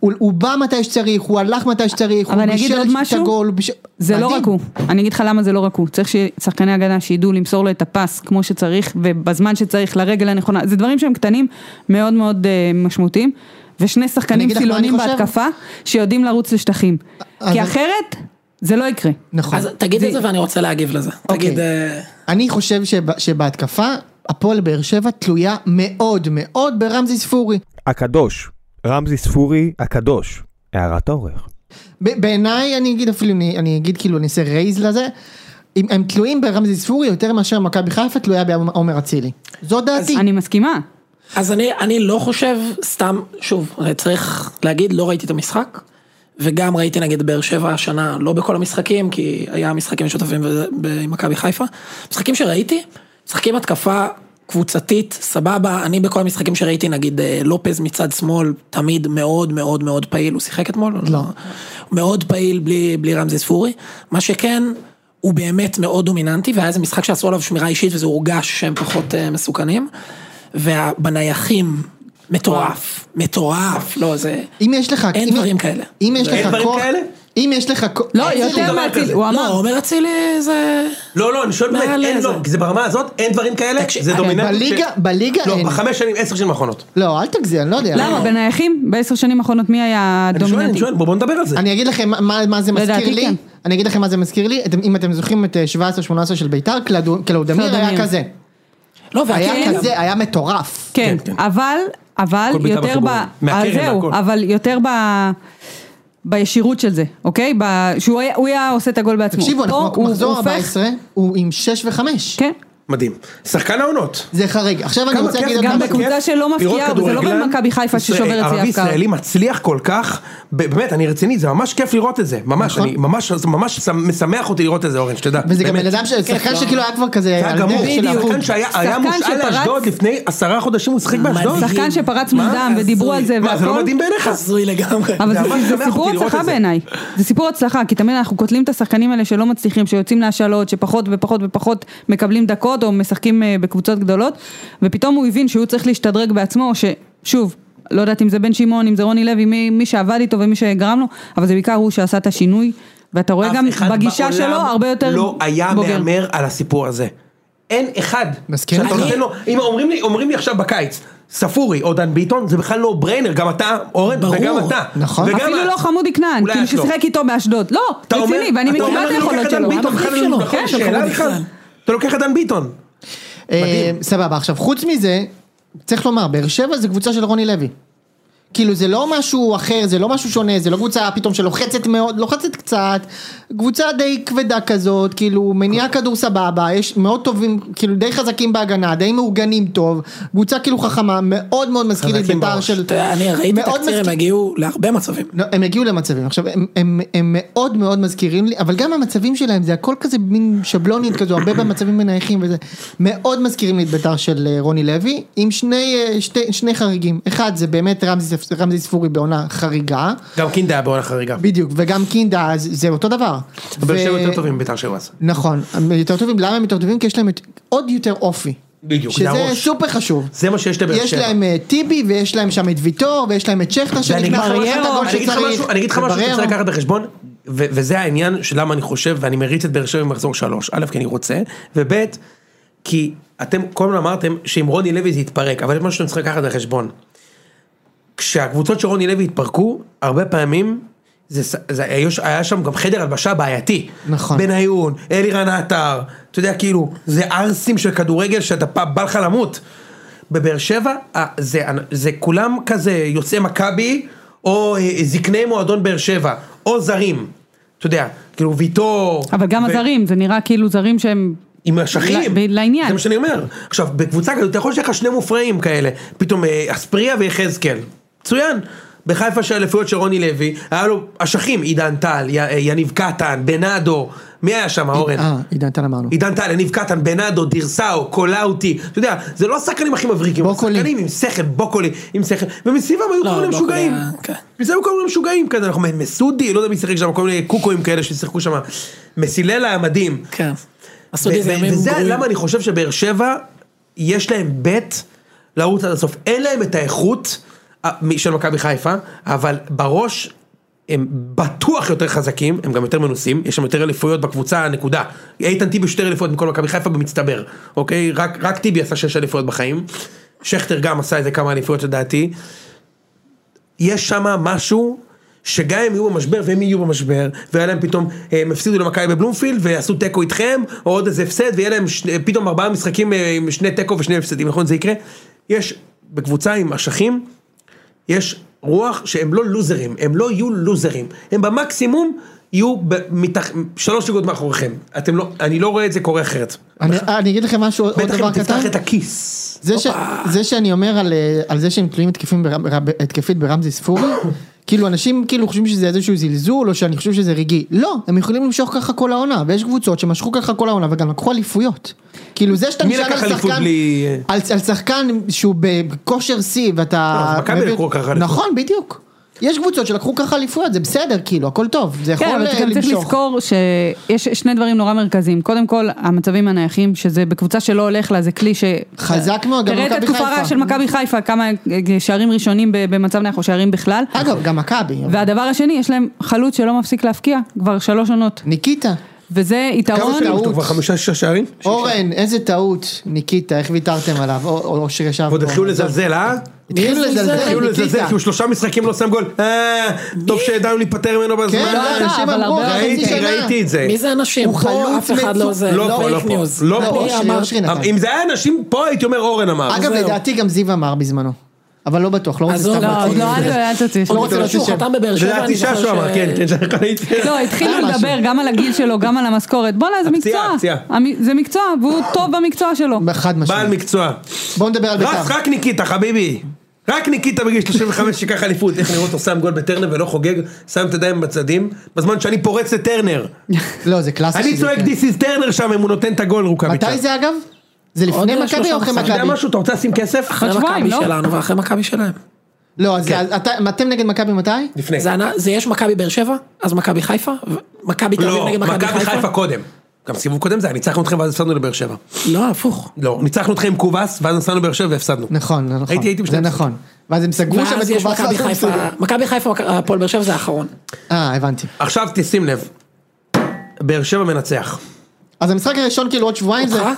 [SPEAKER 2] הוא, הוא בא מתי שצריך, הוא הלך מתי שצריך,
[SPEAKER 3] אבל
[SPEAKER 2] הוא
[SPEAKER 3] אני אגיד
[SPEAKER 2] בישל
[SPEAKER 3] עוד
[SPEAKER 2] את
[SPEAKER 3] משהו?
[SPEAKER 2] הגול, הוא בישל-
[SPEAKER 3] זה לא
[SPEAKER 2] מדהים.
[SPEAKER 3] רק הוא, אני אגיד לך למה זה לא רק הוא, צריך ששחקני הגנה שידעו למסור לו את הפס כמו שצריך ובזמן שצריך לרגל הנכונה, זה דברים שהם קטנים מאוד מאוד אה, משמעותיים, ושני
[SPEAKER 2] אני
[SPEAKER 3] שחקנים
[SPEAKER 2] אגיד לך מה
[SPEAKER 3] חילונים
[SPEAKER 2] אני חושב. אה,
[SPEAKER 3] בהתקפה שיודעים לרוץ לשטחים,
[SPEAKER 2] אז
[SPEAKER 3] כי
[SPEAKER 2] אני-
[SPEAKER 3] אחרת זה לא יקרה.
[SPEAKER 2] נכון.
[SPEAKER 4] אז תגיד את זה ואני רוצה להגיב לזה. תגיד, אה,
[SPEAKER 2] אני חושב שב, שבהתקפה, הפועל באר שבע תלויה מאוד מאוד ברמזי ספורי.
[SPEAKER 5] הקדוש, רמזי ספורי הקדוש, הערת העורך.
[SPEAKER 2] ב- בעיניי אני אגיד אפילו, אני, אני אגיד כאילו אני אעשה רייז לזה, אם הם תלויים ברמזי ספורי יותר מאשר מכבי חיפה תלויה בעומר אצילי. זו דעתי.
[SPEAKER 3] אני מסכימה,
[SPEAKER 4] אז אני, אני לא חושב, סתם, שוב, צריך להגיד, לא ראיתי את המשחק, וגם ראיתי נגד באר שבע השנה, לא בכל המשחקים, כי היה משחקים משותפים וזה- ב- עם מכבי חיפה. משחקים שראיתי, משחקים התקפה קבוצתית, סבבה, אני בכל המשחקים שראיתי, נגיד אה, לופז מצד שמאל, תמיד מאוד מאוד מאוד פעיל, הוא שיחק אתמול? לא. מאוד פעיל בלי, בלי רמזי ספורי, מה שכן... הוא באמת מאוד דומיננטי, והיה איזה משחק שעשו עליו שמירה אישית וזה הורגש שהם פחות אה, מסוכנים. ובנייחים, מטורף, מטורף, לא זה,
[SPEAKER 2] אם יש לך...
[SPEAKER 4] אין
[SPEAKER 2] אם-
[SPEAKER 4] דברים כאלה.
[SPEAKER 2] אם יש
[SPEAKER 1] אין
[SPEAKER 2] לך
[SPEAKER 1] דברים
[SPEAKER 2] כוח...
[SPEAKER 1] כאלה?
[SPEAKER 2] אם יש לך כוח...
[SPEAKER 3] לא
[SPEAKER 1] אין שום
[SPEAKER 3] יותר
[SPEAKER 1] דבר
[SPEAKER 3] מהציל,
[SPEAKER 1] כזה.
[SPEAKER 3] הוא
[SPEAKER 4] לא,
[SPEAKER 3] אמר,
[SPEAKER 4] עומר אצילי זה...
[SPEAKER 1] לא, לא, אני שואל באמת,
[SPEAKER 4] מעל
[SPEAKER 1] אין
[SPEAKER 4] זה.
[SPEAKER 1] לא, כי זה ברמה הזאת, אין דברים כאלה,
[SPEAKER 4] תקשיב,
[SPEAKER 1] זה
[SPEAKER 4] אה,
[SPEAKER 1] דומיננטי.
[SPEAKER 2] בליגה-
[SPEAKER 1] ש-
[SPEAKER 2] בליגה
[SPEAKER 1] לא,
[SPEAKER 2] אין.
[SPEAKER 1] בחמש שנים, עשר שנים האחרונות.
[SPEAKER 2] לא, אל תגזיר, אני לא יודע.
[SPEAKER 3] למה בנייחים בעשר שנים האחרונות מי היה
[SPEAKER 1] אני שואל, אני
[SPEAKER 3] דומיננטי?
[SPEAKER 1] שואל, בואו בואו נדבר על זה.
[SPEAKER 2] אני אגיד לכם מה- מה, מה זה
[SPEAKER 3] לדעתי
[SPEAKER 2] מזכיר לי,
[SPEAKER 3] כן.
[SPEAKER 2] אני אגיד לכם מה זה מזכיר לי, אתם, אם אתם זוכרים את אה, 17-18 של ביתר, קלאודו- קלאודמיר היה
[SPEAKER 3] קלאודמיר.
[SPEAKER 2] כזה,
[SPEAKER 4] לא,
[SPEAKER 2] היה
[SPEAKER 4] והקרן גם.
[SPEAKER 2] כזה, היה מטורף.
[SPEAKER 3] כן,
[SPEAKER 1] כן, כן.
[SPEAKER 3] אבל, אבל
[SPEAKER 1] כל בעיטה
[SPEAKER 3] יותר ב...
[SPEAKER 1] בחיבור. מהקרן,
[SPEAKER 3] אז זהו,
[SPEAKER 1] מהכל.
[SPEAKER 3] אבל יותר ב... בישירות של זה, אוקיי? ב... שהוא היה, הוא היה עושה את הגול בעצמו.
[SPEAKER 2] תקשיבו,
[SPEAKER 3] פה
[SPEAKER 2] אנחנו
[SPEAKER 3] הוא-
[SPEAKER 2] מחזור
[SPEAKER 3] הוא הופך-
[SPEAKER 2] 14, הוא עם 6 ו-5.
[SPEAKER 3] כן.
[SPEAKER 1] מדהים. שחקן העונות.
[SPEAKER 2] זה חריג. עכשיו אני
[SPEAKER 1] כמה
[SPEAKER 2] רוצה
[SPEAKER 1] כיף,
[SPEAKER 2] להגיד עוד
[SPEAKER 3] גם
[SPEAKER 1] כמה
[SPEAKER 2] משהו.
[SPEAKER 3] בקבוצה
[SPEAKER 1] כיף
[SPEAKER 3] שלא מפקיעה,
[SPEAKER 1] לראות
[SPEAKER 3] אבל זה לא
[SPEAKER 1] כדורגלן
[SPEAKER 3] במכבי חיפה ששוברת
[SPEAKER 1] ישראל-
[SPEAKER 3] שיאב
[SPEAKER 1] ערבי
[SPEAKER 3] קר.
[SPEAKER 1] ישראלי מצליח כל כך, ב- באמת, אני רציני, זה ממש כיף לראות את זה. ממש,
[SPEAKER 2] נכון.
[SPEAKER 1] אני ממש, זה ממש שמ- משמח אותי לראות את זה, אורן, שתדע.
[SPEAKER 2] וזה גם
[SPEAKER 1] באמת.
[SPEAKER 2] בן אדם, ש- שחקן שכאילו היה כבר כזה,
[SPEAKER 1] שחקן
[SPEAKER 2] על
[SPEAKER 1] גמור,
[SPEAKER 2] דרך של
[SPEAKER 3] אה, בדיוק.
[SPEAKER 2] החוג.
[SPEAKER 1] לא? שחקן שהיה היה
[SPEAKER 3] שחקן
[SPEAKER 1] מושאל
[SPEAKER 3] שפרץ-
[SPEAKER 1] לאשדוד לפני עשרה חודשים, הוא שיחק באשדוד.
[SPEAKER 4] מדהים.
[SPEAKER 3] שחקן שפרץ
[SPEAKER 4] מה?
[SPEAKER 3] מוקדם ודיברו על זה
[SPEAKER 1] מה, זה לא
[SPEAKER 3] והכל.
[SPEAKER 1] מדהים בעיניך?
[SPEAKER 4] הזוי לגמרי.
[SPEAKER 3] אבל
[SPEAKER 1] זה
[SPEAKER 3] זה,
[SPEAKER 1] ממש
[SPEAKER 3] זה,
[SPEAKER 1] משמח
[SPEAKER 3] סיפור
[SPEAKER 1] אותי לראות
[SPEAKER 3] הצלחה
[SPEAKER 1] את זה.
[SPEAKER 3] בעיניי, זה סיפור הצלחה, כי תמיד אנחנו קוטלים את השחקנים האלה שלא מצליחים, שיוצאים להשאלות, שפחות ופחות ופחות מקבלים דקות, גדולות או משחקים אה, בקבוצות גדולות, ופתאום הוא הבין שהוא צריך להשתדרג בעצמו, או ששוב, לא יודעת אם זה בן שמעון, אם זה רוני לוי, מי, מי שעבד איתו ומי שגרם לו, אבל זה בעיקר הוא שעשה את השינוי, ואתה רואה
[SPEAKER 1] אף
[SPEAKER 3] גם
[SPEAKER 1] אחד
[SPEAKER 3] בגישה
[SPEAKER 1] בעולם
[SPEAKER 3] שלו הרבה יותר
[SPEAKER 1] לא היה
[SPEAKER 3] בוגר.
[SPEAKER 1] מהמר על הסיפור הזה. אין אחד.
[SPEAKER 2] מסכים.
[SPEAKER 1] שאתה
[SPEAKER 2] אני-
[SPEAKER 1] נותן לו, אם אומרים לי, אומרים לי עכשיו בקיץ, ספורי או דן ביטון, זה בכלל לא בריינר, גם אתה, אורן,
[SPEAKER 4] ברור.
[SPEAKER 1] וגם אתה.
[SPEAKER 2] נכון.
[SPEAKER 1] וגם
[SPEAKER 3] אפילו
[SPEAKER 1] את.
[SPEAKER 3] לא חמודי כנען,
[SPEAKER 1] אולי
[SPEAKER 3] כאילו
[SPEAKER 1] את לא.
[SPEAKER 3] ששיחק איתו באשדוד. לא,
[SPEAKER 1] אתה אומר-
[SPEAKER 3] רציני, ואני
[SPEAKER 1] אתה אומר,
[SPEAKER 3] מכירה את
[SPEAKER 1] אני לוקח
[SPEAKER 3] היכולות
[SPEAKER 1] דן
[SPEAKER 3] שלו.
[SPEAKER 1] ביטון,
[SPEAKER 4] המחליף
[SPEAKER 1] בכלל לא-
[SPEAKER 4] שלו.
[SPEAKER 1] נכון,
[SPEAKER 4] כן,
[SPEAKER 1] שאלה
[SPEAKER 4] המחליף
[SPEAKER 1] בכלל.
[SPEAKER 4] שלו.
[SPEAKER 1] אתה לוקח את דן ביטון.
[SPEAKER 2] אה,
[SPEAKER 1] מדהים.
[SPEAKER 2] סבבה, עכשיו חוץ מזה, צריך לומר, באר שבע זה קבוצה של רוני לוי. כאילו זה לא משהו אחר, זה לא משהו שונה, זה לא קבוצה פתאום שלוחצת מאוד, לוחצת קצת, קבוצה די כבדה כזאת, כאילו מניעה
[SPEAKER 1] אוקיי.
[SPEAKER 2] כדור סבבה, יש מאוד טובים, כאילו די חזקים בהגנה, די מאורגנים טוב, קבוצה כאילו חכמה, מאוד מאוד מזכיר לי את
[SPEAKER 1] חזקים
[SPEAKER 2] בית"ר
[SPEAKER 1] בראש.
[SPEAKER 2] של...
[SPEAKER 4] אתה יודע, אני ראיתי
[SPEAKER 2] מאוד
[SPEAKER 4] תקציר, הם
[SPEAKER 2] מזכיר-
[SPEAKER 4] הגיעו להרבה מצבים.
[SPEAKER 2] לא, הם הגיעו למצבים, עכשיו הם, הם, הם מאוד מאוד מזכירים לי, אבל גם המצבים שלהם זה הכל כזה מין שבלונית כזו, הרבה במצבים מנייחים וזה, מאוד מזכירים לי את בית"ר של אה, רוני לוי, עם שני, אה, שתי, שני חריגים, אחד זה באמת רמזי, ספ- רמזי ספורי בעונה חריגה,
[SPEAKER 1] גם קינדה היה בעונה חריגה.
[SPEAKER 2] בדיוק, וגם קינדה אז זה אותו דבר.
[SPEAKER 1] באר
[SPEAKER 2] ו-
[SPEAKER 1] שבע יותר טובים מביתר שבע. עשרה.
[SPEAKER 2] נכון, הם יותר טובים, למה הם יותר טובים? כי יש להם את- עוד יותר אופי,
[SPEAKER 1] בדיוק, זה
[SPEAKER 2] שזה
[SPEAKER 1] הראש.
[SPEAKER 2] סופר חשוב.
[SPEAKER 1] זה מה שיש לבאר
[SPEAKER 2] יש
[SPEAKER 1] שבע.
[SPEAKER 2] להם אה, טיבי ויש להם שם את ויטור ויש להם את שכטר
[SPEAKER 1] ואני אגיד לך
[SPEAKER 2] שנכנס
[SPEAKER 1] משהו-
[SPEAKER 2] ועושה את הגול
[SPEAKER 1] אני אגיד לך
[SPEAKER 2] שצריך,
[SPEAKER 1] משהו- אני אגיד לך משהו שאתה
[SPEAKER 2] ובררו.
[SPEAKER 1] צריך לקחת בחשבון, ו- וזה העניין של למה אני חושב, ואני מריץ את באר שבע במחזור שלוש, א', כי אני רוצה, וב', כי אתם כל הזמן אמרתם שעם רוני לוי זה יתפרק, אבל יש משהו שאתם צריכים לקחת בחשבון. כשהקבוצות של רוני לוי התפרקו, הרבה פעמים... זה, ס- זה, היה, היה שם גם חדר הלבשה בעייתי.
[SPEAKER 2] נכון.
[SPEAKER 1] בניון, אלירן עטר, אתה יודע כאילו, זה ערסים של כדורגל שאתה פעם בא לך למות. בבאר שבע אה, זה, זה כולם כזה יוצאי מכבי, או אה, זקני מועדון באר שבע, או זרים. אתה יודע, כאילו ויטור.
[SPEAKER 3] אבל גם
[SPEAKER 1] ו-
[SPEAKER 3] הזרים, זה נראה כאילו זרים שהם...
[SPEAKER 1] עם אשכים,
[SPEAKER 3] ל- ב- לעניין.
[SPEAKER 1] זה מה שאני אומר. עכשיו, בקבוצה כזאת, אתה יכול שיהיה לך שני מופרעים כאלה, פתאום אה, אספריה ויחזקאל, מצוין. בחיפה של האליפויות של רוני לוי, היה לו אשכים, עידן טל, י- אה, יניב קטן, בנאדו, מי היה שם, אורן?
[SPEAKER 2] אה, עידן טל אמרנו.
[SPEAKER 1] עידן טל, יניב קטן, בנאדו, דירסאו, קולאוטי, אתה יודע, זה לא השחקנים הכי מבריקים,
[SPEAKER 2] בוקולי.
[SPEAKER 1] שחקנים עם שכל, בוקולי, עם שכל, ומסביבם היו
[SPEAKER 4] לא,
[SPEAKER 1] כל מיני
[SPEAKER 4] בוקולי
[SPEAKER 1] משוגעים,
[SPEAKER 4] היה- כן.
[SPEAKER 1] מסביבם היו כל מיני משוגעים כזה, אנחנו מסודי, לא יודע מי שיחק שם, כל מיני קוקואים כאלה ששיחקו שם, מסיללה היה מדהים,
[SPEAKER 4] כן. עשו לי
[SPEAKER 1] ו-
[SPEAKER 4] זה
[SPEAKER 1] ו-
[SPEAKER 4] ימים
[SPEAKER 1] וזה
[SPEAKER 4] גרועים.
[SPEAKER 1] למה אני חושב שבאר שבע, יש להם בית לרוץ עד הסוף. אין להם את האיכות אה, מ- של מכבי חיפה, אבל בראש הם בטוח יותר חזקים, הם גם יותר מנוסים, יש שם יותר אליפויות בקבוצה, נקודה. איתן טיבי שתי אליפויות מכל מכבי חיפה במצטבר, אוקיי? רק, רק טיבי עשה שש אליפויות בחיים. שכטר גם עשה איזה כמה אליפויות לדעתי. יש שם משהו שגם אם יהיו במשבר והם יהיו במשבר, והיה להם פתאום, אה, הם הפסידו למכבי בבלומפילד ויעשו תיקו איתכם, או עוד איזה הפסד, ויהיה להם שני, פתאום ארבעה משחקים אה, עם שני תיקו ושני הפסדים, נכון זה יקרה? יש בקבוצה עם אשכים, יש רוח שהם לא לוזרים, הם לא יהיו לוזרים, הם במקסימום יהיו ב- מתח... שלוש נקודות מאחוריכם, אתם לא, אני לא רואה את זה קורה אחרת.
[SPEAKER 2] אני, אה, אני אגיד לכם משהו, עוד
[SPEAKER 1] בטח אם
[SPEAKER 2] דבר קטן,
[SPEAKER 1] תפתח את הכיס.
[SPEAKER 2] זה, ש, זה שאני אומר על, אה, על זה שהם תלויים התקפים ברם, רב, התקפית ברמזי ספורי, כאילו אנשים כאילו חושבים שזה איזשהו זלזול או שאני חושב שזה רגעי, לא, הם יכולים למשוך ככה כל העונה, ויש קבוצות שמשכו ככה כל העונה וגם לקחו אליפויות, כאילו זה שאתה
[SPEAKER 1] מי
[SPEAKER 2] נשען
[SPEAKER 1] לקח
[SPEAKER 2] על
[SPEAKER 1] אליפות
[SPEAKER 2] שחקן,
[SPEAKER 1] בלי, אה?
[SPEAKER 2] על, על שחקן שהוא בכושר שיא ואתה,
[SPEAKER 1] לא, אז מכבי
[SPEAKER 2] מביא-
[SPEAKER 1] לקחו ככה אליפות.
[SPEAKER 2] נכון בדיוק, יש קבוצות שלקחו ככה אליפויות, זה בסדר כאילו, הכל טוב, זה יכול
[SPEAKER 3] כן, אבל
[SPEAKER 2] אה,
[SPEAKER 3] אתה גם צריך
[SPEAKER 2] למשוך,
[SPEAKER 3] לזכור שיש שני דברים נורא מרכזיים. קודם כל, המצבים הנייחים, שזה בקבוצה שלא הולך לה, זה כלי ש...
[SPEAKER 2] חזק מאוד, גם
[SPEAKER 3] תראה את
[SPEAKER 2] מכבי
[SPEAKER 3] התקופה
[SPEAKER 2] חיפה.
[SPEAKER 3] הרעה של מכבי חיפה, כמה אה, שערים ראשונים ב- במצב נייח או שערים בכלל.
[SPEAKER 2] אגב גם מכבי,
[SPEAKER 3] והדבר השני, יש להם חלוץ שלא מפסיק להפקיע כבר שלוש עונות.
[SPEAKER 2] ניקיטה,
[SPEAKER 3] וזה
[SPEAKER 2] כמה
[SPEAKER 3] יתרון...
[SPEAKER 2] שנים
[SPEAKER 1] הוא כבר חמישה-שישה שערים?
[SPEAKER 2] אורן, איזה טעות, ניקיטה, איך ויתרתם עליו, או- או אושר ישב.
[SPEAKER 1] ועוד
[SPEAKER 2] פה.
[SPEAKER 1] התחילו לזלזל, אה?
[SPEAKER 2] התחילו
[SPEAKER 1] כאילו
[SPEAKER 2] לזלזל,
[SPEAKER 1] לזלזל,
[SPEAKER 2] ניקיטה.
[SPEAKER 1] כי הוא שלושה משחקים לא שם גול. אה, טוב שידענו להיפטר ממנו
[SPEAKER 2] כן,
[SPEAKER 1] בזמן. אה,
[SPEAKER 3] לא אתה,
[SPEAKER 2] אנשים
[SPEAKER 3] אבל
[SPEAKER 2] אמרו,
[SPEAKER 3] הרבה
[SPEAKER 2] חצי
[SPEAKER 1] ראיתי,
[SPEAKER 2] שנה.
[SPEAKER 1] ראיתי את זה.
[SPEAKER 4] מי זה אנשים?
[SPEAKER 2] הוא
[SPEAKER 4] פה
[SPEAKER 2] חלוץ
[SPEAKER 4] אף אחד לא
[SPEAKER 2] מצו-
[SPEAKER 4] זה.
[SPEAKER 1] לא פה, לא
[SPEAKER 4] פייק
[SPEAKER 1] פה.
[SPEAKER 4] ניוז.
[SPEAKER 1] לא
[SPEAKER 2] לא,
[SPEAKER 1] פה.
[SPEAKER 4] אני
[SPEAKER 2] אושרי,
[SPEAKER 4] אמרתי-
[SPEAKER 2] אושרי נתן.
[SPEAKER 1] אם זה היה אנשים פה הייתי אומר אורן אמר.
[SPEAKER 2] אגב,
[SPEAKER 4] זהו.
[SPEAKER 2] לדעתי גם זיו אמר בזמנו. אבל לא בטוח, לא רוצה
[SPEAKER 4] עזוב,
[SPEAKER 2] סתם
[SPEAKER 3] לא,
[SPEAKER 2] להוציא
[SPEAKER 3] עוד לא,
[SPEAKER 2] את זה.
[SPEAKER 3] אל תוציא
[SPEAKER 4] עוד
[SPEAKER 2] לא רוצה
[SPEAKER 4] לפני
[SPEAKER 2] להוציא
[SPEAKER 4] שהוא
[SPEAKER 2] שם.
[SPEAKER 4] חתם בבאר שבע,
[SPEAKER 1] לדעתי
[SPEAKER 4] אני זוכר
[SPEAKER 1] ששו אמר,
[SPEAKER 4] ש-
[SPEAKER 1] כן, כן, ראיתי.
[SPEAKER 3] לא, התחילו
[SPEAKER 2] היה משהו.
[SPEAKER 3] לדבר גם על הגיל שלו, גם על המשכורת. בואנה, זה
[SPEAKER 1] הפציעה,
[SPEAKER 3] מקצוע.
[SPEAKER 1] הפציעה.
[SPEAKER 3] המ- זה מקצוע, והוא טוב במקצוע שלו.
[SPEAKER 2] חד
[SPEAKER 1] בעל
[SPEAKER 2] משמעית.
[SPEAKER 1] מקצוע.
[SPEAKER 2] בואו נדבר על
[SPEAKER 1] רק
[SPEAKER 2] בית"ר.
[SPEAKER 1] רק ניקיטה חביבי. רק ניקיטה בגיל 35 שיקח אליפות, איך נראה אותו שם גול בטרנר ולא חוגג, שם את הידיים בצדים, בזמן שאני פורץ לטרנר.
[SPEAKER 2] לא, זה קלאסי.
[SPEAKER 1] אני
[SPEAKER 2] שזה
[SPEAKER 1] צועק
[SPEAKER 2] יקרה.
[SPEAKER 1] This is טרנר שם אם הוא נותן את הגול רוקאביצה.
[SPEAKER 2] מתי זה אגב? זה
[SPEAKER 4] עוד
[SPEAKER 2] לפני מכבי
[SPEAKER 4] שלושה
[SPEAKER 2] או אחרי
[SPEAKER 4] משחקים.
[SPEAKER 1] אתה יודע
[SPEAKER 2] מכבי?
[SPEAKER 1] משהו, אתה רוצה לשים כסף?
[SPEAKER 4] אחרי
[SPEAKER 3] שבועיים,
[SPEAKER 4] מכבי
[SPEAKER 3] לא?
[SPEAKER 4] שלנו ואחרי מכבי שלהם.
[SPEAKER 2] לא, אז
[SPEAKER 1] כן.
[SPEAKER 2] אז אתה- אתם נגד מכבי מתי?
[SPEAKER 1] לפני.
[SPEAKER 4] זה ענה- זה יש מכבי באר שבע, אז מכבי חיפה, ו- מכבי תל אביב
[SPEAKER 1] לא,
[SPEAKER 4] נגד מכבי
[SPEAKER 1] מכבי
[SPEAKER 4] חיפה.
[SPEAKER 1] חיפה קודם. גם סיבוב קודם זה היה, ניצחנו אתכם ואז הפסדנו לבאר שבע.
[SPEAKER 4] לא, הפוך.
[SPEAKER 1] לא, ניצחנו אתכם עם קובאס, ואז נסענו לבאר שבע והפסדנו.
[SPEAKER 2] נכון, זה נכון.
[SPEAKER 1] הייתי- הייתי
[SPEAKER 2] זה
[SPEAKER 1] בשני
[SPEAKER 2] נכון. ואז הם סגרו שם את
[SPEAKER 4] ואז יש
[SPEAKER 2] קובאס.
[SPEAKER 4] מכבי חיפה, מכבי חיפה, הפועל באר שבע זה האחרון.
[SPEAKER 2] אה, הבנתי.
[SPEAKER 1] עכשיו תשים לב, באר שבע מנצח.
[SPEAKER 2] אז המשחק הראשון כאילו עוד שבועיים זה...
[SPEAKER 4] אותך?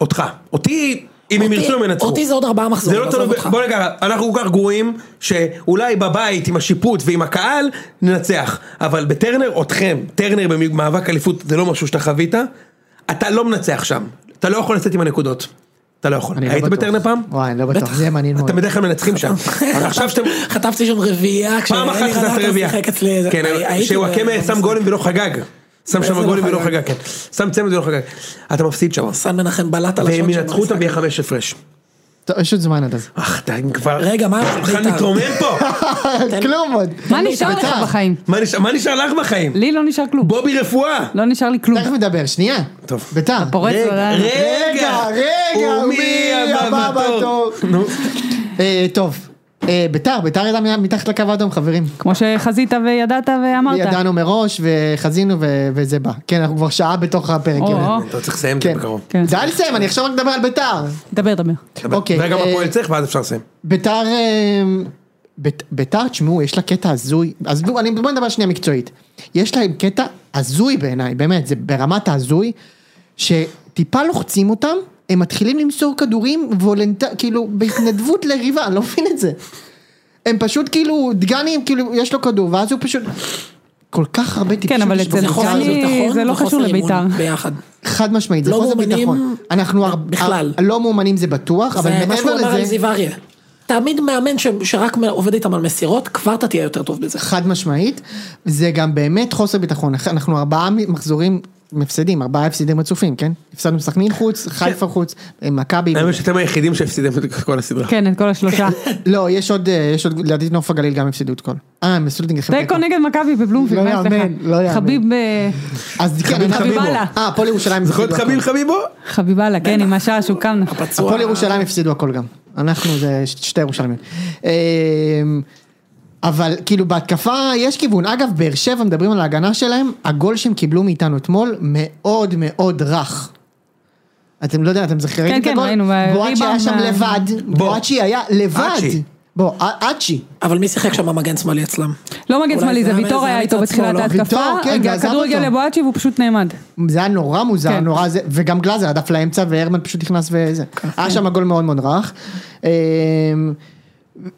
[SPEAKER 1] אותך. אותי, אם הם
[SPEAKER 4] אותי-
[SPEAKER 1] ירצו הם ינצחו.
[SPEAKER 4] אותי זה עוד ארבעה מחזורים,
[SPEAKER 1] זה לא
[SPEAKER 4] עזוב
[SPEAKER 1] תלוי,
[SPEAKER 4] אותך.
[SPEAKER 1] בוא נגיד, אנחנו כל כך גרועים, שאולי בבית עם השיפוט ועם הקהל, ננצח. אבל בטרנר, אתכם, טרנר במאבק אליפות זה לא משהו שאתה חווית, אתה לא מנצח שם. אתה לא יכול לצאת עם הנקודות. אתה לא יכול.
[SPEAKER 2] אני לא
[SPEAKER 1] היית
[SPEAKER 2] בטוח.
[SPEAKER 1] בטרנר פעם?
[SPEAKER 2] וואי, אני לא בטוח, זה יהיה מעניין מאוד.
[SPEAKER 1] אתם בדרך כלל מנצחים שם. אבל עכשיו שאתם...
[SPEAKER 4] חטפתי שם רביעייה,
[SPEAKER 1] פעם אחת
[SPEAKER 4] כשאלי
[SPEAKER 1] חזרת
[SPEAKER 4] גנטו
[SPEAKER 1] רביעייה.
[SPEAKER 4] שיחק אצלי, זה-
[SPEAKER 1] כן,
[SPEAKER 4] הייתי
[SPEAKER 1] שוואקמה
[SPEAKER 4] ב-
[SPEAKER 1] שם גולים ולא חגג. שם
[SPEAKER 4] זה
[SPEAKER 1] שם
[SPEAKER 4] לא
[SPEAKER 1] גולים ולא
[SPEAKER 4] חגג.
[SPEAKER 1] חגג, כן. שם צמד ולא חגג. אתה מפסיד שם.
[SPEAKER 4] סן מנחם בלט על
[SPEAKER 1] והם
[SPEAKER 4] השון
[SPEAKER 1] ינצחו אותם ויהיה חמש הפרש.
[SPEAKER 2] טוב, יש עוד זמן עד אז.
[SPEAKER 1] אך די כבר.
[SPEAKER 4] רגע, מה-
[SPEAKER 1] השולחן
[SPEAKER 4] בית"ר.
[SPEAKER 1] מתרומם פה. כן.
[SPEAKER 2] כלום עוד.
[SPEAKER 3] מה נשאר לך
[SPEAKER 2] בצער.
[SPEAKER 3] בחיים?
[SPEAKER 1] מה נשאר- מה נשאר לך בחיים?
[SPEAKER 3] לי לא נשאר כלום.
[SPEAKER 1] בובי רפואה.
[SPEAKER 3] לא נשאר לי כלום.
[SPEAKER 2] תכף נדבר, שנייה.
[SPEAKER 1] טוב.
[SPEAKER 2] ביתר.
[SPEAKER 3] פורץ
[SPEAKER 1] רגע,
[SPEAKER 3] בלילה.
[SPEAKER 1] רגע,
[SPEAKER 2] רגע, ומי הבא בתור?
[SPEAKER 1] נו,
[SPEAKER 2] אה, טוב. אה, ביתר, ביתר ידעה מתחת לקו האדום, חברים.
[SPEAKER 3] כמו שחזית וידעת ואמרת.
[SPEAKER 2] ידענו מראש וחזינו ו- וזה בא. כן, אנחנו כבר שעה בתוך הפרק.
[SPEAKER 3] או,
[SPEAKER 2] יוני.
[SPEAKER 3] או.
[SPEAKER 1] אתה צריך לסיים את זה
[SPEAKER 2] כן.
[SPEAKER 1] בקרוב.
[SPEAKER 3] כן.
[SPEAKER 2] די לסיים, אני עכשיו רק מדבר על ביתר.
[SPEAKER 3] דבר, דבר.
[SPEAKER 1] דבר.
[SPEAKER 2] אוקיי,
[SPEAKER 1] וגם
[SPEAKER 2] אה,
[SPEAKER 1] הפועל צריך ואז אפשר לסיים.
[SPEAKER 2] ביתר, אה, בית- ביתר, תשמעו, יש לה קטע הזוי, אז בואו אני- בואו נדבר שנייה מקצועית. יש להם קטע הזוי בעיניי, באמת, זה ברמת ההזוי, שטיפה לוחצים אותם, הם מתחילים למסור כדורים וולנט... כאילו, בהתנדבות לריבה, אני לא מבין את זה. הם פשוט כאילו, דגני, כאילו, יש לו כדור, ואז הוא פשוט... כל כך הרבה טיפשות.
[SPEAKER 3] כן, אבל
[SPEAKER 2] יש
[SPEAKER 3] אצל
[SPEAKER 2] בקבוצה
[SPEAKER 4] נכון,
[SPEAKER 3] דגני-
[SPEAKER 2] הזאת.
[SPEAKER 4] ביטחון
[SPEAKER 3] זה לא
[SPEAKER 4] וחוסר
[SPEAKER 3] קשור
[SPEAKER 4] אימון
[SPEAKER 3] לבית"ר.
[SPEAKER 4] ביחד.
[SPEAKER 2] חד משמעית, זה
[SPEAKER 4] לא
[SPEAKER 2] חוסר
[SPEAKER 4] מאומנים
[SPEAKER 2] ביטחון. אנחנו הר-
[SPEAKER 4] בכלל.
[SPEAKER 2] הר- לא מאומנים זה בטוח, אבל
[SPEAKER 4] זה מה שהוא
[SPEAKER 2] מעבר
[SPEAKER 4] אמר על
[SPEAKER 2] לזה,
[SPEAKER 4] זיו אריה. תעמיד מאמן ש- שרק עובד איתם על מסירות, כבר אתה תהיה יותר טוב בזה.
[SPEAKER 2] חד משמעית, זה גם באמת חוסר ביטחון. אח- אנחנו ארבעה מ- מחזורים מפסדים, ארבעה הפסדים רצופים, כן? הפסדנו סכנין חוץ, חיפה חוץ, אה, מכבי.
[SPEAKER 1] האמת שאתם היחידים שהפסידם את כל הסדרה.
[SPEAKER 3] כן, את כל השלושה.
[SPEAKER 2] לא, יש עוד, אה, יש עוד, לדעתי נוף הגליל גם הפסידו את כל. אה, הם עשו נגדכם
[SPEAKER 3] תיקו נגד מכבי בבלומפילד,
[SPEAKER 2] לא
[SPEAKER 3] מה יש לך?
[SPEAKER 2] יאמן, לא יאמן.
[SPEAKER 3] חביב, אה,
[SPEAKER 2] אז כן,
[SPEAKER 1] חביב
[SPEAKER 2] אנחנו-
[SPEAKER 3] חביבאללה.
[SPEAKER 2] אה, הפועל ירושלים
[SPEAKER 1] זוכר
[SPEAKER 2] הפסידו
[SPEAKER 1] את
[SPEAKER 2] הכל.
[SPEAKER 1] חביב חביבו?
[SPEAKER 3] חביבאללה, כן, עם השעה שהוא קם.
[SPEAKER 4] הפצוע.
[SPEAKER 2] הפועל ירושלים הפסידו הכל גם. אנחנו זה ש- שתי ירושלמים. אה, אבל כאילו בהתקפה יש כיוון. אגב, באר שבע מדברים על ההגנה שלהם, הגול שהם קיבלו מאיתנו אתמול מאוד מאוד רך. אתם לא יודע, אתם זוכרים
[SPEAKER 3] כן,
[SPEAKER 2] את
[SPEAKER 3] כן,
[SPEAKER 2] הגול?
[SPEAKER 3] ראינו,
[SPEAKER 2] בואצ'י היה
[SPEAKER 3] ריבאונד
[SPEAKER 2] שם
[SPEAKER 3] מה-
[SPEAKER 2] לבד,
[SPEAKER 1] בוא.
[SPEAKER 2] בואצ'י היה לבד.
[SPEAKER 1] אצ'י.
[SPEAKER 2] בוא, א- אצ'י.
[SPEAKER 4] אבל מי שיחק שם המגן שמאלי אצלם?
[SPEAKER 3] לא מגן
[SPEAKER 4] אולי
[SPEAKER 3] שמאלי,
[SPEAKER 4] זה
[SPEAKER 3] זה
[SPEAKER 4] היה
[SPEAKER 3] ויטור
[SPEAKER 4] מאיזה
[SPEAKER 3] היה
[SPEAKER 4] עמית
[SPEAKER 3] איתו
[SPEAKER 4] עצמו,
[SPEAKER 3] בתחילת
[SPEAKER 4] לא?
[SPEAKER 3] ההתקפה,
[SPEAKER 2] ויטור, כן, ועזב
[SPEAKER 3] הכדור הגיע
[SPEAKER 2] אותו.
[SPEAKER 3] לבואצ'י והוא פשוט נעמד.
[SPEAKER 2] זה היה נורא מוזר,
[SPEAKER 3] כן.
[SPEAKER 2] נורא זה, וגם גלאזר הדף לאמצע והרמן פשוט נכנס וזה. היה שם גול מאוד מאוד רך. אמ,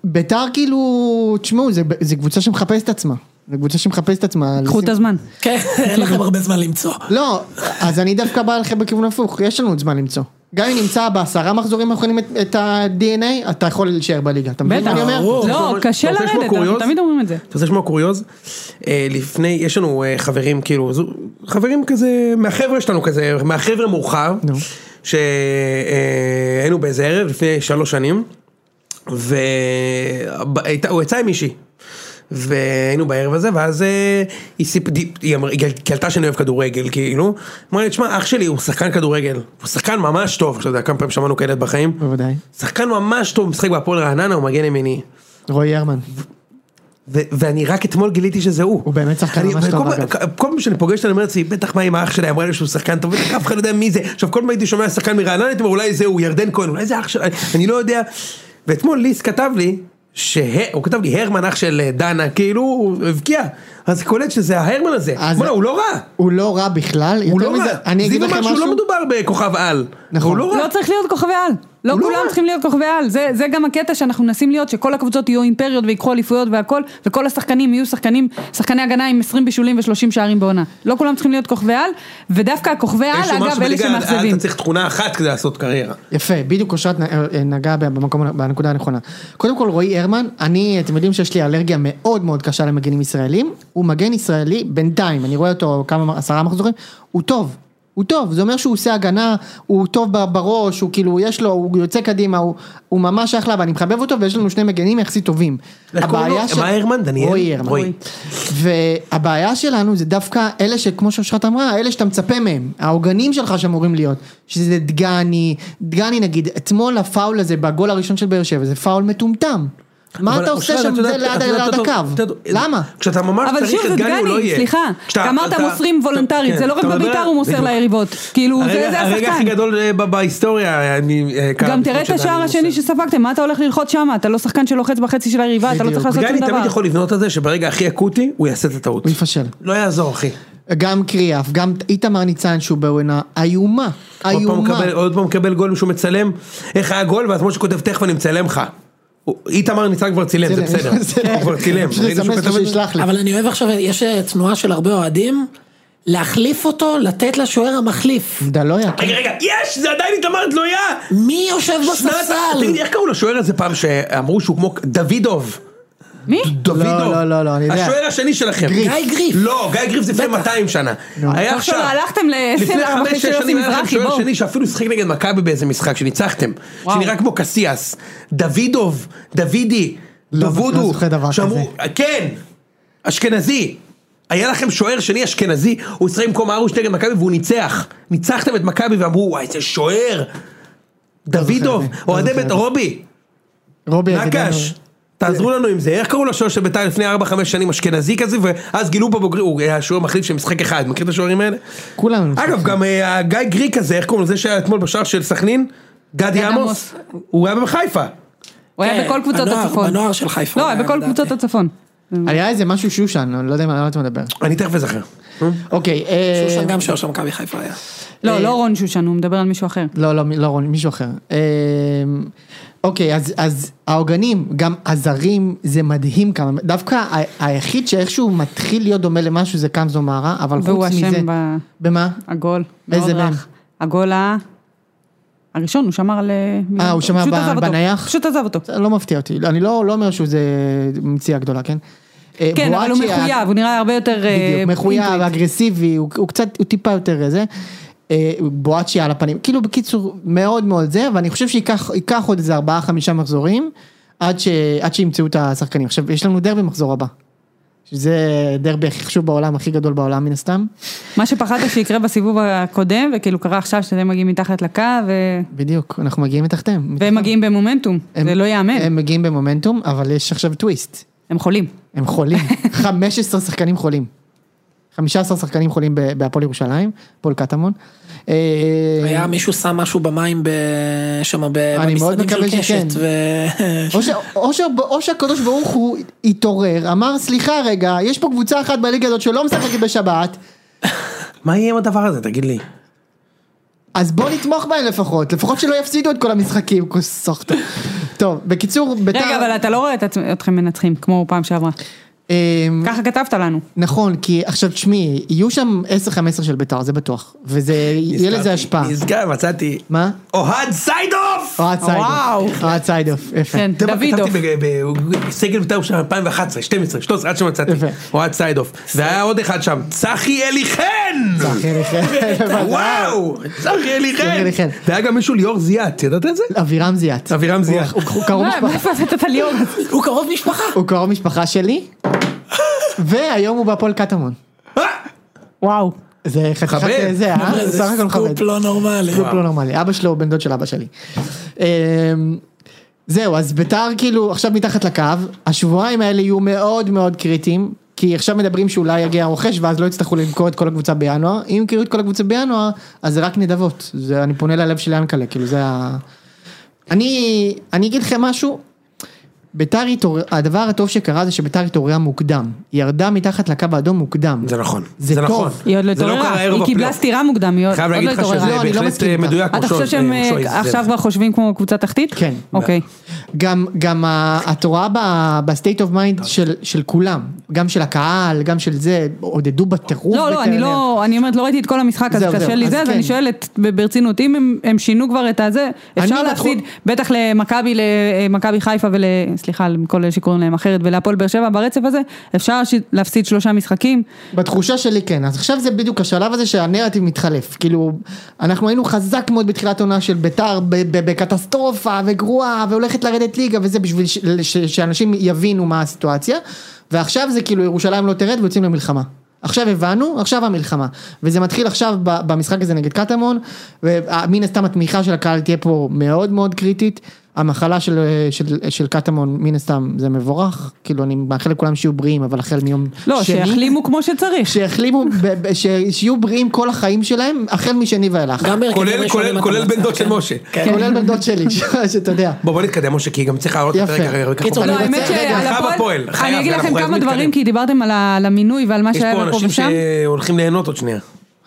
[SPEAKER 2] ביתר כאילו, תשמעו, זה- זה קבוצה שמחפשת את עצמה. זו קבוצה שמחפשת עצמה.
[SPEAKER 3] קחו את
[SPEAKER 2] לשים-
[SPEAKER 3] הזמן.
[SPEAKER 4] כן, אין לכם הרבה זמן למצוא.
[SPEAKER 2] לא, אז אני דווקא בא לכם בכיוון הפוך, יש לנו עוד זמן למצוא. גם אם נמצא בעשרה מחזורים האחרונים את- את ה-DNA, אתה יכול להישאר בליגה, אתה מבין
[SPEAKER 3] בטח.
[SPEAKER 2] מה אני אומר?
[SPEAKER 1] ברור.
[SPEAKER 3] לא,
[SPEAKER 1] אתה רוצה
[SPEAKER 3] קשה
[SPEAKER 1] לשמוע
[SPEAKER 3] לרדת, אנחנו
[SPEAKER 1] קוריוז?
[SPEAKER 3] תמיד אומרים את זה.
[SPEAKER 1] אתה רוצה לשמוע קוריוז? אה, לפני, יש לנו אה, חברים כאילו, זו- חברים כזה, מהחבר'ה שלנו כזה, מהחבר'ה מורחב, שהיינו באיזה ערב לפני שלוש שנים, והוא יצא עם מישהי. והיינו בערב הזה, ואז אה, היא סיפ... די- היא אמרה, היא קלטה שאני אוהב כדורגל, כאילו, אמרה לי, תשמע, אח שלי הוא שחקן כדורגל, הוא שחקן ממש טוב, עכשיו, אתה יודע, כמה פעמים שמענו כאלה בחיים,
[SPEAKER 2] בוודאי.
[SPEAKER 1] שחקן ממש טוב, משחק בהפועל רעננה, הוא מגן ימיני.
[SPEAKER 2] רועי הרמן.
[SPEAKER 1] ו- ואני רק אתמול גיליתי שזה הוא.
[SPEAKER 2] הוא באמת שחקן
[SPEAKER 1] אני-
[SPEAKER 2] ממש לא
[SPEAKER 1] וכל
[SPEAKER 2] טוב,
[SPEAKER 1] פעם-
[SPEAKER 2] אגב.
[SPEAKER 1] כל פעם שאני פוגש אותה, אני אומר לעצמי, בטח מה עם האח שלה, היא אמרה לי שהוא שחקן טוב, בטח אף אחד לא יודע מי זה. עכשיו כל פעם הייתי שומע שחקן מרעננה, הייתי אומר, אולי זה הוא, ירדן כהן, אולי זה אח שלה, אני לא יודע. ואתמול ליס כתב לי, שה- הוא כתב לי, הרמן אח של אה, דנה, כאילו, הוא הבקיע. אז קולט שזה ההרמן הזה.
[SPEAKER 2] אז-
[SPEAKER 1] בוא'נה, הוא לא רע.
[SPEAKER 2] הוא לא רע בכלל,
[SPEAKER 1] הוא
[SPEAKER 2] יותר
[SPEAKER 1] לא
[SPEAKER 2] מזה,
[SPEAKER 1] רע.
[SPEAKER 2] אני אגיד
[SPEAKER 1] זיו אמר
[SPEAKER 2] לכם
[SPEAKER 1] שהוא לא
[SPEAKER 2] משהו,
[SPEAKER 1] מדובר בכוכב על.
[SPEAKER 2] נכון.
[SPEAKER 1] הוא לא רע.
[SPEAKER 3] לא צריך להיות כוכבי על. לא
[SPEAKER 1] הוא לא
[SPEAKER 3] כולם
[SPEAKER 1] רע.
[SPEAKER 3] צריכים להיות כוכבי על. זה זה גם הקטע שאנחנו מנסים להיות, שכל הקבוצות יהיו אימפריות ויקחו אליפויות והכל, וכל השחקנים יהיו שחקנים, שחקני הגנה עם 20 בישולים ו-30 שערים בעונה. לא כולם צריכים להיות כוכבי על, ודווקא הכוכבי
[SPEAKER 1] יש
[SPEAKER 3] על,
[SPEAKER 1] לו
[SPEAKER 3] לא, אגב,
[SPEAKER 1] משהו
[SPEAKER 3] אלה
[SPEAKER 1] בליגה,
[SPEAKER 3] שמאכזבים.
[SPEAKER 1] אתה צריך תכונה אחת כדי לעשות קריירה.
[SPEAKER 2] יפה, בדיוק אושרת נ- אה, נגעה במקום, בנקודה הנכונה. קודם כל רועי הרמן, אני, אתם יודעים שיש לי אלרגיה מאוד מאוד קשה למגנים ישראלים, הוא מגן ישראלי בינתיים, אני רואה אותו כמה, עשרה מחזורים, הוא טוב, הוא טוב, זה אומר שהוא עושה הגנה, הוא טוב ב- בראש, הוא כאילו, יש לו, הוא יוצא קדימה, הוא, הוא ממש אחלה, ואני מחבב אותו, ויש לנו שני מגנים יחסית טובים.
[SPEAKER 1] איך קוראים לו? מה הרמן? דניאל?
[SPEAKER 2] רועי הרמן.
[SPEAKER 1] רועי.
[SPEAKER 2] והבעיה שלנו זה דווקא אלה שכמו שאושרת אמרה, אלה שאתה מצפה מהם, העוגנים שלך שאמורים להיות, שזה דגני, דגני נגיד, אתמול הפאול הזה בגול הראשון של באר שבע, זה פאול מטומטם. מה
[SPEAKER 1] אבל
[SPEAKER 2] אתה עושה
[SPEAKER 1] אושרת,
[SPEAKER 2] שם
[SPEAKER 1] את יודעת-
[SPEAKER 2] זה ליד
[SPEAKER 1] את יודעת,
[SPEAKER 2] ליד
[SPEAKER 1] אתה-
[SPEAKER 2] הקו?
[SPEAKER 1] אתה יודע-
[SPEAKER 2] למה?
[SPEAKER 1] כשאתה ממש
[SPEAKER 3] אבל
[SPEAKER 1] צריך
[SPEAKER 3] שוב, זה
[SPEAKER 1] את גני הוא לא
[SPEAKER 3] דגני,
[SPEAKER 1] יהיה.
[SPEAKER 3] סליחה.
[SPEAKER 1] כשאתה-
[SPEAKER 3] אמרת
[SPEAKER 1] אתה-
[SPEAKER 3] מוסרים וולונטרית,
[SPEAKER 1] כן,
[SPEAKER 3] זה לא רק
[SPEAKER 1] אתה מדבר-
[SPEAKER 3] בביתר הוא מוסר
[SPEAKER 1] בדיוק.
[SPEAKER 3] ליריבות. כאילו, זה-
[SPEAKER 1] הרגע-
[SPEAKER 3] זה
[SPEAKER 1] הרגע הכי
[SPEAKER 3] השחקן.
[SPEAKER 1] גדול אה, ב- בהיסטוריה. אני, אה, קרה
[SPEAKER 3] גם תראה
[SPEAKER 1] בזמן
[SPEAKER 3] את
[SPEAKER 1] שדני
[SPEAKER 3] השער
[SPEAKER 1] מוסר.
[SPEAKER 3] השני שספגתם, מה אתה הולך ללחוץ שם? אתה לא שחקן שלוחץ בחצי של היריבה, אתה לא צריך
[SPEAKER 2] בדיוק.
[SPEAKER 3] לעשות שום
[SPEAKER 1] גני תמיד
[SPEAKER 3] דבר.
[SPEAKER 1] יכול לבנות את זה שברגע הכי אקוטי הוא יעשה את הטעות.
[SPEAKER 2] הוא יפשל.
[SPEAKER 1] לא יעזור אחי.
[SPEAKER 2] גם קריאף, גם איתמר ניצן שהוא בעונה איומה,
[SPEAKER 1] עוד פעם
[SPEAKER 2] איומה.
[SPEAKER 1] מקבל- עוד פעם מקבל גול מישהו מצלם. איך היה גול ואז משה כותב תכף אני מצלם לך. הוא- איתמר ניצן כבר צילם אוקיי, זה
[SPEAKER 2] צילם.
[SPEAKER 1] בסדר. אוקיי, הוא כבר צילם.
[SPEAKER 2] כן. פשוט
[SPEAKER 1] ראית שהוא
[SPEAKER 2] לסמס לו
[SPEAKER 1] כתב את זה?
[SPEAKER 2] שישלח לי.
[SPEAKER 4] אבל אני אוהב עכשיו, יש אה, תנועה של הרבה אוהדים, להחליף אותו, לתת לשוער המחליף.
[SPEAKER 2] דלויה.
[SPEAKER 1] רגע רגע יש זה עדיין איתמר תלויה.
[SPEAKER 4] מי יושב
[SPEAKER 1] שנת-
[SPEAKER 4] בספסל?
[SPEAKER 1] תגידי, איך קראו לשוער הזה פעם שאמרו שהוא כמו דוידוב?
[SPEAKER 3] מי?
[SPEAKER 1] דוידוב.
[SPEAKER 2] לא, לא, לא, אני יודע.
[SPEAKER 1] השוער השני שלכם.
[SPEAKER 4] גריף. גיא גריף.
[SPEAKER 1] לא, גיא גריף זה לפני 200 שנה. היה
[SPEAKER 3] עכשיו
[SPEAKER 1] עכשיו.
[SPEAKER 3] הלכתם ל-
[SPEAKER 1] לפני
[SPEAKER 3] סלע
[SPEAKER 1] חמש,
[SPEAKER 3] וחצי
[SPEAKER 1] שש
[SPEAKER 3] של יוסי
[SPEAKER 1] שנים היה לכם
[SPEAKER 3] מזרחי,
[SPEAKER 1] שוער
[SPEAKER 3] בואו.
[SPEAKER 1] שני שאפילו שיחק נגד מכבי באיזה משחק שניצחתם.
[SPEAKER 3] וואו.
[SPEAKER 1] שנראה כמו קסיאס. דוידוב, דוידי,
[SPEAKER 2] לא,
[SPEAKER 1] דובודו.
[SPEAKER 2] לא זוכר דבר
[SPEAKER 1] שאמרו- כן, אשכנזי. היה לכם שוער שני אשכנזי, הוא שיחק במקום ארוש נגד מכבי והוא ניצח. ניצחתם את מכבי ואמרו וואי איזה שוער. דוידוב,
[SPEAKER 2] מי, לא
[SPEAKER 1] אוהדי
[SPEAKER 2] זוכר
[SPEAKER 1] בית
[SPEAKER 2] מי.
[SPEAKER 1] רובי,
[SPEAKER 2] רובי
[SPEAKER 1] נקש,
[SPEAKER 2] ידידנו.
[SPEAKER 1] תעזרו לנו עם זה, איך קראו לשוער של בית"ר לפני 4-5 שנים אשכנזי כזה, ואז גילו בבוגרים, הוא היה שוער מחליף של משחק אחד, מכיר את השוערים האלה?
[SPEAKER 2] כולם.
[SPEAKER 1] אגב, גם אה, גיא גריק הזה, איך קוראים לו, זה שהיה אתמול בשער של סכנין, גדי
[SPEAKER 3] גד
[SPEAKER 1] עמוס, הוא היה בחיפה.
[SPEAKER 3] הוא היה
[SPEAKER 1] כן,
[SPEAKER 3] בכל קבוצות
[SPEAKER 4] בנוער-
[SPEAKER 3] הצפון.
[SPEAKER 4] בנוער של חיפה.
[SPEAKER 3] לא,
[SPEAKER 4] הוא
[SPEAKER 3] היה
[SPEAKER 4] היה,
[SPEAKER 3] בכל
[SPEAKER 4] לדעתי.
[SPEAKER 3] קבוצות הצפון.
[SPEAKER 2] היה איזה משהו שושן, אני לא יודע מה- על מה אתה מדבר.
[SPEAKER 1] אני תכף אזכר.
[SPEAKER 2] אוקיי. אה,
[SPEAKER 4] שושן גם שוער של מכבי חיפה היה.
[SPEAKER 3] לא, לא רון שושן, הוא מדבר על מישהו אחר.
[SPEAKER 2] לא, לא, מי- לא רוני, מישהו אחר. אה, אוקיי, אז, אז העוגנים, גם הזרים, זה מדהים כמה, דווקא ה- היחיד שאיכשהו מתחיל להיות דומה למשהו זה קמזו מארה, אבל
[SPEAKER 3] והוא
[SPEAKER 2] חוץ מזה...
[SPEAKER 3] אשם ב-
[SPEAKER 2] במה?
[SPEAKER 3] הגול.
[SPEAKER 2] באיזה
[SPEAKER 3] מאוד
[SPEAKER 2] מהם?
[SPEAKER 3] רך. הגול ה... הראשון, הוא שמר על...
[SPEAKER 2] אה, הוא שמר
[SPEAKER 3] פשוט
[SPEAKER 2] ב-
[SPEAKER 3] עזב אותו.
[SPEAKER 2] בנייח?
[SPEAKER 3] פשוט עזב אותו.
[SPEAKER 2] זה לא מפתיע אותי, אני לא, לא אומר שהוא זה מציאה גדולה, כן? אה,
[SPEAKER 3] כן, אבל הוא
[SPEAKER 2] בואצ'י היה-
[SPEAKER 3] מחויב, הוא נראה הרבה יותר... אה,
[SPEAKER 2] בדיוק, מחויב,
[SPEAKER 3] אינטואיט.
[SPEAKER 2] אגרסיבי, הוא, הוא קצת, הוא טיפה יותר אה, זה. אה, בואצ'י על הפנים, כאילו בקיצור מאוד מאוד זה, ואני חושב שייקח ייקח עוד איזה ארבעה חמישה מחזורים, עד, ש, עד שימצאו את השחקנים. עכשיו יש לנו דרבי מחזור הבא. שזה דרבי הכי חשוב בעולם, הכי גדול בעולם מן הסתם.
[SPEAKER 3] מה שפחדת שיקרה בסיבוב הקודם, וכאילו קרה עכשיו שאתם מגיעים מתחת לקו, ו-
[SPEAKER 2] בדיוק, אנחנו מגיעים מתחתיהם.
[SPEAKER 3] והם מגיעים במומנטום, זה לא ייאמן,
[SPEAKER 2] הם מגיעים במומנטום, אבל יש עכשיו טוויסט.
[SPEAKER 3] הם חולים.
[SPEAKER 2] הם חולים, 15 שחקנים חולים. 15 שחקנים חולים ב- בהפועל ירושלים, הפועל קטמון. אה,
[SPEAKER 4] היה מישהו שם משהו במים ב- שם ב-
[SPEAKER 2] אני מאוד
[SPEAKER 4] במשרדים
[SPEAKER 2] מקווה
[SPEAKER 4] של
[SPEAKER 2] שכן.
[SPEAKER 4] קשת. ו-
[SPEAKER 2] או ש- או ש- או שהקדוש ברוך הוא התעורר, אמר סליחה רגע, יש פה קבוצה אחת בליגה הזאת שלא משחקת בשבת,
[SPEAKER 1] מה יהיה עם הדבר הזה, תגיד לי?
[SPEAKER 2] אז בוא נתמוך בהם לפחות, לפחות שלא יפסידו את כל המשחקים, כוס סוחטה. טוב, בקיצור, ביתר...
[SPEAKER 3] רגע, אבל אתה לא רואה את עצמ- אתכם מנצחים, כמו פעם שעברה.
[SPEAKER 2] אמ,
[SPEAKER 3] ככה כתבת לנו.
[SPEAKER 2] נכון, כי עכשיו תשמעי, יהיו שם 10-15 של ביתר, זה בטוח, וזה, יהיה לזה השפעה.
[SPEAKER 1] נזכר, מצאתי.
[SPEAKER 2] מה?
[SPEAKER 1] אוהד סיידוף!
[SPEAKER 2] אוהד
[SPEAKER 3] וואו.
[SPEAKER 2] סיידוף, אוהד סיידוף, יפה.
[SPEAKER 3] כן,
[SPEAKER 1] אתה יודע מה
[SPEAKER 3] דוידוף.
[SPEAKER 1] כתבתי ב- ב- בסגל בית"ר של 2011, 12, 13, עד שמצאתי.
[SPEAKER 2] יפה.
[SPEAKER 1] אוהד סיידוף. והיה עוד אחד שם, צחי אליכן!
[SPEAKER 2] אחי, אחי,
[SPEAKER 1] וואו! צחי
[SPEAKER 2] צחי
[SPEAKER 1] אליכן!
[SPEAKER 2] אליכן.
[SPEAKER 1] והיה גם מישהו ליאור זיאת, ידעת את זה?
[SPEAKER 3] לא.
[SPEAKER 2] אבירם זיאת.
[SPEAKER 1] אבירם זיאת.
[SPEAKER 2] הוא- הוא קרוב
[SPEAKER 3] מה,
[SPEAKER 2] משפחה.
[SPEAKER 3] מאיפה הבאת את הליאור?
[SPEAKER 4] הוא קרוב משפחה.
[SPEAKER 2] הוא קרוב משפחה שלי, והיום הוא בהפועל קטמון.
[SPEAKER 1] אה!
[SPEAKER 3] וואו.
[SPEAKER 2] זה חתיכת
[SPEAKER 1] מכבד.
[SPEAKER 2] זה, אה?
[SPEAKER 4] זה
[SPEAKER 2] בסך הכל
[SPEAKER 4] סקופ
[SPEAKER 2] מכבד.
[SPEAKER 4] לא נורמלי.
[SPEAKER 2] סקופ לא נורמלי. אבא שלו הוא בן דוד של אבא שלי. אמ, זהו, אז ביתר כאילו עכשיו מתחת לקו, השבועיים האלה יהיו מאוד מאוד קריטיים, כי עכשיו מדברים שאולי יגיע הרוכש ואז לא יצטרכו למכור את כל הקבוצה בינואר, אם ימכרו את כל הקבוצה בינואר, אז זה רק נדבות. זה, אני פונה ללב של ינקלה, כאילו זה ה... אני, אני אגיד לכם משהו, ביתר התעורר, הדבר הטוב שקרה זה שביתר התעוררה מוקדם, היא ירדה מתחת לקו האדום מוקדם.
[SPEAKER 1] זה נכון.
[SPEAKER 2] זה
[SPEAKER 1] זה
[SPEAKER 2] טוב.
[SPEAKER 1] נכון.
[SPEAKER 3] היא עוד לא
[SPEAKER 1] זה לא
[SPEAKER 3] התעוררה,
[SPEAKER 1] קרה ערב
[SPEAKER 3] היא קיבלה
[SPEAKER 1] הפלייאוף.
[SPEAKER 3] סטירה מוקדם, היא עוד
[SPEAKER 1] חייב
[SPEAKER 3] עוד
[SPEAKER 1] להגיד
[SPEAKER 3] לא
[SPEAKER 1] לך שזה
[SPEAKER 3] התעוררה.
[SPEAKER 2] לא, אני לא
[SPEAKER 1] בהחלט
[SPEAKER 2] מסכים
[SPEAKER 1] אה,
[SPEAKER 2] איתך.
[SPEAKER 1] מדויק.
[SPEAKER 3] אתה חושב שהם אה, עכשיו כבר חושבים כמו קבוצה תחתית?
[SPEAKER 2] כן.
[SPEAKER 3] אוקיי.
[SPEAKER 2] גם, גם ה- את רואה ב- בסטייט אוף מיינד של, של כולם, גם של הקהל, גם של זה, עודדו בטירוף.
[SPEAKER 3] לא, לא, אני
[SPEAKER 2] בטרנר.
[SPEAKER 3] לא, אני אומרת, לא ראיתי את כל המשחק, אז
[SPEAKER 2] זהו,
[SPEAKER 3] קשה
[SPEAKER 2] זהו,
[SPEAKER 3] לי
[SPEAKER 2] אז
[SPEAKER 3] זה, אז
[SPEAKER 2] כן.
[SPEAKER 3] אני שואלת ב- ברצינות, אם הם- הם שינו כבר את הזה, אפשר
[SPEAKER 2] אני
[SPEAKER 3] להפסיד,
[SPEAKER 2] בתחום-
[SPEAKER 3] בטח למכבי, למכבי חיפה ול... סליחה, לכל אלה שקוראים להם אחרת, ולהפועל באר שבע ברצף הזה, אפשר ש- להפסיד שלושה משחקים,
[SPEAKER 2] בתחושה שלי כן, אז עכשיו זה בדיוק השלב הזה שהנרטיב מתחלף, כאילו, אנחנו היינו חזק מאוד בתחילת עונה של ביתר ב- ב- בקטסטרופה וגרועה והולכת לרדת ליגה וזה בשביל ש- ש- שאנשים יבינו מה הסיטואציה, ועכשיו זה כאילו ירושלים לא תרד ויוצאים למלחמה. עכשיו הבנו, עכשיו המלחמה, וזה מתחיל עכשיו ב- במשחק הזה נגד קטמון, ומן הסתם התמיכה של הקהל תהיה פה מאוד מאוד קריטית, המחלה של, אה, של, של קטמון, מן הסתם, זה מבורך. כאילו, אני מאחל לכולם שיהיו בריאים, אבל החל מיום
[SPEAKER 3] לא,
[SPEAKER 2] שני...
[SPEAKER 3] שיחלימו כמו שצריך.
[SPEAKER 2] שיחלימו, ב- ב- ש- שיהיו בריאים כל החיים שלהם, החל משני ואילך.
[SPEAKER 4] גם בהרכבים
[SPEAKER 1] כולל-
[SPEAKER 4] ראשונים
[SPEAKER 1] כולל-
[SPEAKER 4] אתה
[SPEAKER 1] כולל
[SPEAKER 4] מנצח,
[SPEAKER 1] בן דוד של
[SPEAKER 4] כן?
[SPEAKER 1] משה.
[SPEAKER 4] כן.
[SPEAKER 2] כולל בן דוד שלי, ש- שאתה יודע.
[SPEAKER 1] בוא בוא נתקדם משה כי גם צריך להעלות את
[SPEAKER 2] יפה.
[SPEAKER 1] הפרק הרי- הרי-
[SPEAKER 4] קיצור,
[SPEAKER 1] הרי-
[SPEAKER 3] לא,
[SPEAKER 2] רוצה-
[SPEAKER 3] האמת
[SPEAKER 2] רגע,
[SPEAKER 3] שעל
[SPEAKER 1] חייב
[SPEAKER 3] הפועל,
[SPEAKER 1] כן, הפועל, חייב,
[SPEAKER 3] אני אגיד
[SPEAKER 1] אנחנו
[SPEAKER 3] לכם
[SPEAKER 1] חייבים
[SPEAKER 3] כמה דברים,
[SPEAKER 1] להתקדם.
[SPEAKER 3] כי דיברתם על ה- על המינוי ועל מה
[SPEAKER 1] יש
[SPEAKER 3] שהיה
[SPEAKER 1] פה
[SPEAKER 3] פה
[SPEAKER 1] אנשים
[SPEAKER 3] ושם.
[SPEAKER 1] שהולכים ליהנות עוד שנייה.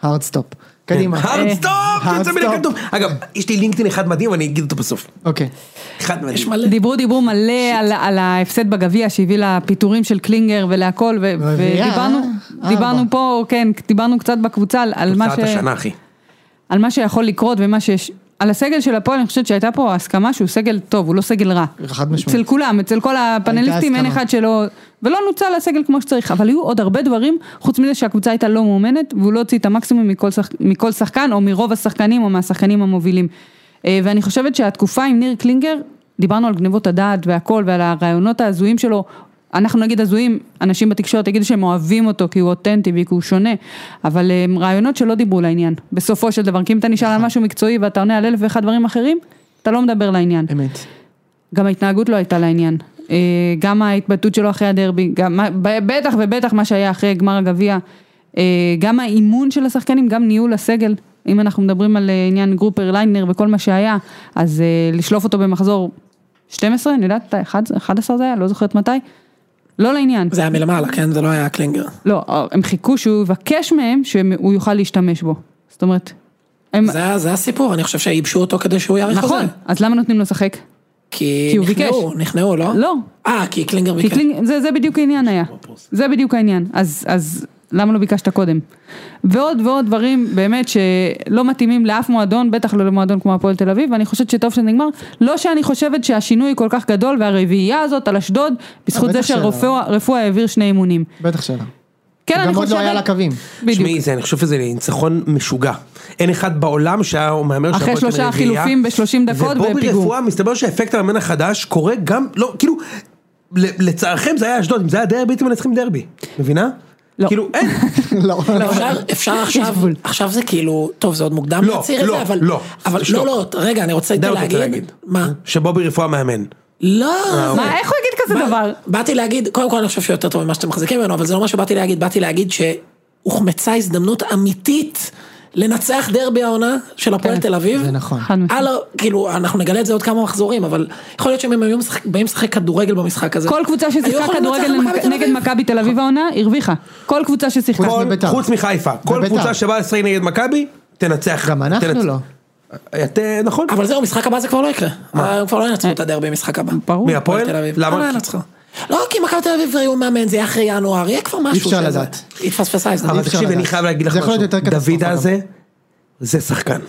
[SPEAKER 2] הארדסטופ. קדימה.
[SPEAKER 3] אה,
[SPEAKER 1] הארדסטופ! יצא מן
[SPEAKER 2] הארדסטופ.
[SPEAKER 1] הכתוב. אגב, יש לי לינקדאין אחד מדהים, אני אגיד אותו בסוף.
[SPEAKER 2] אוקיי.
[SPEAKER 1] אחד מדהים.
[SPEAKER 4] יש מלא.
[SPEAKER 3] דיברו דיברו מלא על, על ההפסד בגביע שהביא לפיטורים של קלינגר ולהכל, ו-
[SPEAKER 2] רביעייה,
[SPEAKER 3] ודיברנו
[SPEAKER 2] אה?
[SPEAKER 3] דיברנו
[SPEAKER 2] ארבע.
[SPEAKER 3] פה, כן, דיברנו קצת בקבוצה על, על, מה ש,
[SPEAKER 1] תוצאת השנה, אחי.
[SPEAKER 3] על מה שיכול לקרות ומה שיש. על הסגל של הפועל, אני חושבת שהייתה פה הסכמה שהוא סגל טוב, הוא לא סגל רע.
[SPEAKER 2] חד משמעית.
[SPEAKER 3] אצל כולם, אצל כל הפאנליסטים, אין
[SPEAKER 2] הסכמה.
[SPEAKER 3] אחד שלא... ולא נוצל הסגל כמו שצריך, אבל היו עוד הרבה דברים, חוץ מזה שהקבוצה הייתה לא מאומנת, והוא לא הוציא את המקסימום מכל, שח... מכל שחקן, או מרוב השחקנים, או מהשחקנים המובילים. אה, ואני חושבת שהתקופה עם ניר קלינגר, דיברנו על גנבות הדעת והכל, ועל הרעיונות ההזויים שלו. אנחנו נגיד הזויים, אנשים בתקשורת יגידו שהם אוהבים אותו כי הוא אותנטי וכי הוא שונה, אבל אה, רעיונות שלא דיברו לעניין, בסופו של דבר, כי אם אתה נשאל על משהו מקצועי ואתה עונה על אלף ואחד דברים אחרים, אתה לא מדבר לעניין.
[SPEAKER 2] אמת.
[SPEAKER 3] גם ההתנהגות לא הייתה לעניין. אה, גם ההתבטאות שלו אחרי הדרבי, גם, מה- ב- בטח ובטח מה שהיה אחרי גמר הגביע, אה, גם האימון של השחקנים, גם ניהול הסגל, אם אנחנו מדברים על אה, עניין גרופר ליינר וכל מה שהיה, אז אה, לשלוף אותו במחזור 12, אני יודעת, 11 זה היה, לא זוכרת מתי, לא לעניין.
[SPEAKER 4] זה היה מלמעלה, כן? זה לא היה קלינגר.
[SPEAKER 3] לא, הם חיכו שהוא יבקש מהם שהוא יוכל להשתמש בו. זאת אומרת, הם,
[SPEAKER 4] זה היה- זה הסיפור, אני חושב שייבשו אותו כדי שהוא יאריך חוזה.
[SPEAKER 3] נכון, אז למה נותנים לו לשחק?
[SPEAKER 4] כי
[SPEAKER 3] כי הוא
[SPEAKER 4] נכנעו,
[SPEAKER 3] ביקש.
[SPEAKER 4] נכנעו, לא?
[SPEAKER 3] לא.
[SPEAKER 4] אה, כי קלינגר
[SPEAKER 3] כי
[SPEAKER 4] ביקש.
[SPEAKER 3] קלינג, זה, זה בדיוק העניין היה. זה בדיוק העניין. אז, אז למה לא ביקשת קודם? ועוד ועוד דברים באמת שלא מתאימים לאף מועדון, בטח לא למועדון כמו הפועל תל אביב, ואני חושבת שטוב שזה נגמר. לא שאני חושבת שהשינוי כל כך גדול, והרביעייה הזאת על אשדוד, בזכות
[SPEAKER 2] בטח
[SPEAKER 3] זה
[SPEAKER 2] שלא.
[SPEAKER 3] שהרפואה הרפואה העביר שני אימונים.
[SPEAKER 2] בטח שלא.
[SPEAKER 3] כן, אני
[SPEAKER 2] גם עוד
[SPEAKER 3] חושבת...
[SPEAKER 2] לא היה לה קווים.
[SPEAKER 3] בדיוק.
[SPEAKER 1] תשמעי, זה- אני חושב שזה ניצחון משוגע. אין אחד בעולם שהיה מהמר
[SPEAKER 3] אחרי שלושה חילופים ב-30 דקות
[SPEAKER 1] ובובי
[SPEAKER 3] ופיגור.
[SPEAKER 1] רפואה, מסתבר שאפקט המאמן החדש קורה גם, לא, כאילו, ל- לצערכם זה היה אשדוד, אם זה היה דרבי, הייתם מנצחים דרבי. מבינה?
[SPEAKER 3] לא.
[SPEAKER 1] כאילו, אין.
[SPEAKER 2] לא.
[SPEAKER 4] אפשר, אפשר עכשיו,
[SPEAKER 3] גבול.
[SPEAKER 4] עכשיו זה כאילו, טוב זה עוד מוקדם
[SPEAKER 1] לא,
[SPEAKER 4] להצהיר את
[SPEAKER 1] לא,
[SPEAKER 4] זה, אבל,
[SPEAKER 1] לא,
[SPEAKER 4] אבל
[SPEAKER 1] שתוק.
[SPEAKER 4] לא, לא, רגע, אני רוצה
[SPEAKER 1] אתה יודע מה אתה רוצה
[SPEAKER 4] להגיד,
[SPEAKER 1] להגיד.
[SPEAKER 4] מה?
[SPEAKER 1] שבובי רפואה מאמן.
[SPEAKER 4] לא, זה-
[SPEAKER 3] אה, מה, איך הוא יגיד כזה
[SPEAKER 4] בא-
[SPEAKER 3] דבר?
[SPEAKER 4] באתי להגיד, קודם כל אני חושב שיותר טוב ממה שאתם מחזיקים ממנו, אבל זה לא מה שבאתי להגיד, באתי להגיד שהוחמצה הזדמנות אמיתית לנצח דרבי העונה של הפועל תל אביב.
[SPEAKER 2] זה נכון.
[SPEAKER 3] כן. חד משמעית.
[SPEAKER 4] על ה- כאילו, אנחנו נגלה את זה עוד כמה מחזורים, אבל יכול להיות שהם היו משחק- באים לשחק כדורגל במשחק הזה.
[SPEAKER 3] כל קבוצה
[SPEAKER 4] היו
[SPEAKER 3] ששיחקה
[SPEAKER 4] יכולים לנצח
[SPEAKER 3] כדורגל
[SPEAKER 4] את מכבי תל
[SPEAKER 3] נגד
[SPEAKER 4] אביב.
[SPEAKER 3] מכבי תל אביב העונה, הרוויחה. כל קבוצה ששיחקה.
[SPEAKER 1] כל-
[SPEAKER 2] מביתר.
[SPEAKER 1] חוץ מחיפה. כל
[SPEAKER 2] וביתר.
[SPEAKER 1] קבוצה שבאה לשחק נגד מכבי, תנצח.
[SPEAKER 2] גם אנחנו
[SPEAKER 1] תנצ-
[SPEAKER 2] לא.
[SPEAKER 1] את- נכון.
[SPEAKER 4] אבל זהו, משחק הבא זה כבר לא יקרה. הם כבר לא ינצחו את הדרבי משחק הבא.
[SPEAKER 3] ברור.
[SPEAKER 1] מי הפועל?
[SPEAKER 4] תל אביב.
[SPEAKER 1] למה?
[SPEAKER 4] לא ינצחו. לא, כי מכבי תל אביב יהיו מאמן, זה יהיה אחרי ינואר, יהיה כבר
[SPEAKER 2] אפשר
[SPEAKER 4] משהו. שזה-
[SPEAKER 2] לדעת.
[SPEAKER 1] אבל
[SPEAKER 4] התפספסה ההזדמנות.
[SPEAKER 2] אפשר
[SPEAKER 1] תקשיב,
[SPEAKER 2] לדעת.
[SPEAKER 1] אני חייב להגיד לך
[SPEAKER 2] זה יכול
[SPEAKER 1] משהו.
[SPEAKER 2] להיות יותר
[SPEAKER 1] דוד
[SPEAKER 2] קטסטרופה גם.
[SPEAKER 1] הזה, זה שחקן.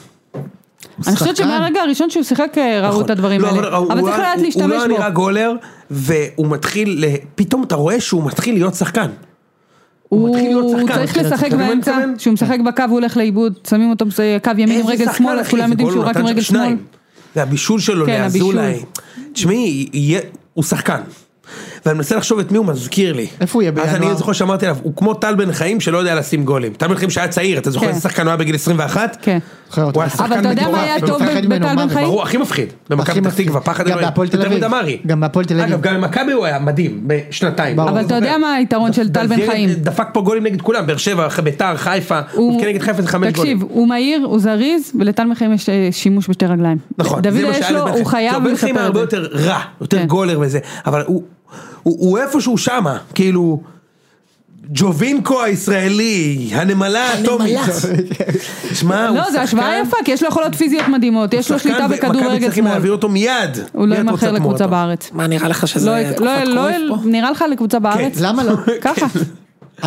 [SPEAKER 3] אני חושבת
[SPEAKER 2] שחקן.
[SPEAKER 3] שמהרגע הראשון שהוא שיחק אה, ראו את הדברים
[SPEAKER 1] לא,
[SPEAKER 3] האלה.
[SPEAKER 1] הוא-
[SPEAKER 3] אבל
[SPEAKER 1] הוא
[SPEAKER 3] צריך
[SPEAKER 1] היה-
[SPEAKER 3] לדעת
[SPEAKER 1] הוא-
[SPEAKER 3] להשתמש
[SPEAKER 1] הוא לא היה
[SPEAKER 3] בו.
[SPEAKER 1] נראה גולר, והוא מתחיל, ל- פתאום אתה רואה שהוא מתחיל להיות שחקן.
[SPEAKER 3] הוא
[SPEAKER 1] מתחיל להיות שחקן,
[SPEAKER 3] צריך
[SPEAKER 1] מתחיל להיות
[SPEAKER 3] לשחק
[SPEAKER 1] שחקן. אתה מבין מה
[SPEAKER 3] באמצע,
[SPEAKER 1] אני מתכוון? כן.
[SPEAKER 3] שהוא משחק בקו הוא הולך לאיבוד, שמים אותו בקו ימין עם
[SPEAKER 1] איזה
[SPEAKER 3] רגל
[SPEAKER 1] שחקן,
[SPEAKER 3] שמאל, אז
[SPEAKER 1] אחי,
[SPEAKER 3] כולם
[SPEAKER 1] זה
[SPEAKER 3] יודעים
[SPEAKER 1] גול,
[SPEAKER 3] שהוא
[SPEAKER 1] הוא
[SPEAKER 3] רק עם
[SPEAKER 1] נתן
[SPEAKER 3] רגל
[SPEAKER 1] שם
[SPEAKER 3] שמאל.
[SPEAKER 1] שניים. והבישול שלו
[SPEAKER 3] כן, הבישול.
[SPEAKER 1] לאזולאי. תשמעי, יהיה- הוא שחקן. ואני מנסה לחשוב את מי הוא מזכיר לי.
[SPEAKER 2] איפה הוא יהיה
[SPEAKER 1] אז
[SPEAKER 2] בינואר?
[SPEAKER 1] אני זוכר שאמרתי עליו, הוא כמו טל בן חיים שלא יודע לשים גולים. טל בן חיים שהיה צעיר, אתה זוכר
[SPEAKER 3] כן.
[SPEAKER 1] איזה שחקן הוא היה בגיל 21?
[SPEAKER 3] כן.
[SPEAKER 2] זוכר אותו.
[SPEAKER 1] הוא היה שחקן
[SPEAKER 3] אבל אתה יודע מה
[SPEAKER 1] מטורף,
[SPEAKER 3] היה
[SPEAKER 1] אני
[SPEAKER 3] טוב
[SPEAKER 2] מפחד ממנו,
[SPEAKER 3] בטל
[SPEAKER 2] מה
[SPEAKER 3] בן
[SPEAKER 2] זה?
[SPEAKER 3] חיים?
[SPEAKER 1] ברור, הכי מפחיד. במכבי פתח
[SPEAKER 2] מפחיד.
[SPEAKER 1] תקווה, פחד
[SPEAKER 2] גם
[SPEAKER 1] אלוהים.
[SPEAKER 2] בהפועל תל
[SPEAKER 1] יותר
[SPEAKER 2] אביב.
[SPEAKER 1] מדמרי.
[SPEAKER 2] גם בהפועל תל אביב.
[SPEAKER 1] אגב, גם במכבי הוא היה מדהים, בשנתיים.
[SPEAKER 2] ברור.
[SPEAKER 3] אבל אתה יודע מה היתרון של טל בן
[SPEAKER 1] דוד
[SPEAKER 3] חיים?
[SPEAKER 1] דפק פה גולים נגד כולם, באר שבע, ביתר, חיפה, הוא הבקיע נגד חיפה זה חמש גולים.
[SPEAKER 3] תקשיב, הוא מהיר, הוא זריז, ולטל בן חיים יש אה, שימוש בשתי רגליים.
[SPEAKER 1] נכון,
[SPEAKER 3] דוד
[SPEAKER 1] זה מה
[SPEAKER 3] יש
[SPEAKER 1] שהיה
[SPEAKER 3] לו,
[SPEAKER 1] לבן חיים.
[SPEAKER 3] הוא חייב
[SPEAKER 1] טוב, בן חיים היה
[SPEAKER 3] לשפר את
[SPEAKER 1] הרבה
[SPEAKER 3] זה.
[SPEAKER 1] יותר רע, יותר
[SPEAKER 3] כן.
[SPEAKER 1] גולר וזה, אבל הוא- הוא הוא איפשהו שמה, כאילו, ג'ובינקו הישראלי, הנמלה האטומית. שמע, הוא
[SPEAKER 3] לא, זו השוואה
[SPEAKER 1] שחקן-
[SPEAKER 3] יפה, כי יש לו יכולות פיזיות מדהימות, יש לו
[SPEAKER 1] שחקן,
[SPEAKER 3] שליטה בכדור
[SPEAKER 1] ומכבי
[SPEAKER 3] רגל
[SPEAKER 1] צריכים
[SPEAKER 3] שמאל.
[SPEAKER 1] להעביר אותו מיד.
[SPEAKER 3] הוא לא
[SPEAKER 1] מיד רוצה
[SPEAKER 3] ימכר לקבוצה
[SPEAKER 1] תמורתו.
[SPEAKER 3] בארץ.
[SPEAKER 4] מה נראה לך שזה
[SPEAKER 3] לא,
[SPEAKER 4] תקופת
[SPEAKER 3] לא, לא,
[SPEAKER 4] קרויף פה?
[SPEAKER 3] נראה לך לקבוצה
[SPEAKER 1] כן.
[SPEAKER 3] בארץ?
[SPEAKER 2] למה לא?
[SPEAKER 3] ככה.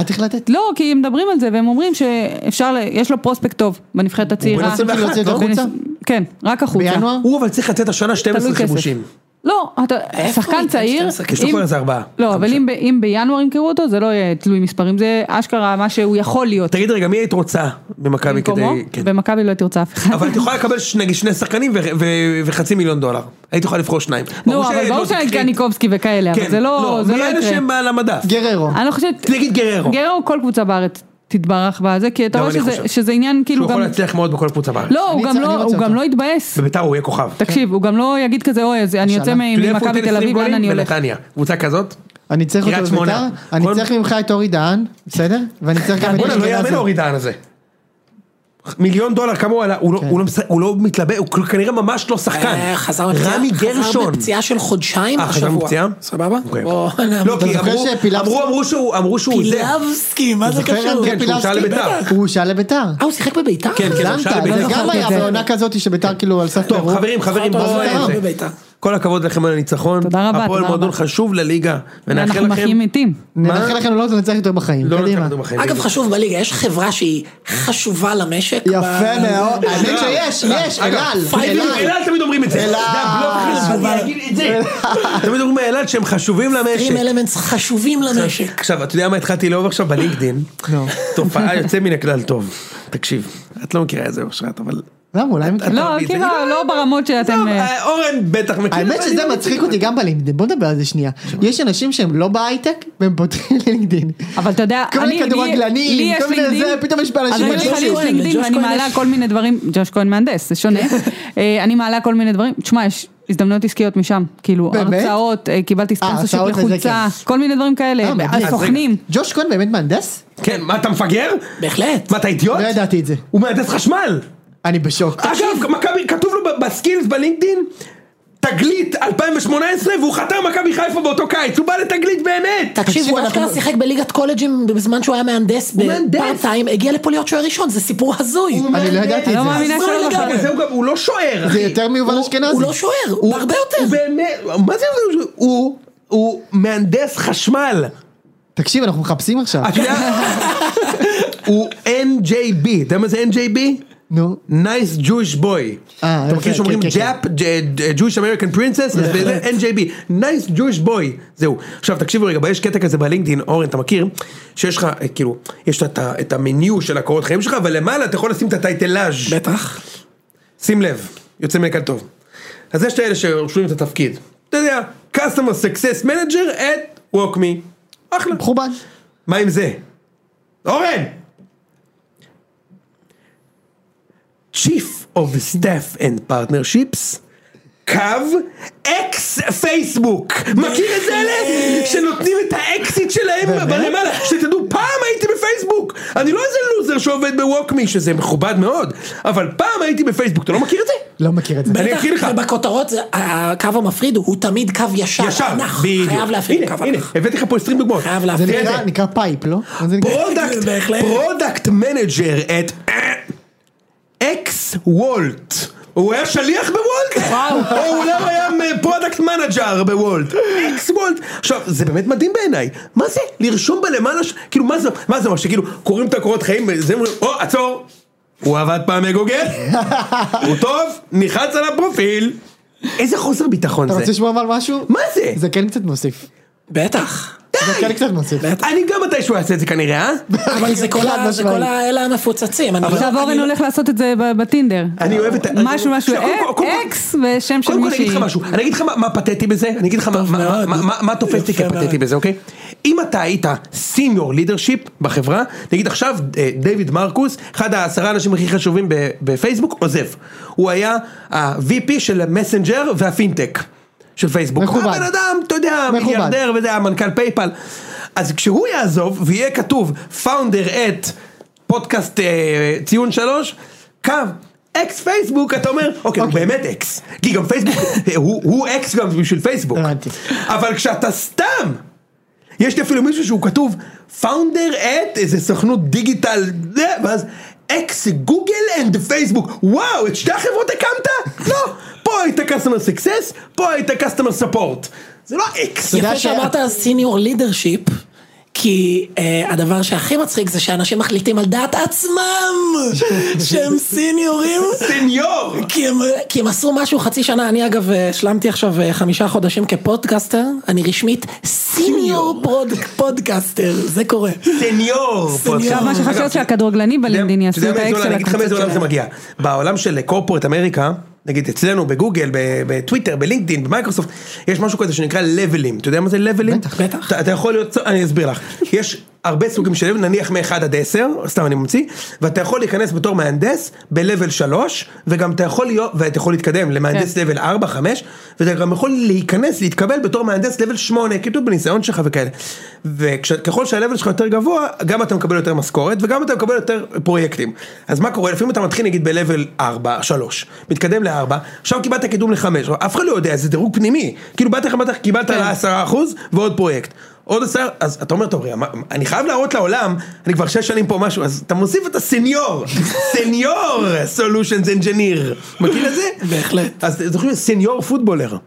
[SPEAKER 2] את החלטת?
[SPEAKER 3] לא, כי הם מדברים על זה, והם אומרים שאפשר, ל- יש לו פרוספקט טוב בנבחרת הצעירה.
[SPEAKER 1] בן 21,
[SPEAKER 2] להוציא אותו
[SPEAKER 1] לא?
[SPEAKER 2] החוצה?
[SPEAKER 3] כן, רק החוצה.
[SPEAKER 2] בינואר?
[SPEAKER 1] הוא אבל צריך לצאת השנה 12
[SPEAKER 3] תלוי כסף.
[SPEAKER 1] חיבושים.
[SPEAKER 3] לא, אתה,
[SPEAKER 4] איפה הוא
[SPEAKER 3] שחקן
[SPEAKER 4] ייתן
[SPEAKER 3] צעיר,
[SPEAKER 4] 12?
[SPEAKER 1] יש לו
[SPEAKER 3] אם-
[SPEAKER 1] כבר איזה ארבעה.
[SPEAKER 3] לא, אבל אם ב- אם בינואר ימכרו אותו, זה לא יהיה תלוי מספרים, זה אשכרה מה שהוא יכול להיות.
[SPEAKER 1] תגיד רגע, מי היית רוצה במכבי
[SPEAKER 3] במקומו,
[SPEAKER 1] כדי... כן.
[SPEAKER 3] במכבי לא תרצה אף אחד.
[SPEAKER 1] אבל את יכולה לקבל ש- נגיד שני שחקנים ו- ו- וחצי מיליון דולר. היית יכולה לבחור שניים.
[SPEAKER 3] נו, לא, אבל ברור
[SPEAKER 1] שלא תקחי-
[SPEAKER 3] שקניקובסקי וכאלה, אבל
[SPEAKER 1] כן,
[SPEAKER 3] זה לא זה לא
[SPEAKER 1] מאלה
[SPEAKER 3] יקרה.
[SPEAKER 1] שהם על המדף.
[SPEAKER 2] גררו.
[SPEAKER 3] אני לא חושבת...
[SPEAKER 1] נגיד גררו.
[SPEAKER 3] גררו כל קבוצה בארץ תתברך בזה, כי אתה
[SPEAKER 1] גם
[SPEAKER 3] רואה
[SPEAKER 1] אני
[SPEAKER 3] שזה-
[SPEAKER 1] חושב.
[SPEAKER 3] שזה עניין כאילו
[SPEAKER 1] שהוא
[SPEAKER 3] גם...
[SPEAKER 1] יכול להצליח מאוד בכל קבוצה בארץ.
[SPEAKER 3] לא, הוא
[SPEAKER 2] אני
[SPEAKER 3] גם
[SPEAKER 2] צ-
[SPEAKER 3] לא-
[SPEAKER 2] אני רוצה
[SPEAKER 3] הוא גם
[SPEAKER 2] אותו.
[SPEAKER 3] לא יתבאס.
[SPEAKER 1] בביתר הוא יהיה כוכב.
[SPEAKER 3] תקשיב, הוא גם לא יגיד כזה, אוי, אז אני יוצא
[SPEAKER 2] השאלה.
[SPEAKER 1] אתה יודע איפה הוא נותן
[SPEAKER 3] ממכבי תל
[SPEAKER 1] 20
[SPEAKER 3] אביב, לאן
[SPEAKER 1] גולים?
[SPEAKER 3] אני הולך?
[SPEAKER 1] בנתניה. קבוצה כזאת?
[SPEAKER 2] אני צריך
[SPEAKER 1] קריית
[SPEAKER 2] אותו בביתר,
[SPEAKER 1] שמונה.
[SPEAKER 2] אני
[SPEAKER 1] כל-
[SPEAKER 2] צריך ממך את אורי דהן, בסדר? ואני צריך גם את
[SPEAKER 1] בוא'נה, לא
[SPEAKER 2] השאלה
[SPEAKER 1] יאמן
[SPEAKER 2] הזאת.
[SPEAKER 1] אורי דהן הזה. מיליון דולר כמה הוא עלה, הוא לא-
[SPEAKER 3] כן.
[SPEAKER 1] הוא לא מס- הוא לא מתלבט, הוא כנראה ממש לא שחקן.
[SPEAKER 4] אה, חזר מפציעה-
[SPEAKER 1] רמי
[SPEAKER 4] חזר
[SPEAKER 1] גרשון.
[SPEAKER 4] מפציעה של חודשיים
[SPEAKER 1] אה, חזר
[SPEAKER 4] השבוע.
[SPEAKER 1] מפציעה?
[SPEAKER 4] סבבה?
[SPEAKER 1] אוקיי.
[SPEAKER 4] בוא,
[SPEAKER 1] לא, כי
[SPEAKER 2] זוכר
[SPEAKER 1] אמרו-
[SPEAKER 2] שפילבסקי-
[SPEAKER 1] אמרו- אמרו שהוא, אמרו שהוא זה.
[SPEAKER 4] פילבסקי, מה זה
[SPEAKER 2] זוכר
[SPEAKER 4] קשור?
[SPEAKER 2] אנדרי
[SPEAKER 1] כן, שהוא שאל
[SPEAKER 2] פילבסקי?
[SPEAKER 1] לביתר.
[SPEAKER 2] בטח. הוא שאל לביתר.
[SPEAKER 4] אה, הוא שיחק בביתר?
[SPEAKER 1] כן, כן. הוא
[SPEAKER 2] הגזמת,
[SPEAKER 1] שאל לביתר. כן.
[SPEAKER 2] אבל גם היה
[SPEAKER 3] זה.
[SPEAKER 2] בעונה כזאת שביתר כאילו על סף
[SPEAKER 1] טוב, חברים, חברים,
[SPEAKER 4] אותו לא
[SPEAKER 1] בואו
[SPEAKER 4] דבר
[SPEAKER 1] נעשה.
[SPEAKER 4] בביתר.
[SPEAKER 1] כל הכבוד לכם על הניצחון.
[SPEAKER 3] תודה רבה,
[SPEAKER 1] הפועל
[SPEAKER 3] תודה
[SPEAKER 1] מועדון
[SPEAKER 3] רבה.
[SPEAKER 1] חשוב לליגה, ונאחל
[SPEAKER 3] אנחנו
[SPEAKER 1] לכם...
[SPEAKER 3] מחיים מתים.
[SPEAKER 2] נאחל לכם לא לנצח יותר בחיים,
[SPEAKER 1] לא
[SPEAKER 2] קדימה.
[SPEAKER 1] נתנו בחיים.
[SPEAKER 4] אגב, חשוב בליגה, יש חברה שהיא חשובה למשק.
[SPEAKER 2] יפה
[SPEAKER 4] ב-
[SPEAKER 2] מאוד,
[SPEAKER 4] ב-
[SPEAKER 2] האמת שיש, יש,
[SPEAKER 1] לא- אה, אגב,
[SPEAKER 2] אלעל,
[SPEAKER 1] פייבים,
[SPEAKER 2] אלעל.
[SPEAKER 1] אלעל תמיד אומרים את זה.
[SPEAKER 2] אלעל.
[SPEAKER 1] זה הבלוף הכי חשוב, אני אגיד את זה. תמיד אומרים אלעל שהם חשובים למשק.
[SPEAKER 4] Dream Elements חשובים למשק.
[SPEAKER 1] עכשיו, אתה יודע מה התחלתי לאהוב עכשיו בלינקדין?
[SPEAKER 2] נו.
[SPEAKER 1] תופעה יוצא מן הכלל טוב. תקשיב, את לא מכירה את זה אושרת, אבל...
[SPEAKER 2] למה, אולי הם-
[SPEAKER 1] אתה
[SPEAKER 3] לא,
[SPEAKER 1] מבין,
[SPEAKER 3] כאילו,
[SPEAKER 1] זה-
[SPEAKER 3] לא ברמות שאתם...
[SPEAKER 1] טוב,
[SPEAKER 3] אה,
[SPEAKER 1] אה, אורן בטח מכיר.
[SPEAKER 2] האמת
[SPEAKER 1] אבל
[SPEAKER 2] שזה
[SPEAKER 1] אני לא
[SPEAKER 2] מצחיק
[SPEAKER 1] מכיר.
[SPEAKER 2] אותי גם בלינקדאין, בוא נדבר על זה שנייה. יש אנשים שהם לא בהייטק והם פותחים לינקדאין.
[SPEAKER 3] אבל אתה יודע,
[SPEAKER 2] כל
[SPEAKER 3] אני,
[SPEAKER 2] מיני כדורגלנים,
[SPEAKER 3] לי- לי
[SPEAKER 2] כל
[SPEAKER 3] יש
[SPEAKER 2] מיני
[SPEAKER 3] לינקדאין,
[SPEAKER 2] זה, פתאום יש באנשים
[SPEAKER 3] אז אני
[SPEAKER 2] מלא
[SPEAKER 3] יש לי
[SPEAKER 4] ג'וש כהן,
[SPEAKER 3] לינקדאין
[SPEAKER 4] לג'וש
[SPEAKER 3] ואני
[SPEAKER 4] כהן
[SPEAKER 3] מעלה
[SPEAKER 4] יש.
[SPEAKER 3] כל מיני דברים, ג'וש כהן מהנדס, זה שונה,
[SPEAKER 2] כן.
[SPEAKER 3] אה, אני מעלה כל מיני דברים, תשמע, יש הזדמנויות עסקיות משם, כאילו,
[SPEAKER 2] באמת?
[SPEAKER 3] הרצאות, אה, קיבלתי ספונסר
[SPEAKER 2] הרצאות וזה,
[SPEAKER 3] לחולצה,
[SPEAKER 2] כן.
[SPEAKER 3] כל מיני דברים
[SPEAKER 2] אה,
[SPEAKER 3] כאלה,
[SPEAKER 2] מגניב.
[SPEAKER 3] אז
[SPEAKER 2] אז רגע.
[SPEAKER 3] סוכנים,
[SPEAKER 2] ג'וש כהן באמת מהנדס?
[SPEAKER 1] כן, מה אתה מפגר?
[SPEAKER 4] בהחלט.
[SPEAKER 1] מה אתה אידיוט?
[SPEAKER 2] לא ידעתי את זה.
[SPEAKER 1] הוא מהנדס חשמל.
[SPEAKER 2] אני בשוק.
[SPEAKER 1] אגב, מכבי, כתוב לו ב- בסקילס בלינקדין, תגלית 2018 והוא חתם מכבי חיפה באותו קיץ, הוא בא לתגלית באמת!
[SPEAKER 4] תקשיב,
[SPEAKER 2] תקשיבו,
[SPEAKER 4] הוא אשכרה
[SPEAKER 2] אנחנו-
[SPEAKER 4] שיחק בליגת קולג'ים בזמן שהוא היה מהנדס
[SPEAKER 1] מהנדס.
[SPEAKER 4] בפארט-טיים, הגיע לפה להיות שוער ראשון, זה סיפור הזוי.
[SPEAKER 2] אני לא ידעתי
[SPEAKER 3] אני
[SPEAKER 2] את
[SPEAKER 3] לא
[SPEAKER 2] זה.
[SPEAKER 3] מאמינה
[SPEAKER 4] הזוי
[SPEAKER 3] שלא
[SPEAKER 4] לגמרי.
[SPEAKER 1] רגע, זה הוא גם, הוא לא שוער, אחי.
[SPEAKER 2] זה יותר מיובל אשכנזי.
[SPEAKER 4] הוא לא שוער, הוא הרבה
[SPEAKER 1] הוא
[SPEAKER 4] יותר.
[SPEAKER 1] באמת, מה זה, הוא, הוא מהנדס חשמל.
[SPEAKER 2] תקשיב, אנחנו מחפשים עכשיו.
[SPEAKER 1] אתה יודע, הוא NJB, אתה יודע מה זה NJB?
[SPEAKER 2] נו.
[SPEAKER 1] Nice Jewish boy. אתה
[SPEAKER 2] אה,
[SPEAKER 1] מכיר
[SPEAKER 2] אוקיי,
[SPEAKER 1] שאומרים
[SPEAKER 2] כן, כן, כן.
[SPEAKER 1] Jap, J- Jewish American Princess, אז זה NJB, Nice Jewish boy, זהו. עכשיו תקשיבו רגע, יש קטע כזה בלינקדאין, אורן אתה מכיר, שיש לך, אה, כאילו, יש לך את ה- את המניו של הקורות חיים שלך, אבל למעלה אתה יכול לשים את הטייטלאז'.
[SPEAKER 4] בטח.
[SPEAKER 1] שים לב, יוצא מן הכלל טוב. אז יש את האלה שרושמים את התפקיד. אתה יודע, customer success manager at walk me. אחלה.
[SPEAKER 2] מכובד.
[SPEAKER 1] מה עם זה? אורן! Chief of Staff and Partnerships, קו, אקס פייסבוק. מכיר את זה אלה? שנותנים את האקסיט שלהם בלמעלה. שתדעו, פעם הייתי בפייסבוק. אני לא איזה לוזר שעובד בווקמי, שזה מכובד מאוד, אבל פעם הייתי בפייסבוק. אתה לא מכיר את זה?
[SPEAKER 2] לא מכיר את זה.
[SPEAKER 1] אני
[SPEAKER 4] בטח,
[SPEAKER 1] אקריא לך.
[SPEAKER 4] ובכותרות זה- הקו המפריד הוא תמיד קו ישר.
[SPEAKER 1] ישר,
[SPEAKER 4] אנך.
[SPEAKER 1] בדיוק.
[SPEAKER 4] חייב להפריד
[SPEAKER 1] הנה,
[SPEAKER 4] קו
[SPEAKER 1] הנה,
[SPEAKER 4] אנך.
[SPEAKER 1] הבאתי לך פה 20 דוגמאות.
[SPEAKER 4] חייב
[SPEAKER 2] זה
[SPEAKER 4] להפריד.
[SPEAKER 1] תראה את
[SPEAKER 2] נקרא- נקרא פייפ, לא? מה זה נקרא?
[SPEAKER 1] פרודקט,
[SPEAKER 4] בהחלט.
[SPEAKER 1] פרודקט מנג'ר את אקס וולט. הוא היה שליח בוולט? או אולי הוא לא היה פרודקט מנג'ר בוולט. אקס וולט. עכשיו, זה באמת מדהים בעיניי. מה זה? לרשום בלמעלה, ש- כאילו, מה זה, מה זה, מה שכאילו, קוראים את הקורות חיים, זה אומרים, או, עצור. הוא עבד פעם בגוגל, הוא טוב, נלחץ על הפרופיל. איזה חוסר ביטחון
[SPEAKER 2] אתה
[SPEAKER 1] זה.
[SPEAKER 2] רוצה לשמוע אבל משהו?
[SPEAKER 1] מה זה?
[SPEAKER 2] זה כן קצת מוסיף.
[SPEAKER 4] בטח.
[SPEAKER 2] זה כן קצת מוסיף.
[SPEAKER 1] אני גם מתישהו אעשה את זה כנראה, אה?
[SPEAKER 4] אבל זה כל
[SPEAKER 2] חד
[SPEAKER 4] ה- זה
[SPEAKER 2] משמעית.
[SPEAKER 4] כל האלה המפוצצים. אני
[SPEAKER 3] עכשיו
[SPEAKER 4] לא-
[SPEAKER 3] אורן
[SPEAKER 4] אני-
[SPEAKER 3] הולך לעשות את זה ב- בטינדר,
[SPEAKER 1] אני אוהב את ה...
[SPEAKER 3] משהו משהו,
[SPEAKER 1] קודם כל-
[SPEAKER 3] אה,
[SPEAKER 1] קודם כל-
[SPEAKER 3] אקס ושם של
[SPEAKER 1] קודם כל אני
[SPEAKER 3] מישהי,
[SPEAKER 1] אגיד לך משהו, אני אגיד לך מה- מה פתטי בזה, אני אגיד לך מה- מה-
[SPEAKER 4] מאוד.
[SPEAKER 1] מה- מה- מה תופס אותי
[SPEAKER 4] יפה
[SPEAKER 1] כפתטי
[SPEAKER 4] מאוד.
[SPEAKER 1] בזה, אוקיי? אם אתה היית סיניור לידרשיפ בחברה, נגיד עכשיו אה, דיוויד מרקוס, אחד העשרה האנשים הכי חשובים ב- בפייסבוק, עוזב. הוא היה ה-VP של המסנג'ר והפינטק של פייסבוק.
[SPEAKER 2] מכובד.
[SPEAKER 1] הבן אדם, אתה יודע,
[SPEAKER 2] מכובד.
[SPEAKER 1] מיליארדר וזה, המנכ"ל פייפל. אז כשהוא יעזוב ויהיה כתוב founder at פודקאסט אה, ציון שלוש, קו. אקס פייסבוק אתה אומר אוקיי הוא באמת אקס כי גם פייסבוק הוא הוא אקס גם בשביל פייסבוק
[SPEAKER 2] הבנתי.
[SPEAKER 1] אבל כשאתה סתם יש לי אפילו מישהו שהוא כתוב founder at איזה סוכנות דיגיטל זה, ואז אקס גוגל אנד פייסבוק וואו את שתי החברות הקמת? לא פה היית customer success פה היית customer support זה לא אקס
[SPEAKER 2] אתה יודע
[SPEAKER 4] יפה
[SPEAKER 2] ש-
[SPEAKER 4] שאמרת סיניור לידרשיפ, כי אה, הדבר שהכי מצחיק זה שאנשים מחליטים על דעת עצמם שהם סיניורים.
[SPEAKER 1] סניור
[SPEAKER 4] כי הם, כי הם עשו משהו חצי שנה, אני אגב אה, השלמתי עכשיו אה, חמישה חודשים כפודקאסטר, אני רשמית סיניור פרוד, פודקאסטר, זה קורה.
[SPEAKER 1] סניור
[SPEAKER 4] סניור.
[SPEAKER 3] עכשיו מה
[SPEAKER 1] אגב,
[SPEAKER 3] שחשוב שהכדורגלנים בלינדין
[SPEAKER 1] אתה יודע
[SPEAKER 3] יעשו את
[SPEAKER 1] מאיזה עולם-
[SPEAKER 3] האקס של
[SPEAKER 1] אני אגיד לך
[SPEAKER 3] הקבוצות
[SPEAKER 1] מאיזה עולם זה
[SPEAKER 3] שלהם,
[SPEAKER 1] מגיע. בעולם של קורפורט אמריקה, נגיד אצלנו בגוגל, ב- בטוויטר, בלינקדאין, במייקרוסופט, יש משהו כזה שנקרא לבלים. אתה יודע מה זה לבלים?
[SPEAKER 2] בטח,
[SPEAKER 4] בטח.
[SPEAKER 1] אתה- אתה יכול להיות, אני אסביר לך. יש הרבה סוגים של לבל, נניח מ-1 עד 10, סתם אני ממציא, ואתה יכול להיכנס בתור מהנדס ב-level 3, וגם אתה יכול להיות, ואתה יכול להתקדם למהנדס
[SPEAKER 3] כן.
[SPEAKER 1] level 4, 5, ואתה גם יכול להיכנס, להתקבל בתור מהנדס level 8, כתוב בניסיון שלך וכאלה. וככל שה-level שלך יותר גבוה, גם אתה מקבל יותר משכורת, וגם אתה מקבל יותר פרויקטים. אז מה קורה? לפעמים אתה מתחיל נגיד ב-level 4, 3, מתקדם ל-4, עכשיו קיבלת קידום ל-5, אף אחד לא יודע, זה דירוג פנימי. כאילו באת לך, באת לך, קיבלת
[SPEAKER 3] כן.
[SPEAKER 1] ל-10% ועוד פרויקט. עוד עשר, אז אתה אומר, טוב, רגע, מה- אני חייב להראות לעולם, אני כבר שש שנים פה משהו, אז אתה מוסיף את הסניור, סניור סולושנס אנג'יניר, מכיר את זה?
[SPEAKER 4] בהחלט.
[SPEAKER 1] אז זוכרים, סניור פוטבולר.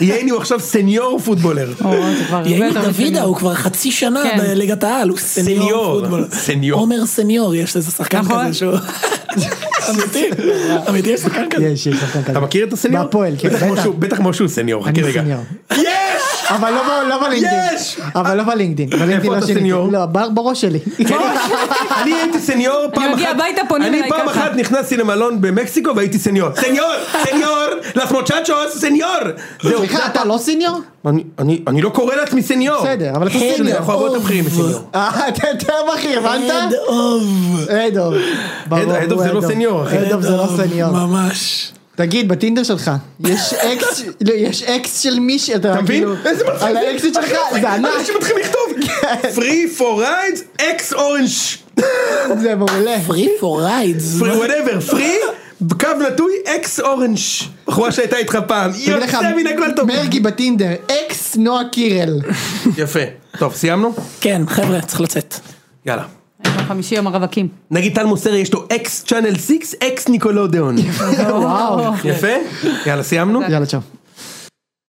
[SPEAKER 1] ייני הוא עכשיו סניור פוטבולר.
[SPEAKER 3] או, זה כבר הרבה
[SPEAKER 4] יאיר
[SPEAKER 3] יותר
[SPEAKER 4] דוידה
[SPEAKER 3] משנה.
[SPEAKER 4] הוא כבר חצי שנה
[SPEAKER 3] כן.
[SPEAKER 4] בליגת העל, הוא
[SPEAKER 1] סניור,
[SPEAKER 4] סניור פוטבול.
[SPEAKER 1] סניור.
[SPEAKER 4] עומר סניור, יש איזה שחקן
[SPEAKER 3] נכון.
[SPEAKER 4] כזה שהוא... אמיתי, אמיתי יש שחקן כזה.
[SPEAKER 2] יש, יש שחקן כזה.
[SPEAKER 1] אתה מכיר את הסניור?
[SPEAKER 2] בהפועל, כן,
[SPEAKER 1] בטח. כמו
[SPEAKER 2] בטח.
[SPEAKER 1] שהוא- בטח כמו שהוא סניור, חכה
[SPEAKER 2] אני
[SPEAKER 1] רגע.
[SPEAKER 2] סניור.
[SPEAKER 1] יש!
[SPEAKER 2] אבל לא ב- לא בלינקדאין.
[SPEAKER 1] יש!
[SPEAKER 2] אבל לא בלינקדאין. בלינקדאין לא
[SPEAKER 1] אתה
[SPEAKER 2] שיניתי.
[SPEAKER 1] סניור? כן.
[SPEAKER 2] לא, ב- בראש שלי.
[SPEAKER 1] אני הייתי סניור פעם אחת.
[SPEAKER 3] מגיע הביתה, פונים
[SPEAKER 1] אני
[SPEAKER 3] אליי
[SPEAKER 1] פעם
[SPEAKER 3] ככה.
[SPEAKER 1] אחת נכנסתי למלון במקסיקו והייתי סניור. סניור! סניור! לס מוצ'צ'וס! סניור! זהו,
[SPEAKER 2] סליחה, אתה לא סיניור?
[SPEAKER 1] אני- אני אני לא קורא לעצמי סניור.
[SPEAKER 2] בסדר, אבל אתה
[SPEAKER 1] שלי,
[SPEAKER 2] סניור.
[SPEAKER 1] אנחנו הרבה יותר בכירים מסניור.
[SPEAKER 2] אה, אתה יותר בכיר, הבנת?
[SPEAKER 4] אד אוב.
[SPEAKER 2] אדוב. ברור,
[SPEAKER 1] אד אוף זה
[SPEAKER 2] הוא
[SPEAKER 1] לא
[SPEAKER 2] אדוב.
[SPEAKER 1] סניור, אחי.
[SPEAKER 2] אדוב זה לא סניור.
[SPEAKER 4] ממש.
[SPEAKER 2] תגיד, בטינדר שלך, יש אקס, לא, יש אקס של מישהי,
[SPEAKER 1] אתה מבין? איזה לא מצחיק
[SPEAKER 2] כאילו, על
[SPEAKER 1] זה.
[SPEAKER 2] האקסיט שלך, זה ענק, כן.
[SPEAKER 1] אנשים מתחילים לכתוב. free for rides, x orange.
[SPEAKER 2] זה מעולה.
[SPEAKER 4] פרי פור ריידס.
[SPEAKER 1] free whatever, free, קו נטוי, x orange. בחורה שהייתה איתך פעם.
[SPEAKER 2] תגיד לך,
[SPEAKER 1] יוצא מן הכלל טוב.
[SPEAKER 2] מרגי בטינדר, אקס נועה קירל.
[SPEAKER 1] יפה. טוב, סיימנו?
[SPEAKER 4] כן, חבר'ה, צריך לצאת.
[SPEAKER 1] יאללה.
[SPEAKER 3] יום חמישי יום הרווקים.
[SPEAKER 1] נגיד טל מוסרי יש לו אקס צ'אנל 6, אקס ניקולודיאון.
[SPEAKER 2] וואו.
[SPEAKER 1] יפה? יאללה, סיימנו?
[SPEAKER 2] יאללה, צ'או.